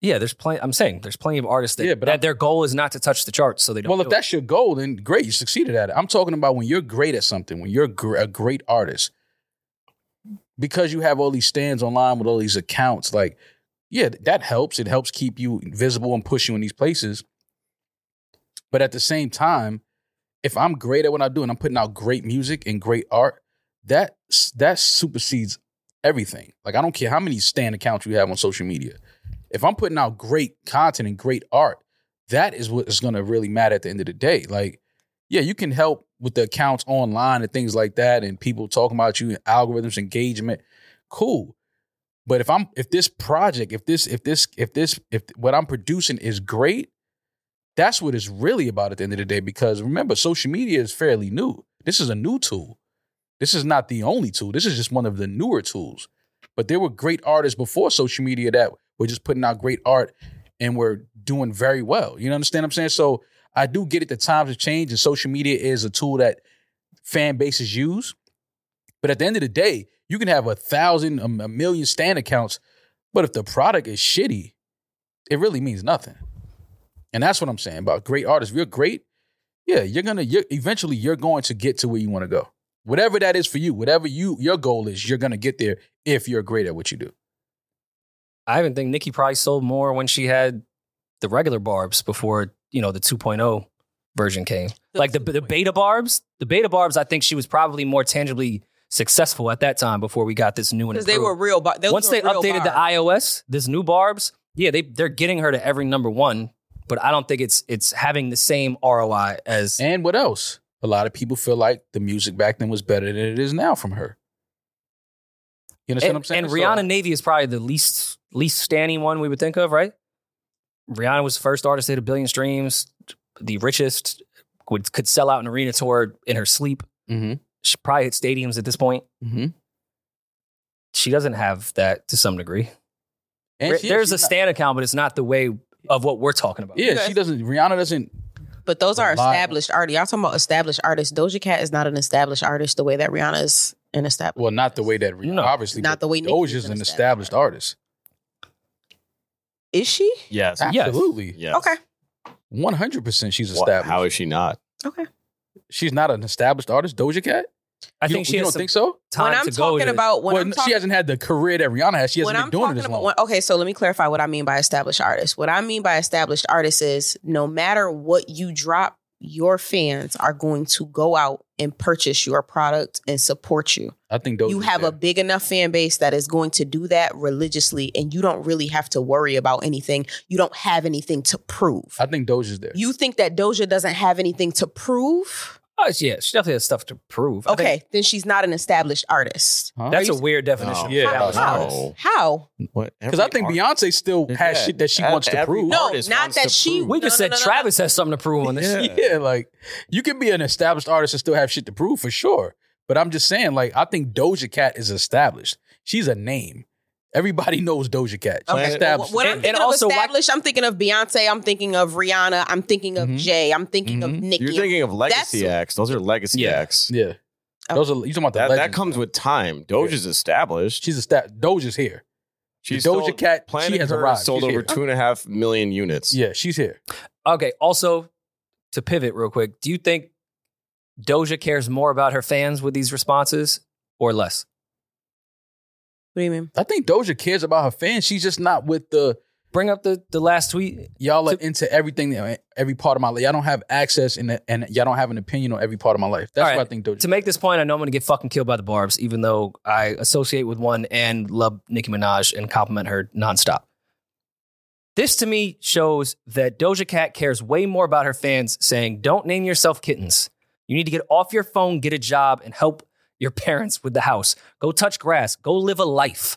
yeah, there's plenty. I'm saying there's plenty of artists that,
Yeah, but
that
I'm-
their goal is not to touch the charts, so they don't.
Well,
do
if
it.
that's your goal, then great, you succeeded at it. I'm talking about when you're great at something, when you're gr- a great artist, because you have all these stands online with all these accounts. Like, yeah, th- that helps. It helps keep you visible and push you in these places. But at the same time, if I'm great at what I do and I'm putting out great music and great art, that s- that supersedes everything. Like, I don't care how many stand accounts you have on social media. If I'm putting out great content and great art that is what is going to really matter at the end of the day. Like, yeah, you can help with the accounts online and things like that, and people talking about you and algorithms, engagement, cool. But if I'm if this project, if this if this if this if what I'm producing is great, that's what it's really about at the end of the day. Because remember, social media is fairly new. This is a new tool. This is not the only tool. This is just one of the newer tools. But there were great artists before social media that were just putting out great art and we're doing very well. You understand what I'm saying? So I do get it that times have changed and social media is a tool that fan bases use. But at the end of the day, you can have a thousand, a a million stand accounts, but if the product is shitty, it really means nothing. And that's what I'm saying about great artists. If you're great, yeah, you're gonna you're, eventually you're going to get to where you want to go. Whatever that is for you, whatever you your goal is, you're gonna get there if you're great at what you do.
I even think Nikki probably sold more when she had the regular barbs before you know the 2.0 version came. like the the
oh.
beta barbs, the beta barbs. I think she was probably more tangibly successful at that time before we got this new and
Because they
improved.
were real. Bar- those
once
were
they
real
updated the
bars.
iOS, this new barbs, yeah, they they're getting her to every number one, but I don't think it's it's having the same ROI as
And what else? A lot of people feel like the music back then was better than it is now from her. You understand
and,
what I'm saying?
and
So-
Rihanna Navy is probably the least least standing one we would think of, right? Rihanna was the first artist to hit a billion streams, the richest, would could sell out an arena tour in her sleep.
Mhm,
She probably hit stadiums at this point.
mhm.
She doesn't have that to some degree.
And
Ri-
she-
There's a
she's not-
stand account, but it's not the way of what we're talking about.
Yeah, she doesn't. Rihanna doesn't.
But those
a
are
lot.
established artists. Y'all talking about established artists. Doja Cat is not an established artist the way that Rihanna is an established.
Well, not the way that Rihanna.
No.
obviously,
Not
but
the way Nicki
Doja's
is an
an
established
established artist.
Is she?
Yes.
Yes.
Absolutely,
Yes.
Okay.
one hundred percent. She's
Wha-
established.
How is she not?
she's not an established artist. Doja Cat.
I
You
think
don't-
she
you
has
don't
some
think so.
time
When I'm
to go
talking
to-
about when
well,
I'm
n-
talking
she hasn't had the career that Rihanna has. She hasn't
when
been
I'm
doing it
talking
as
about,
long.
when- okay, so let me clarify what I mean by established artists. What I mean by established artists is no matter what you drop, your fans are going to go out and purchase your product and support you.
I think Doja.
you have a big enough fan base that is going to do that religiously, and you don't really have to worry about anything. You don't have anything to prove.
I think Doja's there.
You think that Doja doesn't have anything to prove?
Oh, it's- yeah, she definitely has stuff to prove. I think
Okay, then she's not an established artist.
Huh?
that's a weird definition.
No.
Oh, Yeah.
How?
that's
How?
no.
How?
Because I think Beyonce still has
Yeah.
shit that she
Ev-
wants to
every
prove.
No,
artist
not
wants
that
to
she-
prove.
We
No,
just
no,
said
no, no,
Travis has something to prove on this.
Yeah. like you can be an established artist and still have shit to prove for sure. But I'm just saying, like, I think Doja Cat is established. She's a name. Everybody knows Doja Cat. She's
Okay.
established.
When I'm
And-
thinking
and
of
also, why-
established, I'm thinking of Beyonce, I'm thinking of Rihanna, I'm thinking of
Mhm.
Jay, I'm thinking of
Mhm.
Nicki.
You're thinking of legacy
That's-
acts. Those are legacy
Yeah.
acts.
yeah. Those are you talking about the
Oh. That, that
legends.
comes with time. Doge's established.
She's a stat Doja's here.
She's
Doja
sold-
Cat, she
Planet
has
Her
arrived.
sold
She's
over
here.
two and a half million units.
Yeah, she's here.
Okay. Also, to pivot real quick, do you think Doja cares more about her fans with these responses or less?
What do you mean?
I think Doja cares about her fans. She's just not with the
Bring up the the last tweet.
y'all are into everything, uh, every part of my life. Y'all don't have access and and y'all don't have an opinion on every part of my life. That's
All right.
what I think Doja.
To make this point, I know I'm going to get fucking killed by the Barb's, even though I associate with one and love Nicki Minaj and compliment her nonstop. This to me shows that Doja Cat cares way more about her fans saying, Don't name yourself kittens. You need to get off your phone, get a job, and help your parents with the house. Go touch grass. Go live a life.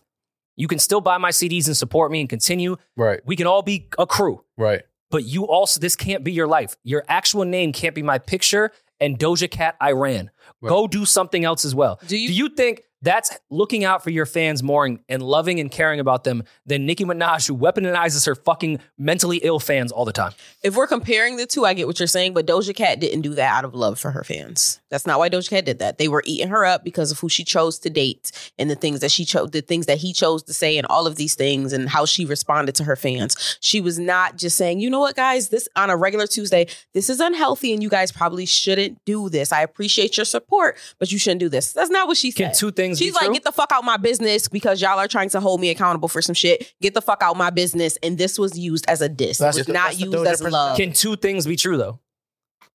You can still buy my CDs and support me and continue.
right,
We can all be a crew
right.
but you also this can't be your life. Your actual name can't be my picture and Doja Cat Iran.
Right.
Go do something else as well.
Do you-
do you think that's looking out for your fans more and, and loving and caring about them than Nicki Minaj, who weaponizes her fucking mentally ill fans all the time?
If we're comparing the two, I get what you're saying, but Doja Cat didn't do that out of love for her fans. That's not why Doja Cat did that. They were eating her up because of who she chose to date and the things that she chose, the things that he chose to say, and all of these things, and how she responded to her fans. She was not just saying, you know what, guys, this on a regular Tuesday, this is unhealthy, and you guys probably shouldn't do this. I appreciate your support, but you shouldn't do this. That's not what she
Can
said.
two things
She's
be
like,
true?
get the fuck out my business because y'all are trying to hold me accountable for some shit. Get the fuck out my business. And this was used as a diss.
That's
it was
just-
not
that's the
used
Doja
as
pers-
love.
Can two things be true though?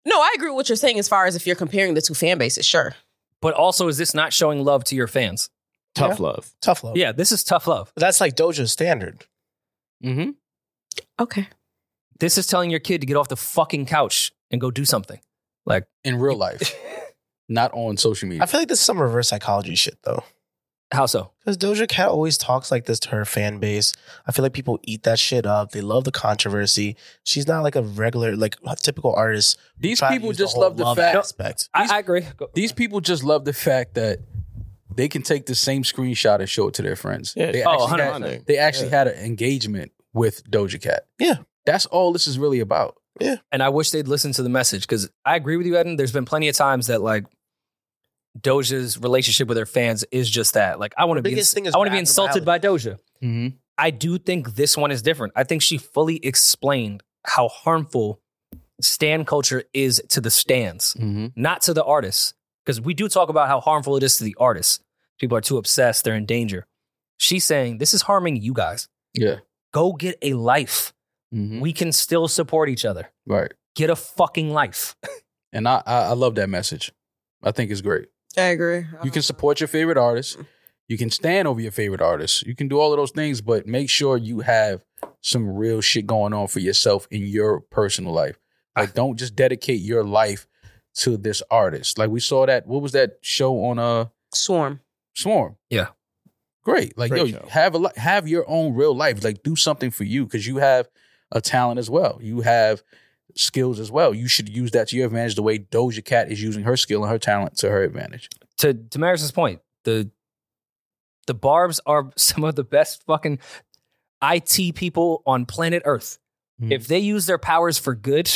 no, I agree with what you're saying as far as if you're comparing the two fan bases. Sure.
But also, is this not showing love to your fans?
Tough love.
Tough love.
Yeah, this is tough love.
But that's like Doja's standard.
Mm-hmm.
Okay.
This is telling your kid to get off the fucking couch and go do something. Like,
In real life, not on social media.
I feel like this is some reverse psychology shit though.
how so?
Because Doja Cat always talks like this to her fan base. I feel like people eat that shit up. They love the controversy. She's not like a regular, like a typical artist. who
These
try to
people
use the
just
whole
love the fact-
aspect.
I, I agree. Go-
These people just love the fact that they can take the same screenshot and show it to their friends.
Yeah,
they,
oh,
actually
100%.
had, they actually had an engagement with Doja Cat.
Yeah.
That's all this is really about.
and I wish they'd listen to the message because I agree with you, Eden. There's been plenty of times that like Doja's relationship with her fans is just that. Like I want to
The
be,
biggest
ins-
thing is
I want to
her
be insulted by Doja.
Mm-hmm.
I do think this one is different. I think she fully explained how harmful stan culture is to the stands,
Mm-hmm.
not to the artists. Because we do talk about how harmful it is to the artists. People are too obsessed; they're in danger. She's saying this is harming you guys.
Yeah.
Go get a life.
Mm-hmm.
We can still support each other.
Right.
Get a fucking life.
And I, I I love that message. I think it's great.
I agree.
You can support your favorite artist. You can stand over your favorite artist. You can do all of those things, but make sure you have some real shit going on for yourself in your personal life.
Ah.
Like, don't just dedicate your life to this artist. Like we saw that. What was that show on uh
Swarm.
Swarm?
Yeah.
great. Like
Great
yo,
show.
have a li- have your own real life. Like do something for you because you have a talent as well. You have skills as well. You should use that to your advantage. The way Doja Cat is using her skill and her talent to her advantage.
to to Maris's point, the the Barb's are some of the best fucking IT people on planet Earth.
Mhm.
If they use their powers for good,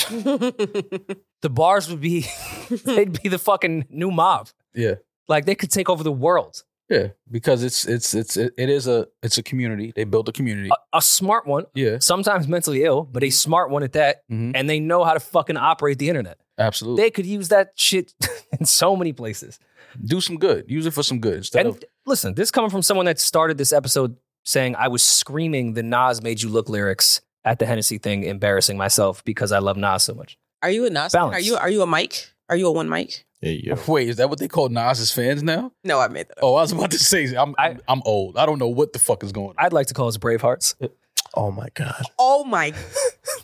That's
the bars would be they'd be the fucking new mob.
Yeah.
Like they could take over the world.
Yeah, because it's it's it's it is a it's a community. They built a community.
A, a smart one,
yeah,
sometimes mentally ill, but a smart one at that,
Mhm.
and they know how to fucking operate the internet.
absolutely.
They could use that shit in so many places.
Do some good. Use it for some good instead
And
of
listen, this coming from someone that started this episode saying I was screaming the Nas made you look lyrics at the Hennessy thing, embarrassing myself because I love Nas so much.
Are you a Nas?
Balance.
Are you are you a mic? Are you a one mic?
Yeah, yeah.
wait. Is that what they call Nas's fans now?
No, I made that up.
Oh, I was about to say I'm
I-
I, am i am old. I don't know what the fuck is going on.
I'd like to call us Bravehearts.
Oh my god.
Oh my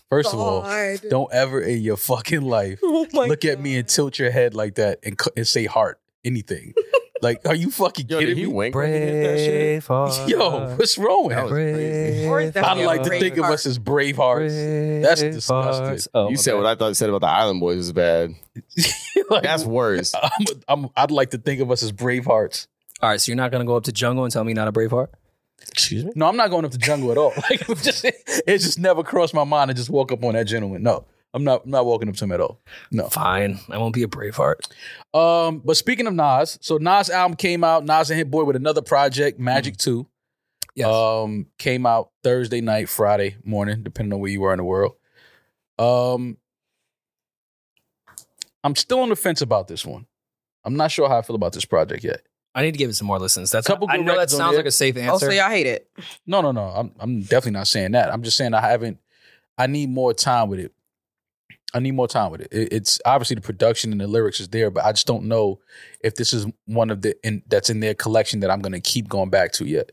First of all, don't ever in your fucking life
Oh my
look at me and tilt your head like that and, cu- and say heart anything. like, are you fucking
Yo,
kidding
did he
me?
wink when he hit that shit?
Brave heart.
Yo, what's wrong with
That
him?
was crazy.
Or is that
I like to
Brave
think of us as brave hearts. That's disgusting.
Oh,
You said what I thought you said about the Island Boys was bad.
Like,
That's worse.
I'm, I'm, I'd like to think of us as brave hearts.
All right, so you're not gonna go up to Jungle and tell me you're not a brave heart?
Excuse me.
No, I'm not going up to jungle at all. Like, I'm just, it just never crossed my mind to just walk up on that gentleman. No, I'm not. I'm not walking up to him at all. No.
Fine, I won't be a brave heart.
Um, but speaking of Nas, so Nas album came out. Nas and Hit Boy with another project, Magic Two.
Yes.
Um, came out Thursday night, Friday morning, depending on where you are in the world. Um, I'm still on the fence about this one. I'm not sure how I feel about this project yet.
I need to give it some more listens. That's
Couple
I
good
know that
records on
sounds
there.
like a safe
Oh,
answer.
Also, Oh, y'all hate it.
No, no, no. I'm I'm definitely not saying that. I'm just saying I haven't. I need more time with it. I need more time with it. it it's obviously the production and the lyrics is there, but I just don't know if this is one of the in, that's in their collection that I'm going to keep going back to yet.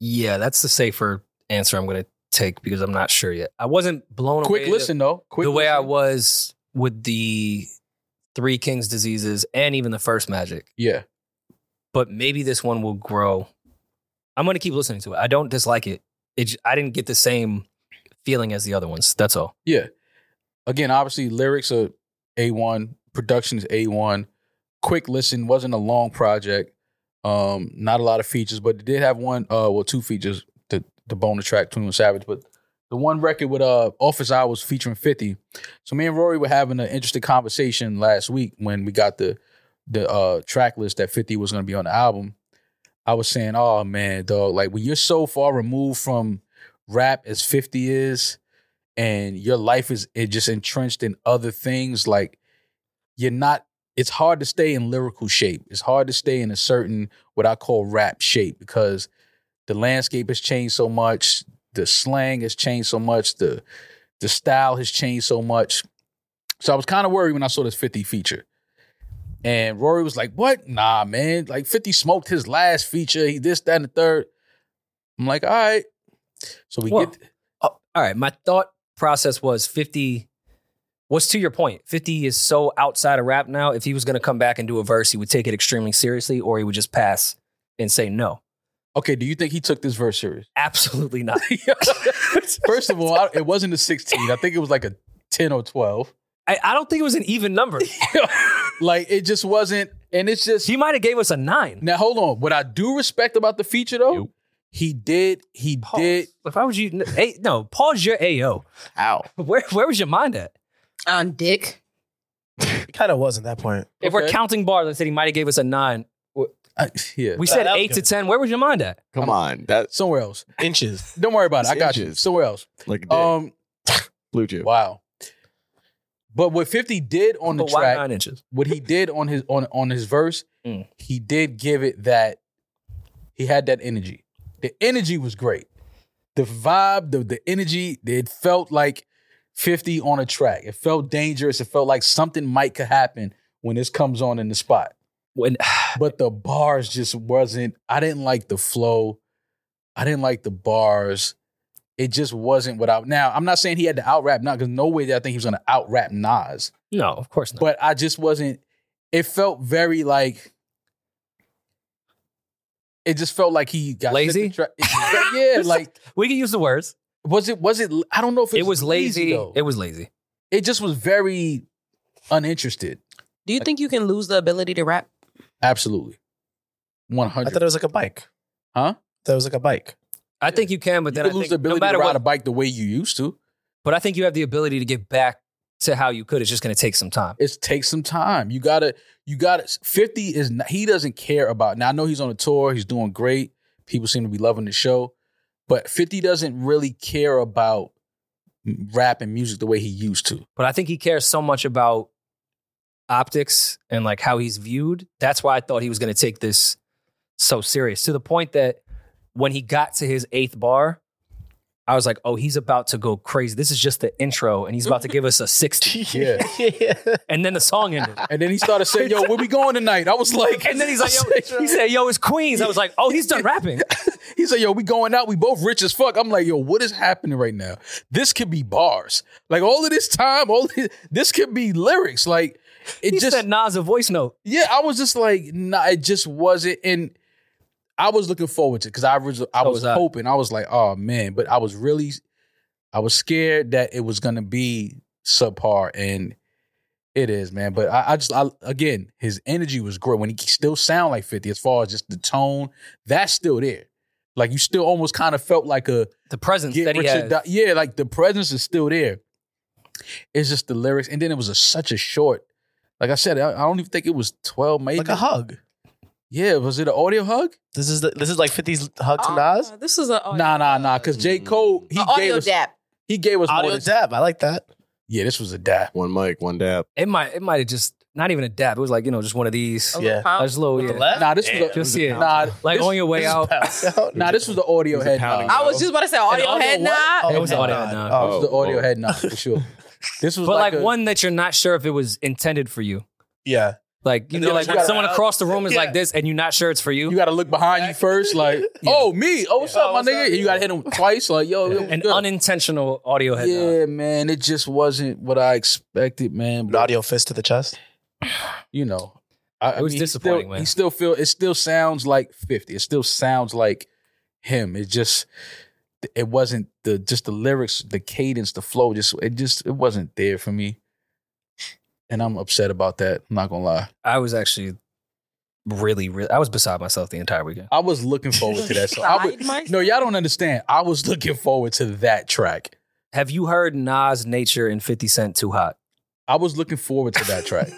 yeah, that's the safer answer I'm gonna take because I'm not sure yet. I wasn't blown away.
Quick
the-
listen though. Quick
the way I
listen.
was with the Three Kings diseases and even the first Magic,
Yeah.
but maybe this one will grow. I'm gonna keep listening to it. I don't dislike it. It j- I didn't get the same feeling as the other ones. That's all.
Yeah. Again, obviously lyrics are A one, production is A one. Quick listen wasn't a long project. Um, not a lot of features, but it did have one uh well two features, the the bonus track, 21 Savage, but the one record with uh Office Hours featuring 50. So me and Rory were having an interesting conversation last week when we got the the uh track list that 50 was gonna be on the album. I was saying, oh man, dog, like when you're so far removed from rap as 50 is, and your life is it just entrenched in other things like you're not it's hard to stay in lyrical shape it's hard to stay in a certain what i call rap shape because the landscape has changed so much the slang has changed so much the the style has changed so much so i was kind of worried when i saw this 50 feature and rory was like what nah man like 50 smoked his last feature he this that and the third i'm like all right so we
Well,
get
Oh, all right. My thought process was 50. What's to your point? 50 is so outside of rap now. If he was going to come back and do a verse, he would take it extremely seriously or he would just pass and say no.
okay do you think he took this verse serious
Absolutely not.
First of all, I, it wasn't a 16. I think it was like a 10 or 12.
I, I don't think it was an even number.
Like it just wasn't, and it's just
He might have gave us a nine.
now. Hold on. What I do respect about the feature though,
Yep.
he did, he
Pause.
did.
If I was you, hey, no, pause your AO.
Ow.
Where, where was your mind at?
On dick.
It kind of was at that point.
If we're
Okay.
counting bars, I said he might have gave us a nine.
I, yeah,
We said
that was
eight to
good.
10. Where was your mind at?
Um,
Come on. That's
somewhere else.
Inches.
Don't worry about it. I
It's
got you.
inches.
Somewhere else.
like a dick.
Um,
blue chip.
wow. But what 50 did on the
But why
track,
nine inches?
what he did on his on on his verse,
Mm.
he did give it that he had that energy. The energy was great. The vibe, the the energy, it felt like 50 on a track. It felt dangerous. It felt like something might could happen when this comes on in the spot.
When
But the bars just wasn't I didn't like the flow. I didn't like the bars. It just wasn't what I now I'm not saying he had to out rap not because no way that I think he was gonna out rap Nas
No, of course not.
but I just wasn't. It felt very like. It just felt like he got
Lazy?
Tra- yeah, like
we can use the words.
was it? Was it? I don't know if it,
It was lazy.
though.
It
It,
was lazy.
just was very uninterested.
Do you think you can lose the ability to rap?
Absolutely, one
I
hundred.
thought it was like a bike.
Huh?
That was like a bike.
I think you can, but
You
then
could
I
lose
think
the ability
no matter
to ride
what,
a bike the way you used to.
but I think you have the ability to get back to how you could. It's just going to take some time.
It takes some time. You gotta. You gotta. Fifty is not, he doesn't care about. Now I know he's on a tour. He's doing great. People seem to be loving the show, but Fifty doesn't really care about rap and music the way he used to.
But I think he cares so much about optics and like how he's viewed. That's why I thought he was going to take this so serious to the point that when he got to his eighth bar, I was like, "Oh, he's about to go crazy. This is just the intro, and he's about to give us a 60.
Yeah.
And then the song ended.
And then he started saying, "Yo, where we going tonight?" I was like,
And then he's like, yo, he said, yo, it's Queens. I was like, oh, he's done rapping.
he He said, "Yo, we going out. We both rich as fuck." I'm like, "Yo, what is happening right now? This could be bars. Like all of this time, all this, this could be lyrics. Like it
He
just
sent Nas a voice note.
yeah. I was just like, nah, it just wasn't. And I was looking forward to because I was I
So
was
was I.
hoping. I was like, oh man, but I was really, I was scared that it was gonna be subpar, and it is, man. But I, I just I, again, his energy was great when he still sound like Fifty as far as just the tone. That's still there. Like you still almost kind of felt like a
The presence
get
that he
Richard
has.
Di- yeah, like the presence is still there. It's just the lyrics, and then it was a, such a short. Like I said, I, I don't even think it was twelve. Maybe
Like a hug.
yeah, was it an audio hug?
This is the, this is like 50's hug to Nas.
Uh, this is
Oh,
an audio,
nah, nah, nah. Because J Cole he
a
gave
audio
us
dap.
he gave us more
Audio
than-
dab. I like that.
yeah. This was a dap.
One mic, one dab.
It might it might have just not even a dab. It was like, you know, just one of these.
A
Yeah.
little pump.
Just little,
With the
yeah.
left?
Nah, this was a,
You'll see it.
nah,
Like
this-
on your way out.
Pound.
nah. This was the audio
He's a
head.
pounding
nod.
I was just about to say audio
audio
head
what?
nod.
It was
head
audio
nod.
nod.
That was
Oh,
the audio
oh.
head nod for sure. This was
But like,
a-
one that you're not sure if it was intended for you.
yeah.
Like, you
And
know,
then
like
you
when
gotta-
someone across the room is
Yeah.
like this and you're not sure it's for you.
You got to look behind you first, like, oh me, oh what's
Yeah.
up, my
Oh, what's
nigga?
up?
You got to hit him twice, like, yo, it was
An
good.
unintentional audio head nod.
Yeah, man, it just wasn't what I expected, man.
An
But
audio fist to the chest.
you know, I, I
It was
mean, he still-
disappointing, man.
He still feel it still sounds like fifty. It still sounds like him. It just it wasn't the just the lyrics, the cadence, the flow. Just it just it wasn't there for me, and I'm upset about that. I'm not gonna lie.
I was actually really, really, I was beside myself the entire weekend.
I was looking forward to that. So I would,
Side mic?
no, y'all don't understand. I was looking forward to that track.
Have you heard Nas, Nature, and 50 Cent Too Hot?
I was looking forward to that track.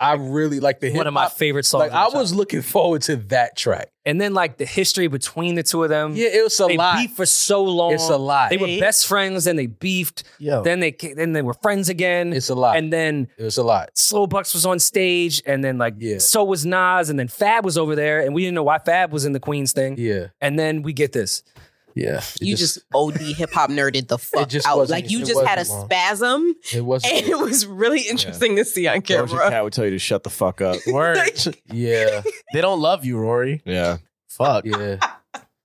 I really like the hip
One of my favorite songs.
Like
of all
I
time.
was looking forward to that track.
and then like the history between the two of them.
Yeah, it was a
they
lot.
beefed for so long.
It's a lot. Oh.
They were best friends, then they beefed,
Yo.
then they ca- then they were friends again,
It's a lot.
and then
it was a lot.
Slow Bucks was on stage, and then like
Yeah.
so was Nas, and then Fab was over there, and we didn't know why Fab was in the Queens thing,
Yeah,
and then we get this.
yeah. It
You just OD hip hop nerded the fuck
just
out.
wasn't-
Like you
it
just had a
wasn't long.
spasm,
it wasn't.
and it was really interesting to see on
Doja
camera.
Cat would tell you to shut the fuck up.
Word.
yeah,
they don't love you, Rory.
Yeah.
Fuck.
yeah.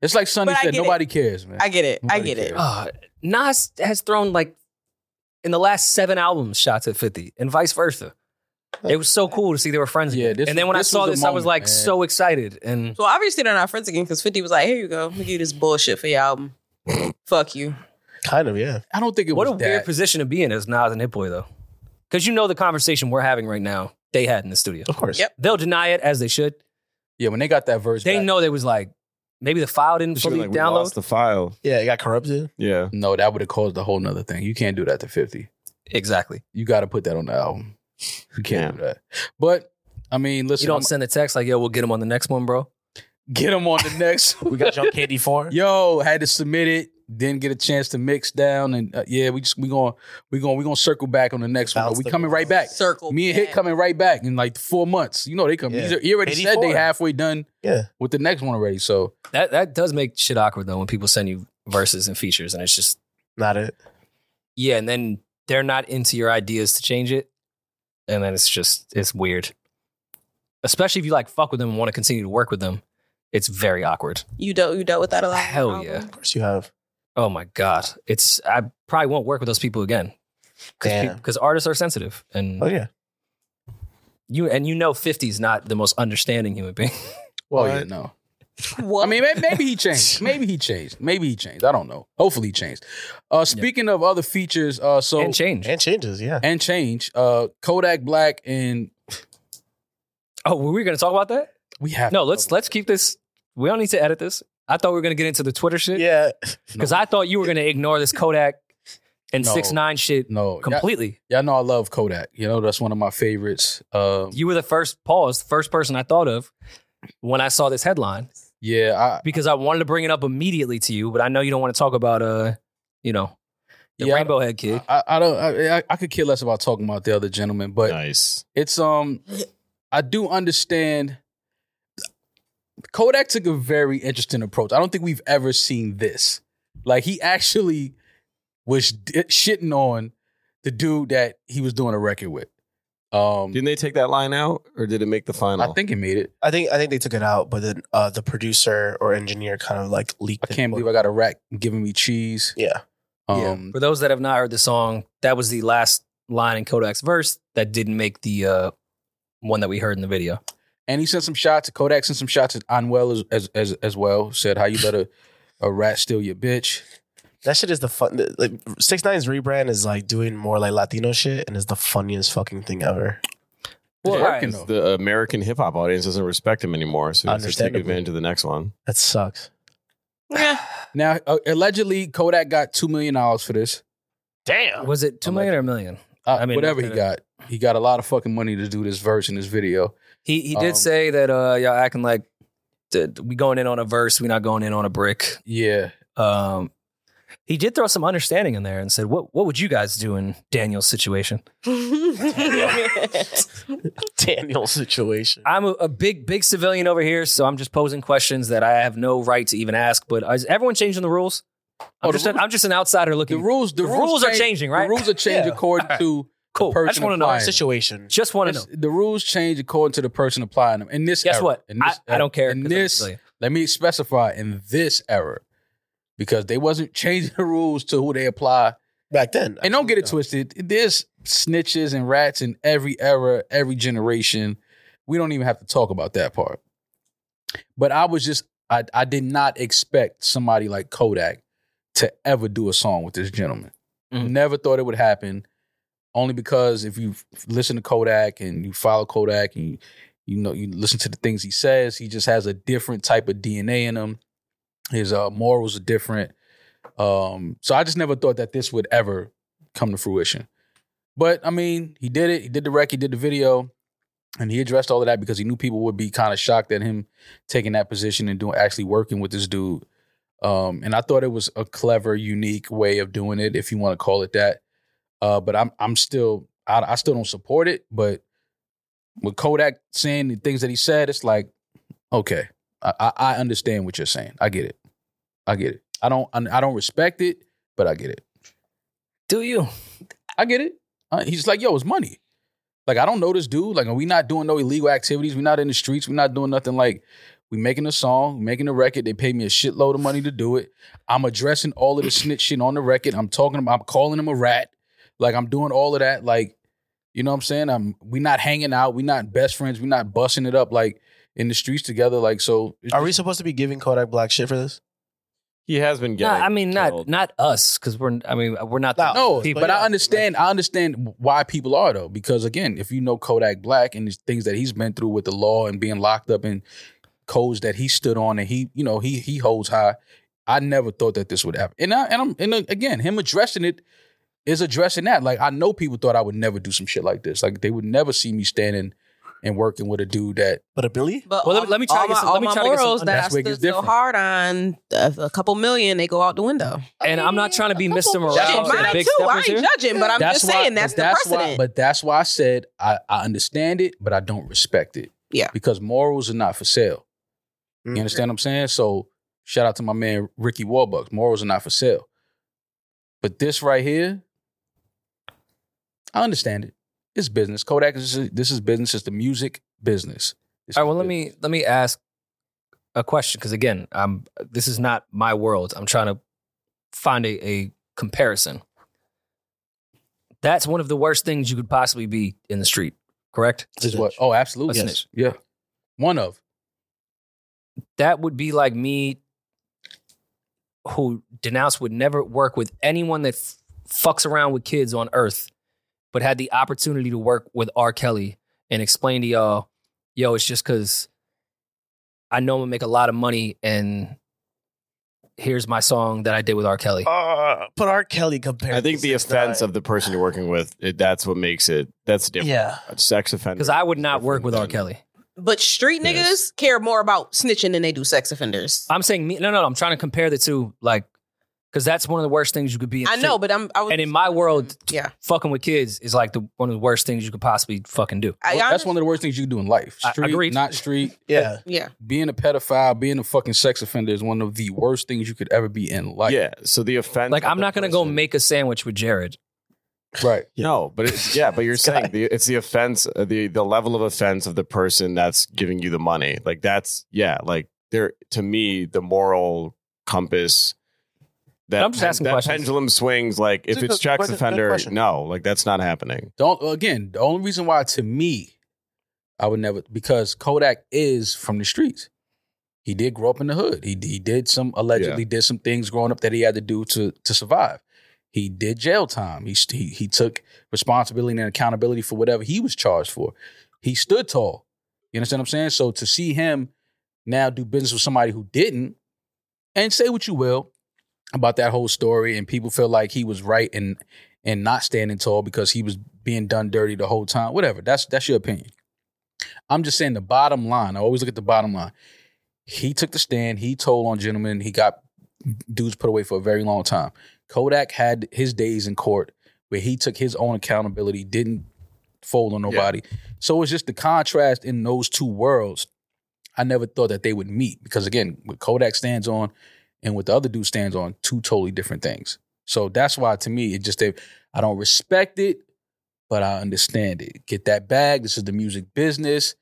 it's like Sonny
But I
said.
get it.
Nobody cares, man.
I get it. I
Nobody
get it.
cares.
Uh, Nas has thrown like in the last seven albums shots at 50 and vice versa. It was so cool to see they were friends
Yeah,
again.
this
and then
was-
when I
this
saw
was a
this, I was
moment,
like
man.
so excited. And
So obviously they're not friends again because Fifty was like, "Here you go, I'm gonna give you this bullshit for your album. Fuck you."
Kind of, yeah.
I don't think it
what a
was
weird
that.
position to be in as Nas and Hit Boy though, because you know the conversation we're having right now they had in the studio.
Of course.
Yep.
They'll deny it as they should.
yeah, when they got that verse,
They
back,
know they was like maybe the file didn't
She was
fully
like, we
download.
lost the file.
Yeah, it got corrupted.
Yeah.
No, that would have caused a whole nother thing. You can't do that to fifty.
exactly.
You got to put that on the album. You can't
Yeah.
do that. But I mean,
You
listen,
don't
I'm-
send a text like yo, we'll get him on the next one, bro.
get them on the next.
We got Junk Candy 4.
Yo, had to submit it. Didn't get a chance to mix down, and uh, yeah, we just we gonna we gonna we gonna circle back on the next
Bounce
one. We
the
coming right back.
balls.
Circle.
Me and Hit
back.
coming right back in like four months. You know they come.
Yeah.
these are- He already said they
84.
halfway done
Yeah.
with the next one already. So
That that does make shit awkward though when people send you verses and features and it's just
Not it.
yeah, and then they're not into your ideas to change it, and then it's just it's weird. Especially if you like fuck with them and want to continue to work with them, it's very awkward.
You dealt you dealt with that a lot. on the
Hell
album?
yeah.
Of course you have.
Oh my god, it's I probably won't work with those people again
Damn.
because artists are sensitive
Mm-hmm.
and
Oh, yeah.
you and you know 50's not the most understanding human being.
well,
What?
oh, yeah, no.
What?
I mean, may- maybe he changed. Maybe he changed. Maybe he changed. I don't know. Hopefully, he changed. Uh, speaking of other features, uh, so
and change.
And changes, yeah.
and change, uh, Kodak Black and
oh, were we going to talk about that?
we have
No, let's let's keep this. We don't need to edit this. I thought we were going to get into the Twitter shit
Yeah.
because I thought you were going to ignore this Kodak and
No.
six nine shit
no y'all,
completely.
y'all know I love Kodak. You know that's one of my favorites. Um,
you were the first pause, the first person I thought of when I saw this headline
yeah, I,
because I wanted to bring it up immediately to you, but I know you don't want to talk about uh, you know, the
Yeah, I-
rainbow head kid.
I, I don't. I, I- I could care less about talking about the other gentleman, but
Nice.
it's um. I do understand. Kodak took a very interesting approach. I don't think we've ever seen this. Like he actually was d- shitting on the dude that he was doing a record with. Um,
Didn't they take that line out, or did it make the final?
I think it made it.
I think I think they took it out, but then uh, the producer or engineer kind of like leaked.
I can't
it.
believe I got a rack giving me cheese.
Yeah,
Um,
For those that have not heard the song, that was the last line in Kodak's verse that didn't make the uh, one that we heard in the video.
And he sent some shots. Kodak sent some shots at Anuel as as as, as well. Said how you let a, a rat steal your bitch.
that shit is the fun. Like Six Nine's rebrand is like doing more like Latino shit, and is the funniest fucking thing ever.
Well,
Yeah.
working
Because
though.
the American hip hop audience doesn't respect him anymore, so he has to take
Understandably.
advantage of the next one.
That sucks.
Now, uh, allegedly, Kodak got two million dollars for this.
Damn.
Was it two
I'm
million or a million?
Uh,
I mean,
whatever he
nothing-
got, he got a lot of fucking money to do this verse in this video.
He he did
Um,
say that uh, y'all acting like that we going in on a verse, we not going in on a brick.
Yeah,
Um, he did throw some understanding in there and said, "What what would you guys do in Daniel's situation?"
Daniel situation.
I'm a, a big big civilian over here, so I'm just posing questions that I have no right to even ask. But is everyone changing the rules? I'm,
Oh, the
just, an,
rules-
I'm just an outsider
the
looking.
rules. The,
the rules are
change-
changing, right?
The rules are changed
Yeah.
according
Alright.
to
cool. I just
person
want to know.
applying.
Situation.
Just want to know.
It's- the rules change according to the person applying them. In this,
Guess
era,
what?
In this
I, I don't care.
era- In
'cause I'm
this,
Brazilian.
let me specify in this era, because they wasn't changing the rules to who they apply.
Back then.
And don't get it
Absolutely
twisted. There's snitches and rats in every era, every generation. We don't even have to talk about that part. But I was just, I, I did not expect somebody like Kodak to ever do a song with this gentleman.
Mhm.
Never thought it would happen. Only because if you f- listen to Kodak and you follow Kodak and you, you know you listen to the things he says, he just has a different type of DNA in him. His uh, morals are different. Um, so I just never thought that this would ever come to fruition. But I mean, he did it. He did the rec. He did the video, and he addressed all of that because he knew people would be kind of shocked at him taking that position and doing actually working with this dude. Um, and I thought it was a clever, unique way of doing it, if you want to call it that. Uh, but I'm I'm still I, I still don't support it. But with Kodak saying the things that he said, it's like okay, I, I, I understand what you're saying. I get it. I get it. I don't I don't respect it, but I get it.
Do you?
I get it. Uh, he's like, yo, it's money. Like, I don't know this dude. Like, we not doing no illegal activities. we not in the streets. we not doing nothing like we making a song, making a record. They paid me a shitload of money to do it. I'm addressing all of the snitch shit on the record. I'm talking about I'm calling him a rat. Like I'm doing all of that. Like, you know what I'm saying? I'm we not hanging out. We not best friends. We not busting it up like in the streets together. Like so it's
Are we
just-
supposed to be giving Kodak Black shit for this?
He has been
Nah,
getting.
I mean, not
killed.
not us because we're. I mean, we're not.
No,
the
No,
people.
Uh, but I understand. I understand why people are though, because again, if you know Kodak Black and the things that he's been through with the law and being locked up in codes that he stood on and he, you know, he he holds high. I never thought that this would happen, and I and I'm and uh, again, him addressing it is addressing that. Like I know people thought I would never do some shit like this. Like they would never see me standing and working with a dude that
But a Billy?
But
Well, let
all-
me- let me try
all
to get
my,
some-
all
let me
my
try to get some
morals that I
That's where it gets
stood so
different.
hard on, a, a couple million, they go out the window.
And I'm not trying to be
A couple
Mr.
million.
Morale
and
Mine
Big
too. I
Steppers
ain't
here.
judging, but I'm just saying
but
that's the
that's Why,
precedent.
but that's why I said I, I understand it, but I don't respect it.
Yeah.
Because morals are not for sale.
Mm.
Mm-hmm.
You understand what I'm saying? So shout out to my man Ricky Warbucks. Morals are not for sale. But this right here, I understand it. It's business. Kodak is this is business. It's the music business. It's
All right. Well, let
business.
me let me ask a question because again, I'm this is not my world. I'm trying to find a, a comparison. That's one of the worst things you could possibly be in the street. Correct.
This is what? Oh, absolutely.
Listen
Yes. Yeah. One of.
That would be like me, who denounced would never work with anyone that f- fucks around with kids on Earth, but had the opportunity to work with R. Kelly and explain to y'all, yo, it's just because I know I'm gonna make a lot of money and here's my song that I did with R. Kelly.
Uh, but R. Kelly compared.
I think the offense of the person you're working with, it, that's what makes it. That's different.
yeah.
A Sex offender.
Because I would not
different
work with R.
than-
Kelly.
But street niggas
Yes.
care more about snitching than they do sex offenders.
I'm saying me no no, no I'm trying to compare the two, like because that's one of the worst things you could be in
I know, but I'm. I was,
and in my world,
yeah,
fucking with kids is like the one of the worst things you could possibly fucking do.
I,
that's
I-
one of the worst things you can do in life.
I-
Street,
agreed.
not street.
Yeah.
Yeah,
being a pedophile, being a fucking sex offender is one of the worst things you could ever be in life.
yeah. So the offense.
Like
of
I'm
the
not gonna go
person-
make a sandwich with Jared.
Right.
No, but it's, yeah, but you're saying the, it's the offense, uh, the the level of offense of the person that's giving you the money. Like that's yeah, like there to me the moral compass. That,
I'm just asking
that
questions.
pendulum swings like if
It's a
it's
good-
Jack's
good- good
offender,
question.
no, like that's not happening.
Don't again. The only reason why, to me, I would never because Kodak is from the streets. He did grow up in the hood. He he did some allegedly did some things growing up that he had to do to to survive. He did jail time. He st- he, he took responsibility and accountability for whatever he was charged for. He stood tall. You understand what I'm saying? So to see him now do business with somebody who didn't, and say what you will about that whole story, and people feel like he was right and and not standing tall because he was being done dirty the whole time. Whatever. That's that's your opinion. I'm just saying the bottom line. I always look at the bottom line. He took the stand. He told on gentlemen. He got dudes put away for a very long time. Kodak had his days in court where he took his own accountability, didn't fold on nobody. So it's just the contrast in those two worlds. I never thought that they would meet because again, what Kodak stands on and what the other dude stands on, two totally different things. So that's why to me it just they, I don't respect it, but I understand it. Get that bag. This is the music business.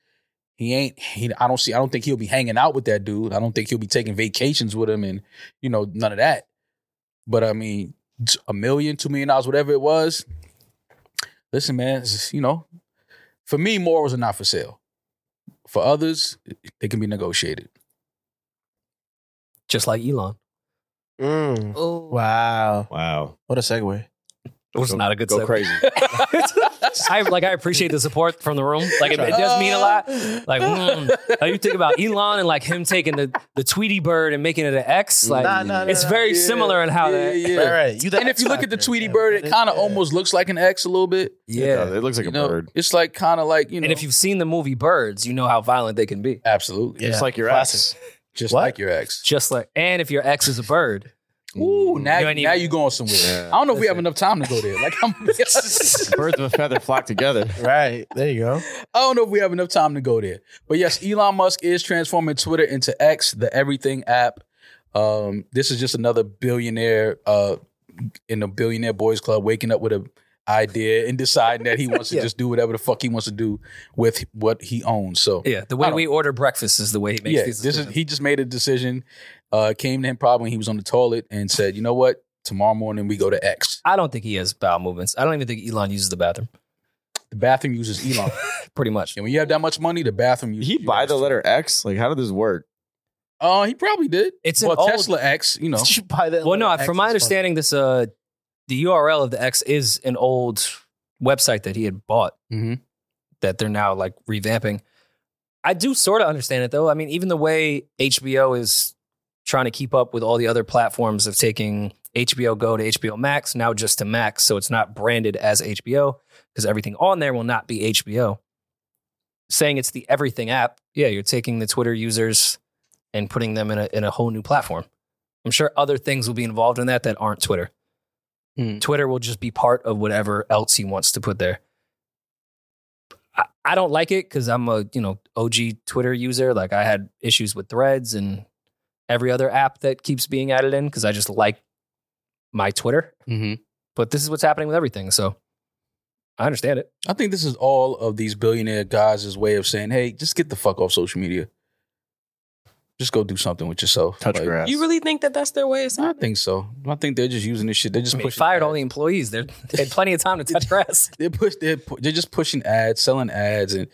He ain't. He, I don't see. I don't think he'll be hanging out with that dude. I don't think he'll be taking vacations with him, and you know none of that. But I mean, t- a million, two million dollars, whatever it was. Listen, man. it's just, you know, for me, morals are not for sale. For others, they can be negotiated.
Just like Elon.
Mm.
Oh,
Wow.
Wow,
What a segue.
It was not a good
go
segue.
crazy.
I like I appreciate the support from the room. Like it, it does mean a lot. Like mm, like, you think about Elon and like him taking the the Tweety bird and making it an X. Like
Nah, nah, nah,
it's
nah.
very
Yeah,
similar in how
yeah,
that.
yeah.
Right, right. You the
and if you look at the
X-Factor.
Tweety
Yeah,
Bird, it
is,
kind of
yeah.
almost looks like an X a little bit.
Yeah.
it looks like
you
a
know,
bird.
it's like kind of like you know.
And if you've seen the movie Birds, you know how violent they can be.
absolutely,
Yeah.
It's like your
Classic.
ass.
just
What?
like your ex. Mm-hmm.
Just like, and if your ex is a bird,
Ooh,
Mm.
now
You
you
ain't
now
even-
you going somewhere.
Yeah.
I don't know if we have enough time to go there. Like I'm, I
Birds of a feather flock together.
Right. There you go.
don't know if we have enough time to go there. But yes, Elon Musk is transforming Twitter into X, the Everything app. Um, this is just another billionaire uh, in the billionaire boys club waking up with a idea and deciding that he wants to
Yeah.
just do whatever the fuck he wants to do with what he owns. So
yeah, the
I
way
don't-
we order breakfast is the way he makes
yeah,
these.
this is he just made a decision. Uh, came to him probably when he was on the toilet and said, "You know what? Tomorrow morning we go to X.
I don't think he has bowel movements. I don't even think Elon uses the bathroom.
The bathroom uses Elon,
Pretty much.
and when you have that much money, the bathroom uses.
He
you
buy the
guys.
letter X. Like how did this work?
Uh, he probably did.
It's
well,
an old-
Tesla X. You know,
Did you buy that?
Well, no,
little
from
X? It's
my
funny.
understanding, this uh, the URL of the X is an old website that he had bought
Mhm.
that they're now like revamping. I do sort of understand it though. I mean, even the way HBO is trying to keep up with all the other platforms of taking HBO Go to HBO Max, now just to Max, so it's not branded as HBO because everything on there will not be HBO. Saying it's the everything app, yeah, you're taking the Twitter users and putting them in a in a whole new platform. I'm sure other things will be involved in that that aren't Twitter.
Hmm.
Twitter will just be part of whatever else he wants to put there. I, I don't like it because I'm a you know OG Twitter user. Like I had issues with Threads and every other app that keeps being added in because I just like my Twitter.
Mm-hmm.
Mhm.
But this is what's happening with everything, so I understand it.
I think this is all of these billionaire guys' way of saying, "Hey, just get the fuck off social media. Just go do something with yourself."
Touch
Like,
grass.
you really think that that's their way of
I
saying?
don't think so. I think they're just using this shit. They're just
I mean,
pushing
fired
ads.
all the employees. They're, they had plenty of time to touch grass.
they're push they're pu- they're just pushing ads, selling ads, and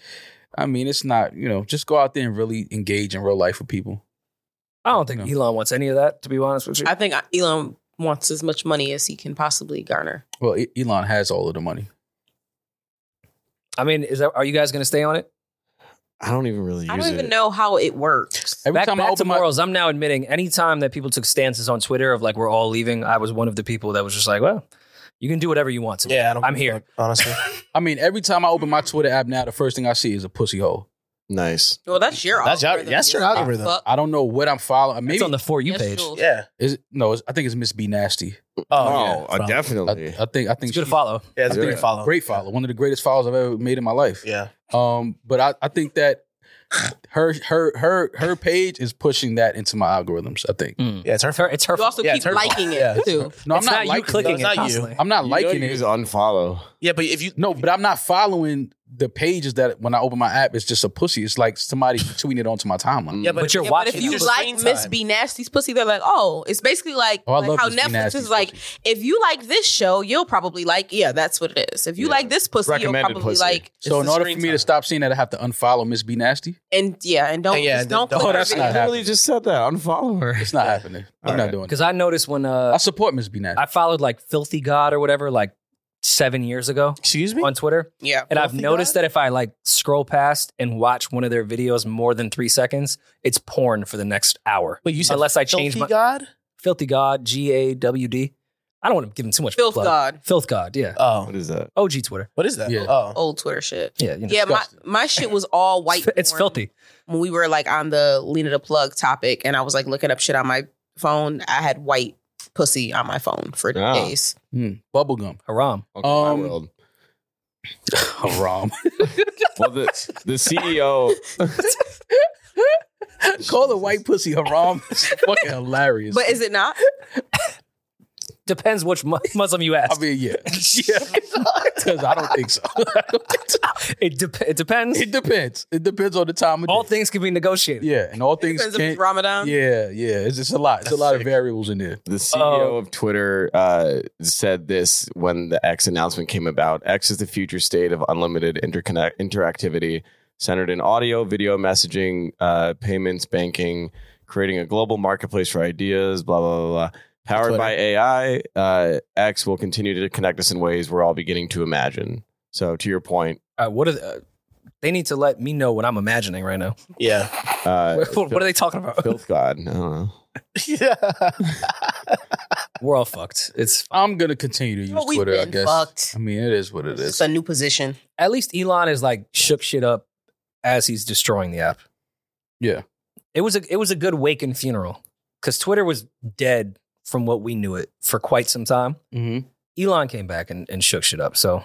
I mean it's not you know just go out there and really engage in real life with people.
I don't think Elon wants any of that. To be honest with you,
I think Elon wants as much money as he can possibly garner.
Well, E- Elon has all of the money.
I mean, is that, are you guys going to stay on it?
I don't even really. Use
I don't even
it.
know how it works.
Every
back
time I
back to
open my
morals, I'm now admitting any time that people took stances on Twitter of like we're all leaving, I was one of the people that was just like, well, you can do whatever you want to.
Yeah, I don't
I'm
give a
here.
fuck, honestly.
I mean every time I open my Twitter app now, the first thing I see is a pussy hole.
Nice.
Well, that's your
That's your-
algorithm.
that's your
Fuck.
algorithm.
I don't know what I'm following. Maybe
It's on the for you
Yes,
page.
Jules.
yeah.
is it- no, it's, I think it's Miss B Nasty.
Oh,
yeah.
uh,
I,
definitely.
I think I think
It's good to
she's
follow.
Yeah, it's
I
a
think
great follow.
great follow, one of the greatest follows I've ever made in my life.
Yeah.
Um, but I, I think that her her her her page is pushing that into my algorithms. I think.
Yeah, it's her.
Mm. It's her. It's her.
You also
Yeah,
keep
it's her fault.
liking it
Yeah.
too.
No,
it's
I'm
not,
not,
you
liking.
clicking
it's
it
not you.
constantly.
I'm not
You know
liking
you
it.
just unfollow.
Yeah, but if you
No, but I'm not following the pages that when I open my app, it's just a pussy. It's like somebody tweeting it onto my
Mm.
timeline.
yeah, but,
But you're
Yeah, but
watching.
if
it.
you
It's
them.
just
like
screen
Miss
time.
B Nasty's pussy, they're like, oh, it's basically like,
Oh, I
like
love
how
Miss B
Netflix
Nasty's
is like,
pussy.
if you like this show, you'll probably like, yeah, that's what it is. If you
Yeah.
like this pussy, you'll
Recommended
probably
pussy.
like,
So
It's
in
the
order for
screen
me
time.
to stop seeing that, I have to unfollow Miss B Nasty.
and yeah, and don't,
And yeah,
just
the-
don't
the
click
whole-
Oh,
her
that's
video.
not
I
happening.
literally just said that. Unfollow her.
It's not happening. I'm
All
not
right.
doing it.
Because I noticed when
I
uh,
support Miss B Nasty.
I followed like Filthy God or whatever like seven years ago
excuse me,
on Twitter,
Yeah.
and I've
Filthy
noticed
God?
that if I like scroll past and watch one of their videos more than three seconds, it's porn for the next hour.
but you said
unless I
filthy
change my
God.
Filthy God G A W D. I don't want to give them too much
Filth
plug.
God,
Filth God, yeah.
Oh,
What is that?
OG Twitter,
what is that?
Yeah.
Oh,
old Twitter shit.
yeah. You know.
Yeah, my,
disgusting.
my shit was all white.
It's, it's
porn
filthy.
When we were like on the Lena the Plug topic, and I was like looking up shit on my phone, I had white pussy on my phone for
Ah.
days.
Mm, bubblegum.
Haram.
Welcome to my
Um,
world.
Haram.
Well, the, the E CEO.
Call the white pussy haram. It's fucking hilarious.
But is it not?
Depends which mu- Muslim you ask.
I mean, yeah. yeah. Because I don't think so. I don't think so.
it, dep it depends.
It depends. It depends on the time of
All
day.
things can be negotiated.
Yeah, and all things
Depends if
can
it's Ramadan.
Yeah, yeah. It's just a lot. It's a lot of variables in there.
The CEO of Twitter uh, said this when the X announcement came about. X is the future state of unlimited interconnect interactivity centered in audio, video, messaging, uh, payments, banking, creating a global marketplace for ideas, blah, blah, blah, blah. Powered
Twitter.
by AI, uh, X will continue to connect us in ways we're all beginning to imagine. So, to your point,
Uh, what are the, uh, they need to let me know what I'm imagining right now.
yeah,
uh,
What, what are they talking about?
Filth God. I don't know.
yeah.
We're all fucked. It's
I'm gonna continue to use
Well, we've
Twitter. I
been
guess.
fucked.
I mean, it is what it
It's
is.
a new position.
at least Elon is like shook shit up as he's destroying the app.
Yeah.
It was a it was a good wake and funeral because Twitter was dead from what we knew it for quite some time.
Mm-hmm.
Elon came back and, and shook shit up. So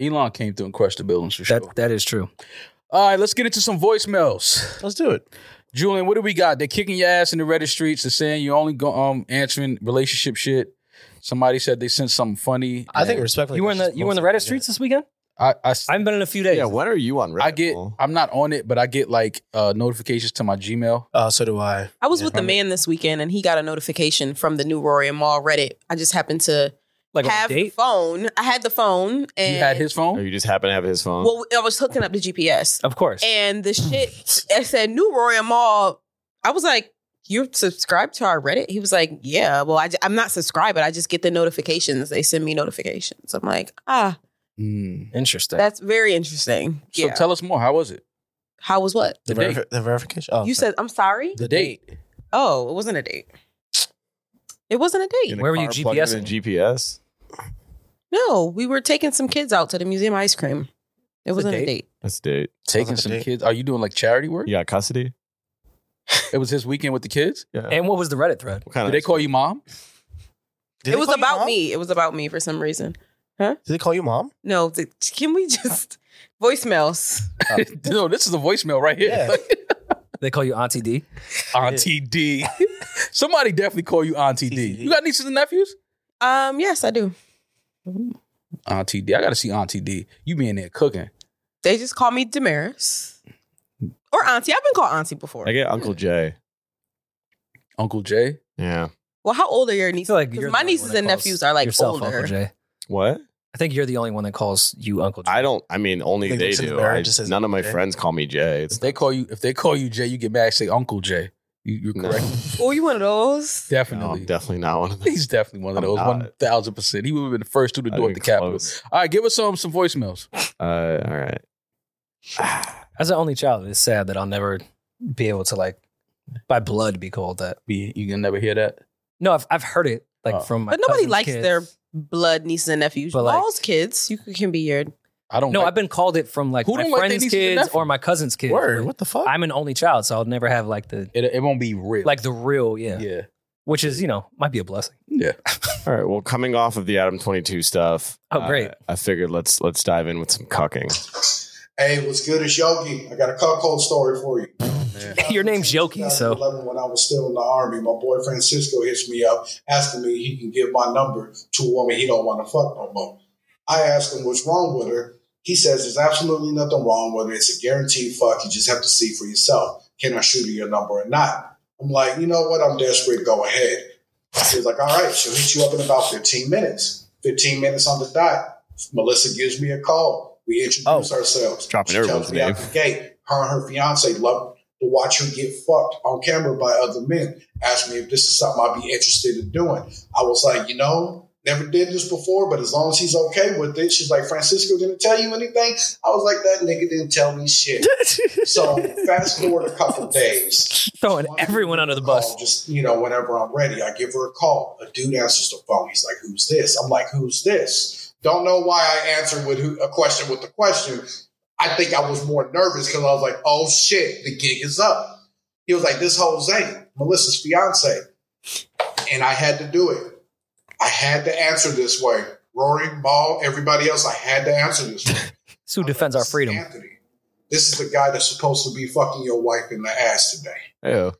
Elon came through and crushed the buildings for sure.
that that is true.
All right, let's get into some voicemails.
Let's do it.
Julian, what do we got? They're kicking your ass in the Reddit streets. They're saying you're only go- um answering relationship shit. Somebody said they sent something funny.
I think
and
respectfully,
you were in the
that's
you were in the
most-
Reddit streets this weekend?
I, I s-
I haven't been in a few days.
Yeah, when are you on Reddit?
I get
Paul?
I'm not on it, but I get like uh, notifications to my Gmail.
Oh, so do I.
I was
Yeah.
with the man this weekend, and he got a notification from the new Rory and Mall Reddit. I just happened to
like
have
a
the
date.
phone. I had the phone, and
you had his
Or
phone?
you just happen to have his phone?
well, I was hooking up the GPS.
Of course.
and the shit it said new Royal Mall. I was like, you subscribed to our Reddit? He was like, yeah. Well, I, am not subscribed, but I just get the notifications. They send me notifications. I'm like, ah,
Mm.
Interesting.
that's very interesting.
So
yeah.
tell us more. How was it?
How was what?
The,
The date.
verifi- the verification. Oh,
you
sorry.
said, I'm sorry.
The date.
Oh, it wasn't a date. It wasn't a
In
date.
a
Where were you
car plugging in
GPSing?
GPS?
No, we were taking some kids out to the museum ice cream. It wasn't a
date?
date.
That's date.
Taking
like a
some
date.
kids. Are you doing like charity work?
You got custody?
It was his weekend with the kids.
and what was the Reddit thread?
What kind
Did they call you mom?
it
Did they
was
call you
about
mom?
me. It was about me for some reason.
Did they call you mom?
No, th- can we just voicemails?
no, this is a voicemail right here.
Yeah.
They call you Auntie D.
Auntie D. Somebody definitely call you Auntie D.
TCD.
You got nieces and nephews?
Um, yes, I do.
Auntie D. I gotta see Auntie D. You be in there cooking.
They just call me Damaris or Auntie. I've been called Auntie before.
I get Uncle Jay.
Uncle Jay.
Yeah.
well, how old are your
I feel
nieces?
like
'Cause
you're the
my
only
nieces
one that
and
calls
nephews are like
yourself
older.
Uncle Jay.
What?
I think you're the only one that calls you Uncle Jay.
I don't. I mean, only
Like,
they
looks in the
do.
mirror,
I-
just says
none of my
Jay.
friends call me Jay. It's
If they call you if they call you Jay, you get mad, say Uncle Jay. You, you're
No.
correct.
Oh, you one of those?
no,
Definitely.
I'm definitely not one of them.
He's definitely one of
I'm
those.
not.
One thousand percent. He would have been the first through the
Not
door at
even
the Capitol.
close.
All right, give us some some voicemails.
Uh, all right.
As an only child, it's sad that I'll never be able to like by blood be called that.
Be- You can never hear that.
No, I've I've heard it like
Oh.
from my
But nobody
cousin's
likes
kids.
their blood nieces and nephews.
But,
But
like-
kids, you can be your
I don't
No,
like-
I've been called it from like
Who
my
don't like their
friends'
nieces and
kids
nephews?
or my cousin's kids.
Word.
But
What the fuck?
I'm an only child, so I'll never have like the
it, it won't be real.
like the real, yeah.
yeah.
Which is, you know, might be a blessing.
Yeah.
All right. Well, coming off of the Adam Twenty Two stuff.
Oh, great.
uh, I figured let's let's dive in with some cucking.
Hey, what's good? It's Yogi. I got a cuckold story for you.
Your name's Yogi, so
2011, when I was still in the army, my boy Francisco hits me up asking me he can give my number to a woman he don't want to fuck no more. I asked him what's wrong with her. He says there's absolutely nothing wrong with her. It's a guaranteed fuck. You just have to see for yourself. Can I shoot her your number or not? I'm like, you know what? I'm desperate. Go ahead. He was like, all right, she'll hit you up in about 15 minutes. 15 minutes on the dot. Melissa gives me a call. We introduce ourselves.
Dropping
She
everyone's
tells me out
name.
the gate. Her and her fiance love to watch her get fucked on camera by other men. Asked me if this is something I'd be interested in doing. I was like, you know, never did this before, but as long as he's okay with it, she's like, Francisco didn't tell you anything. I was like, that nigga didn't tell me shit. so fast forward a couple days.
throwing
Why don't you
everyone
give
under the
her a
bus.
call? Just you know, whenever I'm ready, I give her a call. A dude answers the phone. He's like, "Who's this?" I'm like, "Who's this?" Don't know why I answered with who, a question with the question. I think I was more nervous because I was like, "Oh shit, the gig is up." He was like, "This Jose, Melissa's fiance," and I had to do it. I had to answer this way. Rory, Maul, everybody else, I had to answer this way.
It's who defends our freedom.
Anthony, this is the guy that's supposed to be fucking your wife in the ass today.
Ew.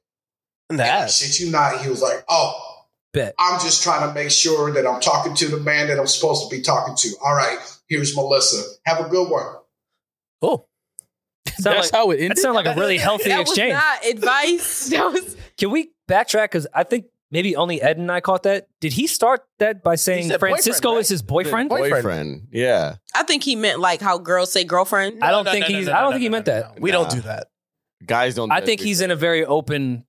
That
Shit, you not. He was like, oh,
Bet.
I'm just trying to make sure that I'm talking to the man that I'm supposed to be talking to. All right, here's Melissa. Have a good one.
cool.
Sound
That's
like-
how it
that
ended.
sounds like a really healthy
that
exchange.
was not advice. That was
Can we backtrack? Because I think maybe only Ed and I caught that. Did he start that by saying
said boyfriend,
Francisco is
right?
his boyfriend?
Boy- Boyfriend.
Boyfriend. Yeah.
I think he meant like how girls say girlfriend.
I don't think he's. I don't think he meant that.
We
Nah.
don't do that.
Guys don't.
I think he's in a very open,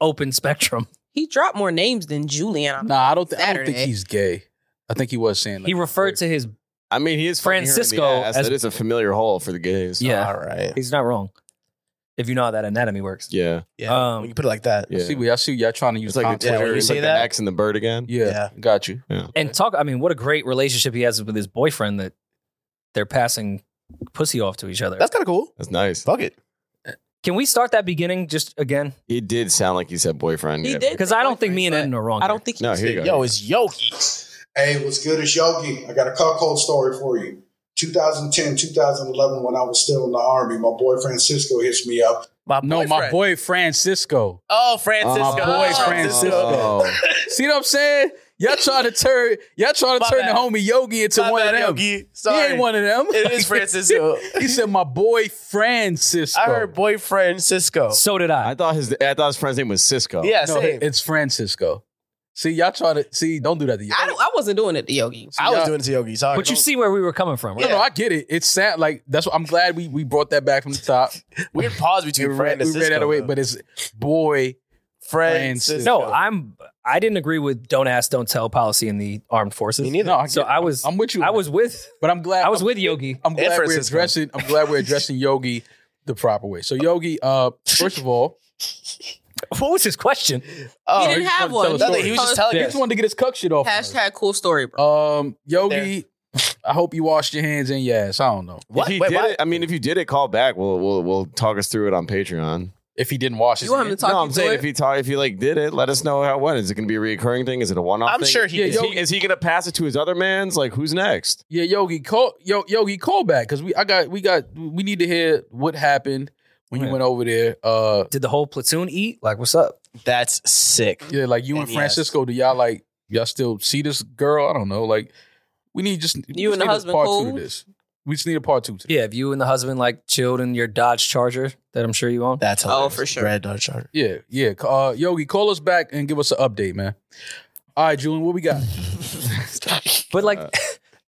open spectrum.
He dropped more names than Julian.
Nah, I don't. Th- I don't think
Saturday.
he's gay. I think he was saying
He referred to his.
I mean, he is fucking her in the
Francisco
ass.
as-
that is a familiar hole for the gays.
Yeah,
All right.
he's not wrong. If you know how that anatomy works,
Yeah.
Yeah.
Um,
when you put it like that.
Yeah.
See, we. I see y'all trying to use
It's like
context.
the
Yeah,
Twitter.
when you
it's
say
like
that-
the X and the bird again.
Yeah,
Yeah.
got you.
and talk. I mean, what a great relationship he has with his boyfriend that they're passing pussy off to each other.
That's kind of cool.
That's nice.
Fuck it.
Can we start that beginning just again?
It did sound like he said boyfriend.
He
Yeah.
did.
Because I don't think me and Eden are wrong.
I don't think.
No, here you go.
Yo, it's Yogi.
Hey, what's good? It's Yogi. I got a cuckold story for you. 2010, 2011, when I was still in the army, my boy Francisco hits me up.
My
No, my
boyfriend.
boy Francisco.
Oh, Francisco.
Oh,
My boy
Oh,
Francisco.
Oh.
See what I'm saying? Y'all trying to turn. Y'all trying to
My
turn
bad.
the homie Yogi into
My
one of
bad,
them.
Yogi.
He
Sorry.
ain't one of them.
It is Francisco.
he said, "My boy Francisco."
I heard boyfriend Cisco.
So did I.
I thought his I thought his friend's name was Cisco.
yeah,
No,
same.
it's Francisco. See, y'all trying to see. Don't do that to you.
I don't. I wasn't doing it to Yogi.
I was
y'all-
doing it to Yogi. Sorry.
but you see where we were coming from, right?
No, no, I get it. It's sad. Like that's. What, I'm glad we we brought that back from the top.
we can pause between
we ran,
friend and
we ran
Cisco,
out of way,
though.
but it's boy.
friend
Francisco.
Cisco.
No, I'm. I didn't agree with "don't ask, don't tell" policy in the armed forces.
Me neither.
No, I
So
get-
I was.
I'm with you.
I was with.
but I'm glad.
I was
I'm-
with Yogi.
I'm glad we're
Francisco.
addressing. I'm glad we're addressing Yogi the proper way. So Yogi, uh, first of all,
What was his question?
Oh,
he didn't
just
have
wanted to
one.
tell a
nothing. He was just telling
he
us.
just wanted to get his cuck shit off. on us.
Hashtag cool story, bro.
Um, Yogi, I hope you washed your hands and your ass. I don't know
What?
If he
Wait,
did
why-
it, I mean, if you did it, call back. We'll we'll we'll talk us through it on Patreon.
if he didn't wash his
You want him to
hands.
talk
no, I'm
you
saying
through
if he talk, if he like did it, let us know how it went. Is it going to be a reoccurring thing? Is it a one off?
I'm sure he
Yeah,
did.
Is he, is he going to pass it to his other man's? Like who's next?
Yeah, Yogi, call yo, Yogi, call back because we I got we got we need to hear what happened when you
Yeah.
went over there. Uh,
Did the whole platoon eat? Like, what's up?
That's sick.
yeah, like you and,
And yes.
Francisco, do y'all like y'all still see this girl? I don't know. Like we need just we
You
just
and the
need a
husband
part two
cool?
to this. We just need a part two to this.
Yeah, if you and the husband like chilled in your Dodge Charger that I'm sure you own.
That's
Oh,
hilarious.
for sure.
Red Dodge Charger.
Yeah, yeah. Uh, Yogi, call us back and give us an update, man. All right, Julian, what we got?
But like,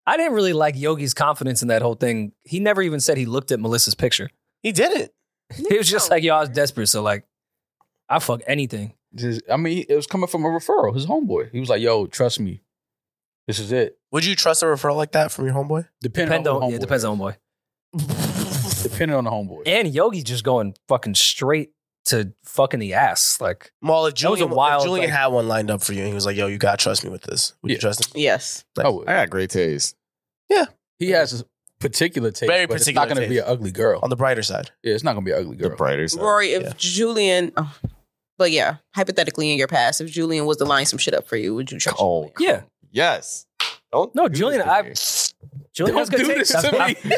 I didn't really like Yogi's confidence in that whole thing. He never even said he looked at Melissa's picture.
He did it.
He was just like, "Yo, I was desperate, so like, I fuck anything."
Just- I mean, it was coming from a referral, his homeboy. He was like, "Yo, trust me, this is it."
Would you trust a referral like that from your homeboy?
Depending
Depend
on,
on,
the
yeah,
homeboy.
depends on boy.
Depending on the homeboy.
And Yogi just going fucking straight to fucking the ass. Like,
Well, if
That was a
Julian, if
wild,
Julian
like-
had one lined up for you, and he was like, "Yo, you gotta trust me with this." Would
Yeah.
you trust him?
yes.
I would.
I got great taste.
He has a particular taste.
Very
but
particular
It's not going to be an
taste.
ugly girl.
On the brighter side,
Yeah, it's not going to be an ugly
The
girl.
brighter side.
Rory, if
yeah.
Julian, oh, but yeah, hypothetically in your past, if Julian was to line some shit up for you, would you trust?
Oh
Julian?
yeah,
yes. Don't
no,
do
Julian,
this to
I
me.
Julian's
Don't
gonna
do
take
this to me.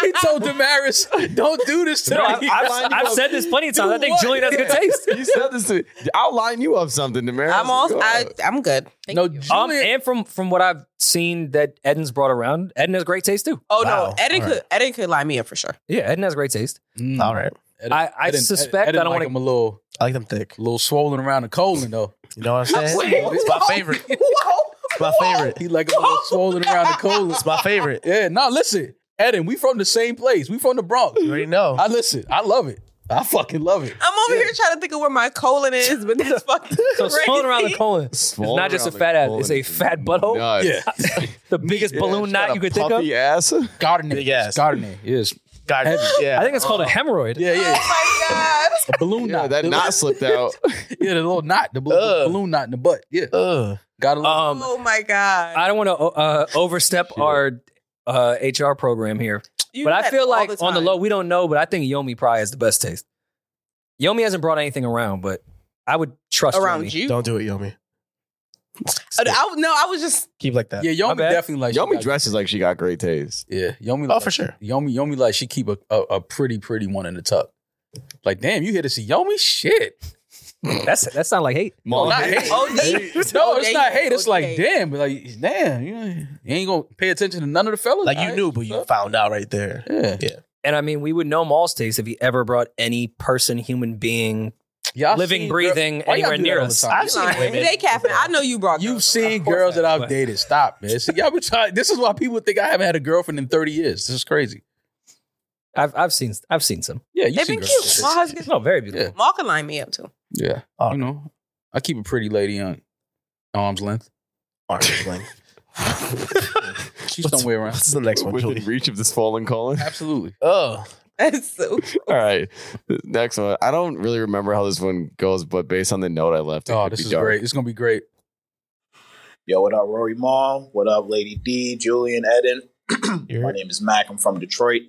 he told Damaris, "Don't do this to
No, I've,
me."
I've, I've said this plenty of times. I think
what?
Julian has good taste.
You said this to I'll line you up something, Damaris.
I'm all.
Go
I,
out.
I'm good. Thank
No,
you.
Ju-
Um,
Julian-
and from from what I've seen that Eden's brought around, Eden has great taste too.
Oh
Wow.
no, Eden
All
could Eden could line me up for sure.
Yeah, Eden has great taste.
Mm.
All right.
Ed-
I- I
Ed- Ed-
suspect
Ed-
I
Ed
don't
like
wanna-
him a little,
I like them thick.
little swollen around the colon though.
You know what I'm saying? It's my favorite. It's my favorite.
He like a little swollen around the colon.
It's my favorite.
Yeah, no, listen, Eden, we from the same place. We from the Bronx.
You already know.
I listen. I love it. I fucking love it.
I'm over here trying to think of where my colon is, but that's fucking
So
crazy.
swollen around the colon. It's
Swollen
not just a
around the
fat ass.
colon
It's a
is
fat butthole.
nuts.
Yeah,
The biggest
Yeah,
balloon
it's
knot
got
you
a
could think of.
puffy Ass.
gardening.
Big ass.
gardening. Yes.
God,
Heavy.
yeah.
I think it's called a hemorrhoid.
Yeah, yeah.
Oh my god.
A balloon
Yeah,
knot.
that
The
knot
little-
slipped out.
Yeah, the little knot. The blo-
Ugh.
balloon knot in the butt. Yeah,
Ugh.
got a little.
Um,
Oh my god.
I don't want to uh, overstep our uh, HR program here,
You
but
do
I
that
feel
all
like on the
time.
low we don't know, but I think Yomi probably has the best taste. Yomi hasn't brought anything around, but I would trust
around
Yomi.
you.
Don't do it, Yomi.
Uh, I, no, I was just
Keep like that.
yeah,
my
Yomi
bad.
definitely like. she
Yomi
got-
dresses like she got great taste.
Yeah, Yomi.
Oh,
like-
for sure.
Yomi, Yomi, like she keep a, a, a pretty, pretty one in the tuck. Like, damn, you here to see Yomi? Shit.
That's that sound like hate.
Mom,
not hate.
Oh,
No, it's not hate. It's like,
Okay.
damn, but like, damn, you ain't- you ain't gonna pay attention to none of the fellas.
Like you
All
knew,
right.
but you found out right there.
Yeah,
And I mean, we would know Maul's taste if he ever brought any person, human being,
Y'all
living,
seen
breathing,
Why y'all
anywhere
do that
near
all the
us.
time?
I've seen
Lying.
women.
They caffeine. I know you brought.
You've
those.
seen
course
girls
I
that
have,
I've
but-
dated. Stop, man. See, y'all be trying. This is why people think I haven't had a girlfriend in thirty years. This is crazy.
I've I've seen I've seen some.
Yeah, you
They've
seen
been
girls.
cute. My husband,
No, very beautiful.
Maul can line me up too.
Yeah,
Oh.
you know, I keep a pretty lady on arm's length.
Arms length.
She's somewhere around.
What's the next one,
within
Julie?
reach of this fallen colon.
Absolutely.
Oh,
That's so.
All right, next one. I don't really remember how this one goes, but based on the note I left, it
Oh,
could
this
be
is
dark.
great. It's gonna be great.
Yo, what up, Rory Mall? What up, Lady D, Julian, Eden? My name is Mac. I'm from Detroit.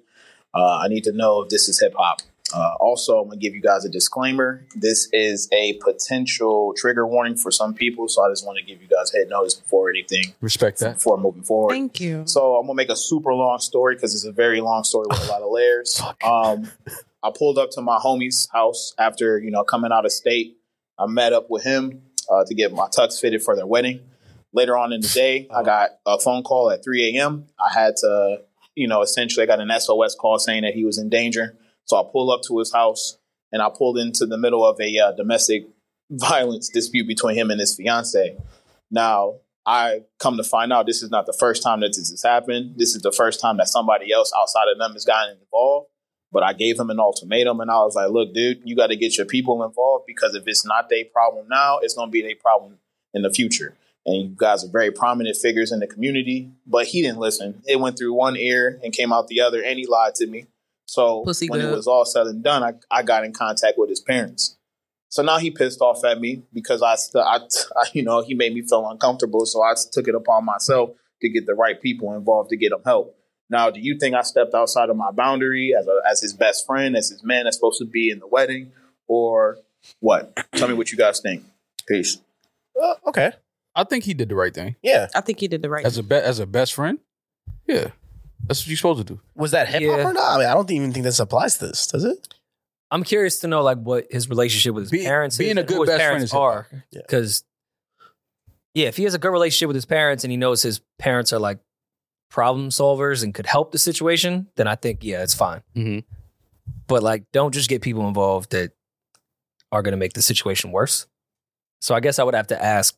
Uh, I need to know if this is hip hop. Uh, also, I'm going to give you guys a disclaimer. This is a potential trigger warning for some people, so I just want to give you guys head notice before anything,
Respect that.
before moving forward.
Thank you.
So I'm gonna make a super long story because it's a very long story with a lot of layers. Um, I pulled up to my homie's house after you know coming out of state. I met up with him uh, to get my tux fitted for their wedding. Later on in the day, I got a phone call at 3 a.m. I had to, you know, essentially I got an SOS call saying that he was in danger. So I pulled up to his house and I pulled into the middle of a uh, domestic violence dispute between him and his fiance. Now, I come to find out this is not the first time that this has happened. This is the first time that somebody else outside of them has gotten involved. But I gave him an ultimatum and I was like, look, dude, you got to get your people involved because if it's not their problem now, it's going to be their problem in the future. And you guys are very prominent figures in the community. But he didn't listen. It went through one ear and came out the other, and he lied to me. So
Pussy
when
good.
it was all said and done, I, I got in contact with his parents. So now he pissed off at me because I, st- I, I- you know, he made me feel uncomfortable. So I took it upon myself to get the right people involved to get him help. Now, do you think I stepped outside of my boundary as a, as his best friend, as his man that's supposed to be in the wedding, or what? Tell me what you guys think. Peace.
Uh, okay.
I think he did the right thing
Yeah.
I think he did the right.
as a be- as a best friend. Yeah, that's what you're supposed to do.
Was that hip hop
Yeah.
or not? I mean, I don't even think this applies to this, does it?
I'm curious to know like what his relationship with his
Be-
parents
being
is
a
and
good
who his
best friend
parents
is hip-hop.
are
Yeah.
because yeah. if he has a good relationship with his parents and he knows his parents are like problem solvers and could help the situation, then I think yeah, it's fine.
Mhm.
But like, don't just get people involved that are going to make the situation worse. So I guess I would have to ask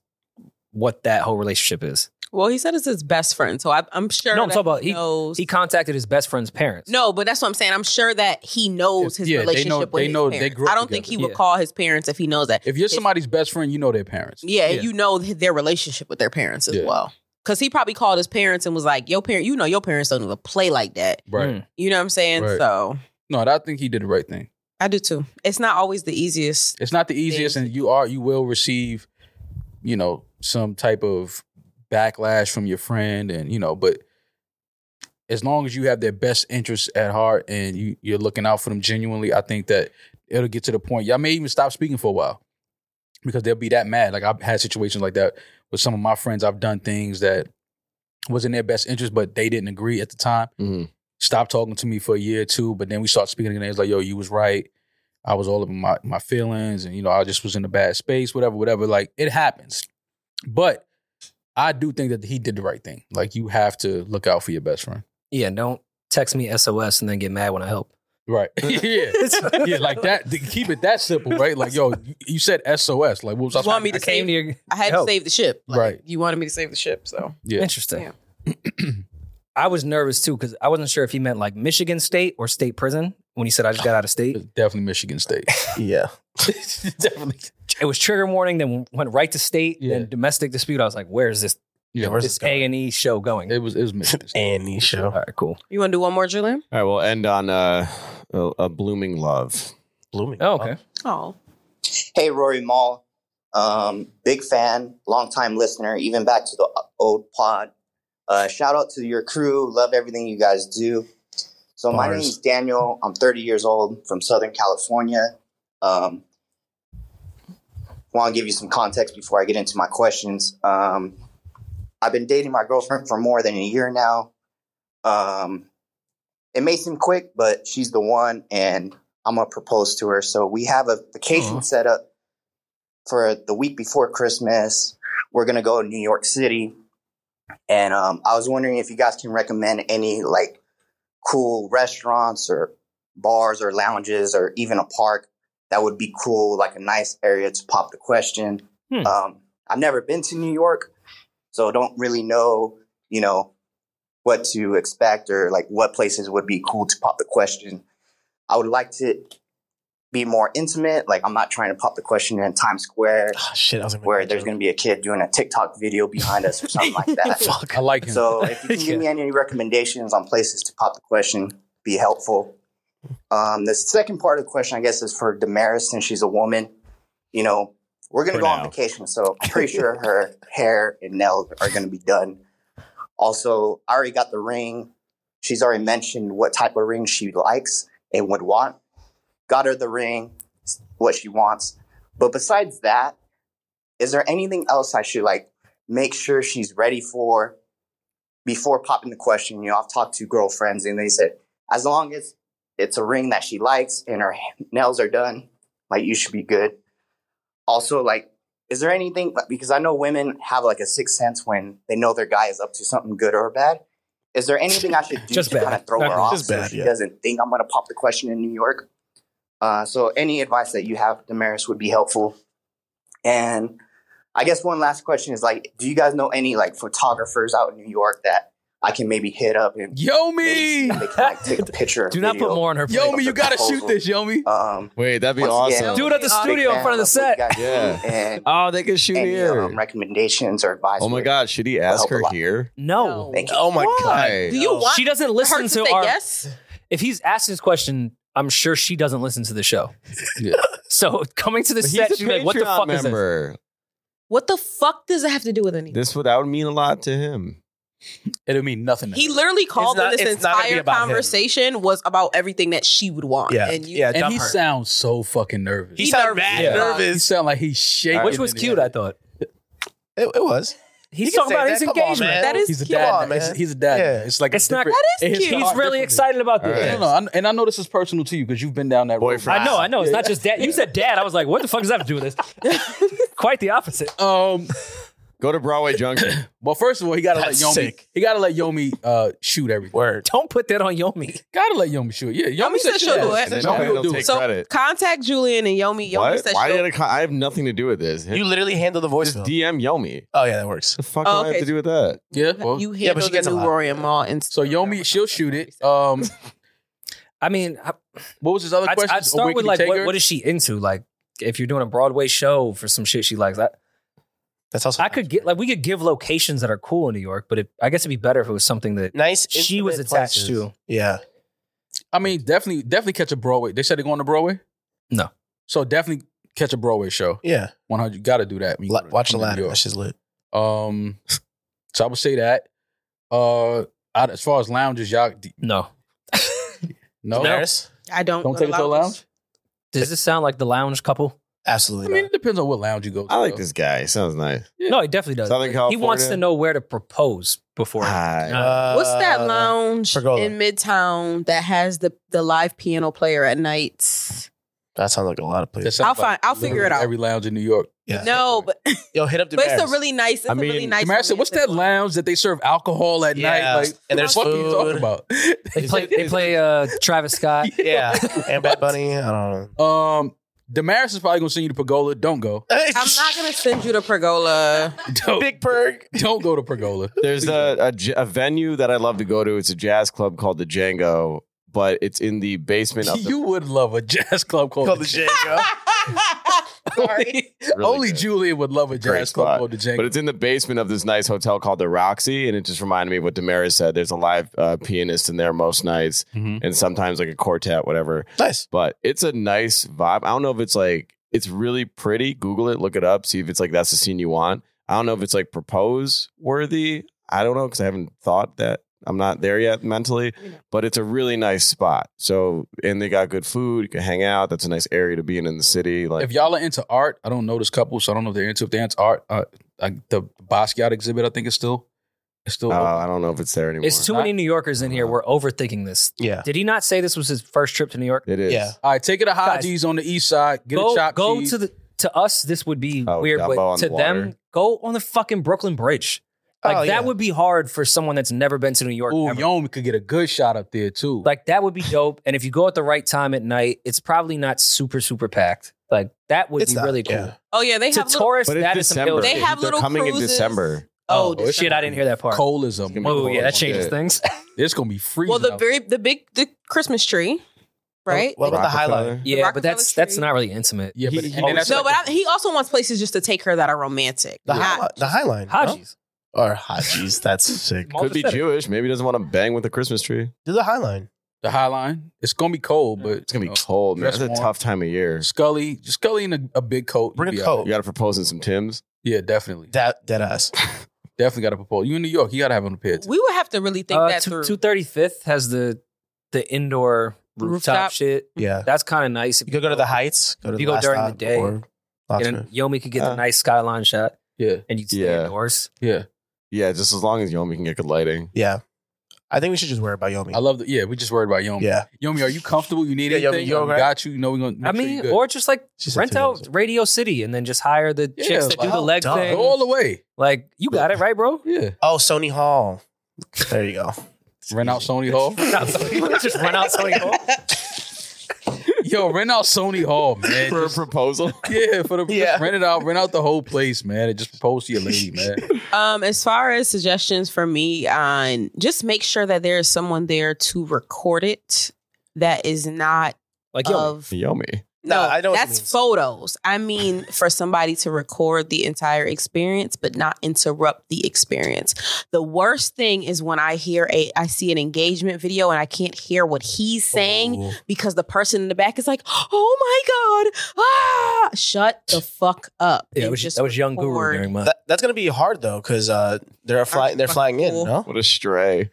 what that whole relationship is.
Well, he said it's his best friend, so I, I'm sure.
No, I'm
that
talking about
he
he-
knows.
He contacted his best friend's parents.
no, but that's what I'm saying. I'm sure that he knows his
Yeah, they know-
relationship with
they
his
know- they
parents.
grew up
I don't think he
together.
would
Yeah.
call his parents if he knows that.
If you're somebody's best friend, you know their parents.
Yeah, and you know th- their relationship with their parents as
Yeah.
well. Because he probably called his parents and was like, "Your parent, you know, your parents don't even play like that."
Right.
Mm.
You know what I'm saying?
Right.
So
No, I think he did the right thing.
I do too. It's not always the easiest.
It's not the easiest,
Thanks.
and you are you will receive, you know, some type of backlash from your friend, and you know, but as long as you have their best interests at heart and you you're looking out for them genuinely, I think that it'll get to the point. Y'all may even stop speaking for a while because they'll be that mad. Like I've had situations like that with some of my friends. I've done things that was in their best interest, but they didn't agree at the time.
Mhm.
Stopped talking to me for a year or two, but then we started speaking again. It's like, yo, you was right. I was all up in my, my feelings and, you know, I just was in a bad space, whatever, whatever. Like, it happens. But I do think that he did the right thing. Like, you have to look out for your best friend.
Yeah, don't text me SOS and then get mad when I help.
Right. yeah. Yeah, like that. th- Keep it that simple, right? Like, yo, you- you said SOS. Like, what was I
You want me
I
to
came
save?
to your
I had
help.
to save the ship.
Right.
You wanted me to save the ship, so
Yeah.
Interesting. I was nervous too because I wasn't sure if he meant like Michigan State or state prison when he said I just got out of state.
It's definitely Michigan State.
Yeah.
definitely.
It was trigger warning, then went right to state,
Yeah.
then domestic dispute. I was like, where is this
Yeah.
Where's
this
this going?
A and E show going?
It was it was Michigan State.
Any
All
show.
right, cool.
you want to do one more, Julian?
All right, we'll end on uh, a, a blooming love.
Blooming.
Oh, okay.
Oh,
Hey, Rory Mall. Um, big fan, longtime listener, even back to the old pod. Uh, shout out to your crew. Love everything you guys do. So, my
Bars.
name is Daniel. I'm 30 years old from Southern California. Um, Want to give you some context before I get into my questions. Um, I've been dating my girlfriend for more than a year now. Um, it may seem quick, but she's the one, and I'm gonna propose to her. So we have a vacation set up for the week before Christmas. We're gonna go to New York City, and um, I was wondering if you guys can recommend any like cool restaurants or bars or lounges or even a park that would be cool, like a nice area to pop the question.
Hmm.
Um, I've never been to New York, so don't really know, you know, what to expect or like what places would be cool to pop the question. I would like to be more intimate. Like I'm not trying to pop the question in Times Square
Ah, shit, I was gonna make
where
that
there's
joke.
going to be a kid doing a TikTok video behind us or something like that.
I like him.
so if you can
Yeah.
give me any recommendations on places to pop the question, be helpful. Um, the second part of the question, I guess, is for Damaris since she's a woman. You know, we're going to
For
go
now.
on vacation, so I'm pretty sure her hair and nails are going to be done. Also, I already got the ring. She's already mentioned what type of ring she likes and would want. Got her the ring, what she wants. But besides that, is there anything else I should like make sure she's ready for before popping the question? You know, I've talked to girlfriends and they said, as long as it's a ring that she likes and her nails are done, like you should be good. Also, like, is there anything because I know women have like a sixth sense when they know their guy is up to something good or bad? Is there anything I should do
Just
to
bad.
kind of throw her
Just
off
bad,
so she
yeah.
doesn't think I'm going to pop the question in New York? Uh, so, any advice that you have, Damaris, would be helpful. And I guess one last question is like, do you guys know any like photographers out in New York that I can maybe hit up and maybe see if
Yomi!
they can like take a picture?
Do not put more on her plate.
Yomi, you gotta shoot this, Yomi.
Um,
Wait, that'd be
Once again-
awesome.
Do it at the
Big
studio in
fan
front of the
love
set.
what you guys do
Yeah.
And
Oh, they could shoot
any
here.
um, recommendations or advice?
Oh my
would-
god, should he ask
help a
her
lot.
here?
No.
Thank you.
Oh my
Why?
do
god.
you
oh.
want
She doesn't
her to
listen to,
say
our
yes?
if he's asking this question, I'm sure she doesn't listen to the show.
Yeah.
So coming to the
But He's
set,
a
she's like, what the
Patreon
fuck is
member.
What the fuck does it have to do with anything?
This would that would mean a lot to him.
It'll mean nothing. to
He
her.
literally called
not-
and this
it's not gonna be
entire
about him.
conversation was about everything that she would want.
Yeah.
And you
yeah,
and
dump
he
her.
sounds so fucking nervous. He,
He
He's
sounded
nervous.
mad
Yeah.
nervous.
sounds like he's shaking.
this? Which was cute, I thought.
It, it was.
He's
You can
talking
say
about
that.
his
Come on,
engagement.
man.
that is
He's a
cute.
dad.
on,
now. He's,
man.
he's a dad.
Yeah.
now. It's like a
It's not-
different-
That is
his
cute.
heart
He's really
differently.
excited about
All
this.
No,
right.
no, I- and I know this is personal to you because you've been down that
Boyfriend.
I know, I know. It's
Yeah.
not just that. You said dad. I was like, what the fuck does that have to do with this? Quite the opposite.
road. Um,
Go to Broadway Junction.
well, first of all, he gotta
That's
let Yomi.
sick.
He gotta let Yomi uh, shoot everything.
Word.
Don't put that on Yomi.
Gotta let Yomi shoot. Yeah, Yomi,
Yomi said she'll do
yes.
it.
Yomi
Yomi
will do
don't
it.
take-
So
credit.
contact Julian and Yomi. Yomi
what?
said
Why
she'll-
did I, con- I have nothing to do with this?
You literally handle the voice.
just DM Yomi.
oh yeah, that works.
The fuck do
Oh,
I have
okay.
to do with that?
Yeah. Well,
you handle
Yeah, but she gets
the
a
new
lot.
Rory and Maul and
so Yomi, she'll shoot it. Um,
I mean, I,
what was his other
I'd,
question?
I'd start with like, what, what is she into? Like, if you're doing a Broadway show for some shit she likes, I,
That's also.
I could get like we could give locations that are cool in New York, but it, I guess it'd be better if it was something that
nice.
she
intimate
was attached
places.
to.
Yeah.
I mean, definitely, definitely catch a Broadway. They said they're going to Broadway.
No.
So definitely catch a Broadway show.
Yeah.
One hundred. Got to do that. when you
La-
go to-
watch
come to New
Aladdin.
York.
That shit's lit.
Um, so I would say that. Uh, I, as far as lounges, y'all
No,
no,
Damaris?
I don't.
don't
go
take it to a lounge.
does this sound like the lounge couple?
I
Absolutely.
mean,
not.
it depends on what lounge you go. to.
I like
though.
this guy. Sounds nice.
Yeah.
No, he definitely does.
Southern
He wants
California.
to know where to propose. before.
Hi.
Uh,
What's that lounge
Pergola.
in Midtown that has the the live piano player at night?
That sounds like a lot of
That
places.
sounds
I'll find- I'll figure it out.
Every lounge in New York.
Yeah.
No, but, but
Yo, hit up the
it's a really nice. It's
I
a really
mean,
I
nice.
mean, I said, what's that
romantic one.
lounge that they serve alcohol at
Yeah.
night? Like,
And there's
what the fuck are you
food.
talking about?
They play. They play uh, Travis Scott.
yeah. and Bad Bunny. I don't know.
Um, Damaris is probably gonna send you to Pergola. Don't go.
I'm not gonna send you to Pergola.
Oh.
Don't,
Big Perg.
don't go to Pergola.
There's a, a j- a venue that I love to go to. It's a jazz club called the Django, but it's in the basement of the.
You would love a jazz club
Oh.
called,
Called the
the
Django.
Sorry.
It's really
Only
good.
Julian would love a
Great
jazz club
spot.
called the Django.
But it's in the basement of this nice hotel called the Roxy, and it just reminded me of what Damaris said. There's a live uh, pianist in there most nights,
Mhm.
and sometimes like a quartet, whatever.
Nice.
But it's a nice vibe. I don't know if it's like it's really pretty. Google it, look it up, see if it's like that's the scene you want. I don't know if it's like propose worthy. I don't know because I haven't thought that. I'm not there yet mentally, but it's a really nice spot. So, and they got good food. You can hang out. That's a nice area to be in in the city. Like,
if y'all are into art, I don't know this couple, so I don't know if they're into if they're into art. Uh, I, the Basquiat exhibit, I think, is still it's still.
uh,
open.
I don't know if it's there anymore.
It's too many New Yorkers in here. We're overthinking this.
Yeah.
Did he not say this was his first trip to New York?
It is.
Yeah.
All right, take it to Haji's on the east side. Get
go
a chop.
go
cheese.
to the to us. This would be
Oh,
weird,
Dumbo
but
on
to
the
them,
water.
go on the fucking Brooklyn Bridge. Like
Oh,
that
yeah.
would be hard for someone that's never been to New York.
Ooh,
ever.
Yomi could get a good shot up there too.
Like that would be dope. And if you go at the right time at night, it's probably not super super packed. Like that would
It's
be
not,
really cool.
yeah.
Oh yeah, they
To
have. Little,
tourists,
But it's
that is some
December.
ill
They
shit.
have
They're
little
coming in
cruises.
December.
oh,
Oh,
shit! I didn't hear that part.
Colism.
It's gonna be
Whoa,
cold
yeah,
as
that
shit.
changes things.
It's gonna be freezing.
well, the
out
very the big the Christmas
Oh,
tree, right?
What about the highlight?
Rockefeller.
yeah, but
Rockefeller
that's that's
Street.
not really intimate.
Yeah, but-
He-
and then that's
no,
like-
but I, he also wants places just to take her that are romantic.
The,
Not-
high, the Highline. no?
Haji's.
Or Haji's. That's sick.
Could be
Multifaceted.
Jewish. Maybe he doesn't want to bang with the Christmas tree.
Do the Highline.
the High Line. It's gonna be cold, but
It's gonna be
you know,
cold, man.
dress
It's a
warm.
tough time of year.
Scully, Scully in a, a big coat.
Bring
you'll
a
be
coat.
You got to propose in some Tim's.
all- Yeah, definitely,
That dead ass.
definitely got to propose. You in New York, you gotta have an appearance.
we would have to really think that through.
Uh, Two thirty fifth has the the indoor rooftop,
Rooftop.
shit.
Yeah.
That's kind of nice. If
You could go to the Heights. Go to
You
the
go
last
during the
stop
day.
or
go-
Lots
and
of-
Yomi could get the
Uh,
nice skyline shot,
Yeah,
and you'd stay
Yeah.
indoors.
yeah.
Yeah, just as long as you know we can get good lighting.
Yeah. I think we should just worry about Yomi.
I love the. Yeah, we just worried about Yomi.
yeah.
Yomi, are you comfortable? You need
Yeah, Yomi,
anything?
you all
We
right?
Got you. You know we're gonna. make
I
sure
mean,
you're good.
or just like
She said
rent
two
out
years.
Radio City and then just hire the
Yeah,
chicks that do
like-
the leg
Oh, duh.
thing.
go all the way.
Like you got it right, bro.
Yeah,
Oh, Sony Hall. There you go.
rent out Sony Hall.
just run out something.
Yo, rent out Sony Hall, man.
For a
Just-
proposal,
yeah, for the
Yeah.
just rent it out, rent out the whole place, man, and just propose to your lady, man.
Um, as far as suggestions for me on just make sure that there is someone there to record it that is not
Like yo,
of
yummy.
No, I know what you
that's
mean.
photos. I mean for somebody to record the entire experience but not interrupt the experience. The worst thing is when I hear a I see an engagement video and I can't hear what he's
Oh,
saying
Ooh.
because the person in the back is like, "Oh my god. Ah, shut the fuck up."
yeah,
and
that was,
just
that was young
record.
guru during my.
That- that's gonna be hard though, because uh, they're flying. They're flying in. No,
What a stray.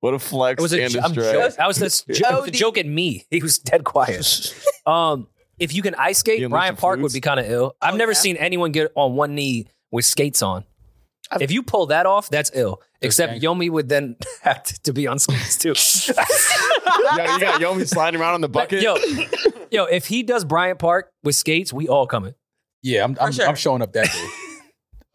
What a flex
It was a,
and
jo-
a
I'm
stray.
joke. That was this jo- it was a
OD.
joke at me. He was dead quiet. um, if you can ice skate,
You unleash
Brian
the
Park would
flutes?
be kind of ill. I've
Oh,
never
yeah.
seen anyone get on one knee with skates on.
I've-
if you pull that off, that's ill.
That's
Except Yomi would then have to, to be on skates too.
yeah, you got Yomi sliding around on the bucket.
yo, yo, if he does Bryant Park with skates, we all coming.
Yeah, I'm I'm,
sure.
I'm showing up that day.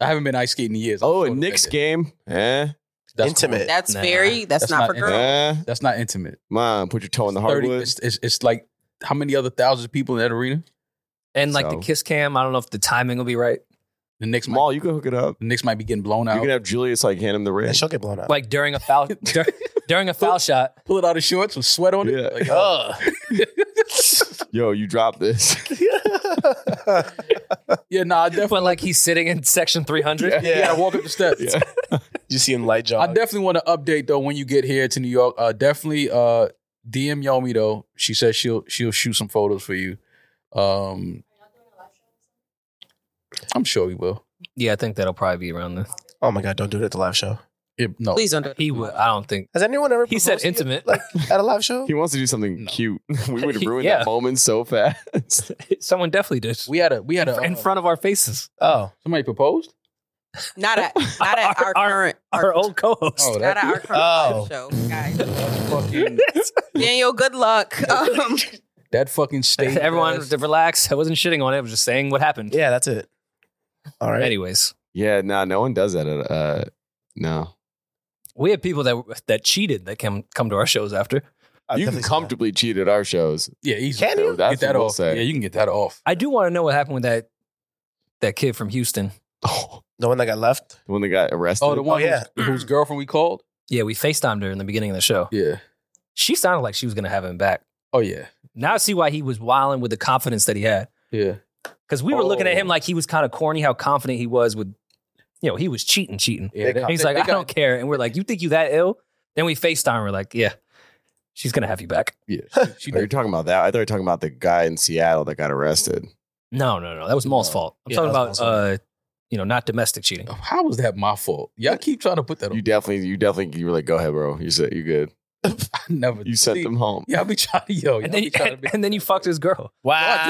I haven't been ice skating in years. I'm
oh, a
showing up
Knicks
that day.
game. Eh,
That's
intimate.
cool.
That's
Nah.
very that's,
That's
not,
not
for girls.
intimate.
eh.
That's not intimate.
Mom, put your toe in the
Thirty.
hardwood.
It's, it's it's like how many other thousands of people in that arena?
And like
So-
the kiss cam, I don't know if the timing will be right.
The Knicks might
Mall, you can hook it up.
the Knicks might be getting blown
You
out.
can have Julius like hand him the ring.
and she'll get blown up.
Like during a foul, dur- during a foul shot.
Pull it out of shorts with sweat on
Yeah.
it. Like, oh.
Yo, you drop this.
yeah, nah, I definitely
But like he's sitting in section 300.
Yeah.
yeah. gotta walk up the steps.
Yeah.
you see him light
I
jog.
definitely want to update though when you get here to New York. Uh, definitely uh, DM Yomi though. She says she'll she'll shoot some photos for you. Um, I'm sure we will.
Yeah, I think that'll probably be around the.
oh my god, don't do it at the live show.
It, no,
Please don't do
He would. I don't think.
Has anyone ever?
He said
proposed to you,
intimate.
like at a live show.
He wants to do something
No.
cute. We would ruin
Yeah.
that moment so fast.
Someone definitely did.
we had a we had a
in
uh,
front of our faces.
oh,
somebody proposed.
Not at not at our,
Our- our-
current
our old co-host.
Oh,
Shout
that,
out our current
Oh.
live show, guys.
fucking
Daniel, good luck. Um,
that fucking state.
Everyone,
ass-
relax. I wasn't shitting on it. I was just saying what happened.
Yeah, that's it. All right.
Anyways,
Yeah, no, no one does that. At, uh, no,
we have people that that cheated that come come to our shows after.
I've
you can
definitely seen that.
comfortably cheat at our shows.
Yeah, easy.
Can you?
get
That's
that
what we'll
off.
say.
Yeah, you can get that off.
I do want to know what happened with that that kid from Houston.
Oh,
The one that got left.
the one that got arrested.
Oh, the one
Oh, yeah.
whose, whose girlfriend we called.
Yeah, we FaceTimed her in the beginning of the show.
Yeah.
She sounded like she was gonna have him back.
Oh yeah.
Now I see why he was wilding with the confidence that he had.
Yeah.
Because we were looking at
Oh.
him like he was kind of corny, how confident he was with, you know, he was cheating, cheating.
Yeah.
They-
that-
He's
that-
like,
they
I
got-
don't care. And we're like, you think you that ill? Then we FaceTime. We're like, yeah, she's gonna have you back.
Yeah. She, she
Are you talking about that? I thought you were talking about the guy in Seattle that got arrested.
No, no, no. That was Maul's fault. I'm
Yeah,
talking
that was
about, uh, you know, not domestic cheating.
How was that my fault? Y'all keep trying to put that on.
You definitely, you definitely, you were like, "Go ahead, bro. You said you good.
I never.
You sent
see,
them home."
Y'all be trying to yo. Y'all
And then,
be
you,
trying to
and,
be,
and then you fucked his girl.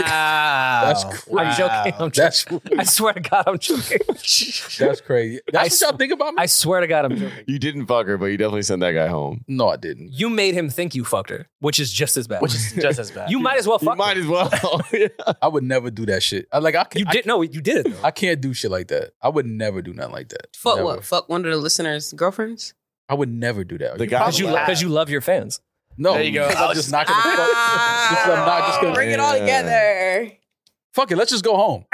Wow.
That's crazy.
I'm joking. I'm joking.
That's
I swear to God, I'm joking.
that's crazy. That's
I
what y'all think about me.
I swear to God, I'm joking.
You didn't fuck her, but you definitely sent that guy home.
no, I didn't.
You made him think you fucked her, which is just as bad.
Which is just as bad.
you might as well
You
fuck.
might
her.
as well. Yeah.
I would never do that shit. I, like I can,
you
I,
did no, you did it. Though.
I can't do shit like that. I would never do nothing like that.
fuck
Never.
what? Fuck one of the listeners' girlfriends?
I would never do that.
The
You
guy-
Because
probably-
you
Wow.
because you love your fans.
no,
There you go.
because I'm just not gonna fuck. Because I'm not just gonna
Ah, bring it all
Yeah.
together.
fuck it. Let's just go home.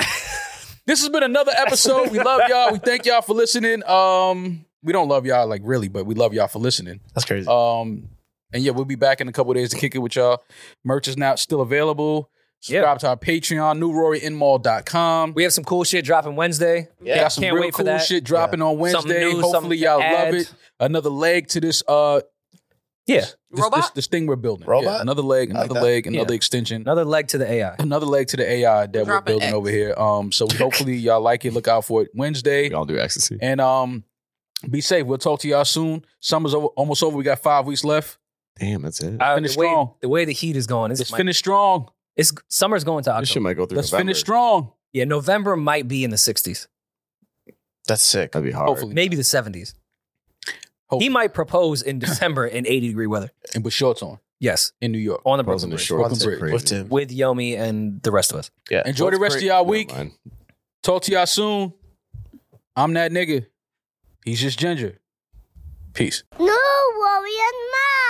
this has been another episode. We love y'all. We thank y'all for listening. Um, we don't love y'all like really, but we love y'all for listening.
That's crazy.
Um, and yeah, we'll be back in a couple of days to kick it with y'all. Merch is now still available.
Yeah.
Subscribe to our Patreon, newroryinmall.com.
We have some cool shit dropping Wednesday.
Yeah.
got some
Can't
real
wait for
cool
that.
shit dropping on
Something
Wednesday.
new,
Hopefully
something to
y'all love
add.
it. Another leg to this uh
Yeah,
this,
Robot?
this, this thing we're building.
Robot?
Yeah, another leg,
like
another
that.
leg, another
Yeah.
extension.
another leg to the AI.
Another leg to the AI that we're
Dropping
building
X.
over here. Um, so hopefully y'all like it. Look out for it Wednesday.
We all do ecstasy.
And um, be safe. We'll talk to y'all soon. Summer's over, almost over. We got five weeks left.
Damn, that's it.
Uh,
Finish
the, way,
strong.
the way the heat is going, it's,
Let's
might-
finish strong.
it's summer's going to
This shit
October.
might go through.
Let's
November.
finish strong.
Yeah, November might be in the 60s,
That's sick.
That'd be hard.
Hopefully.
maybe the 70s.
Hopefully.
He might propose in December in 80 degree weather.
and with shorts on
Yes,
in New York.
on the
Proposing
Brooklyn
to
Bridge.
shorts
Brooklyn
is
Bridge.
crazy.
With Tim.
with Yomi and the rest of us.
Yeah.
Enjoy the rest of y'all
Never
week.
mind.
Talk to y'all soon. I'm that nigga. He's just ginger. Peace.
No worry and not.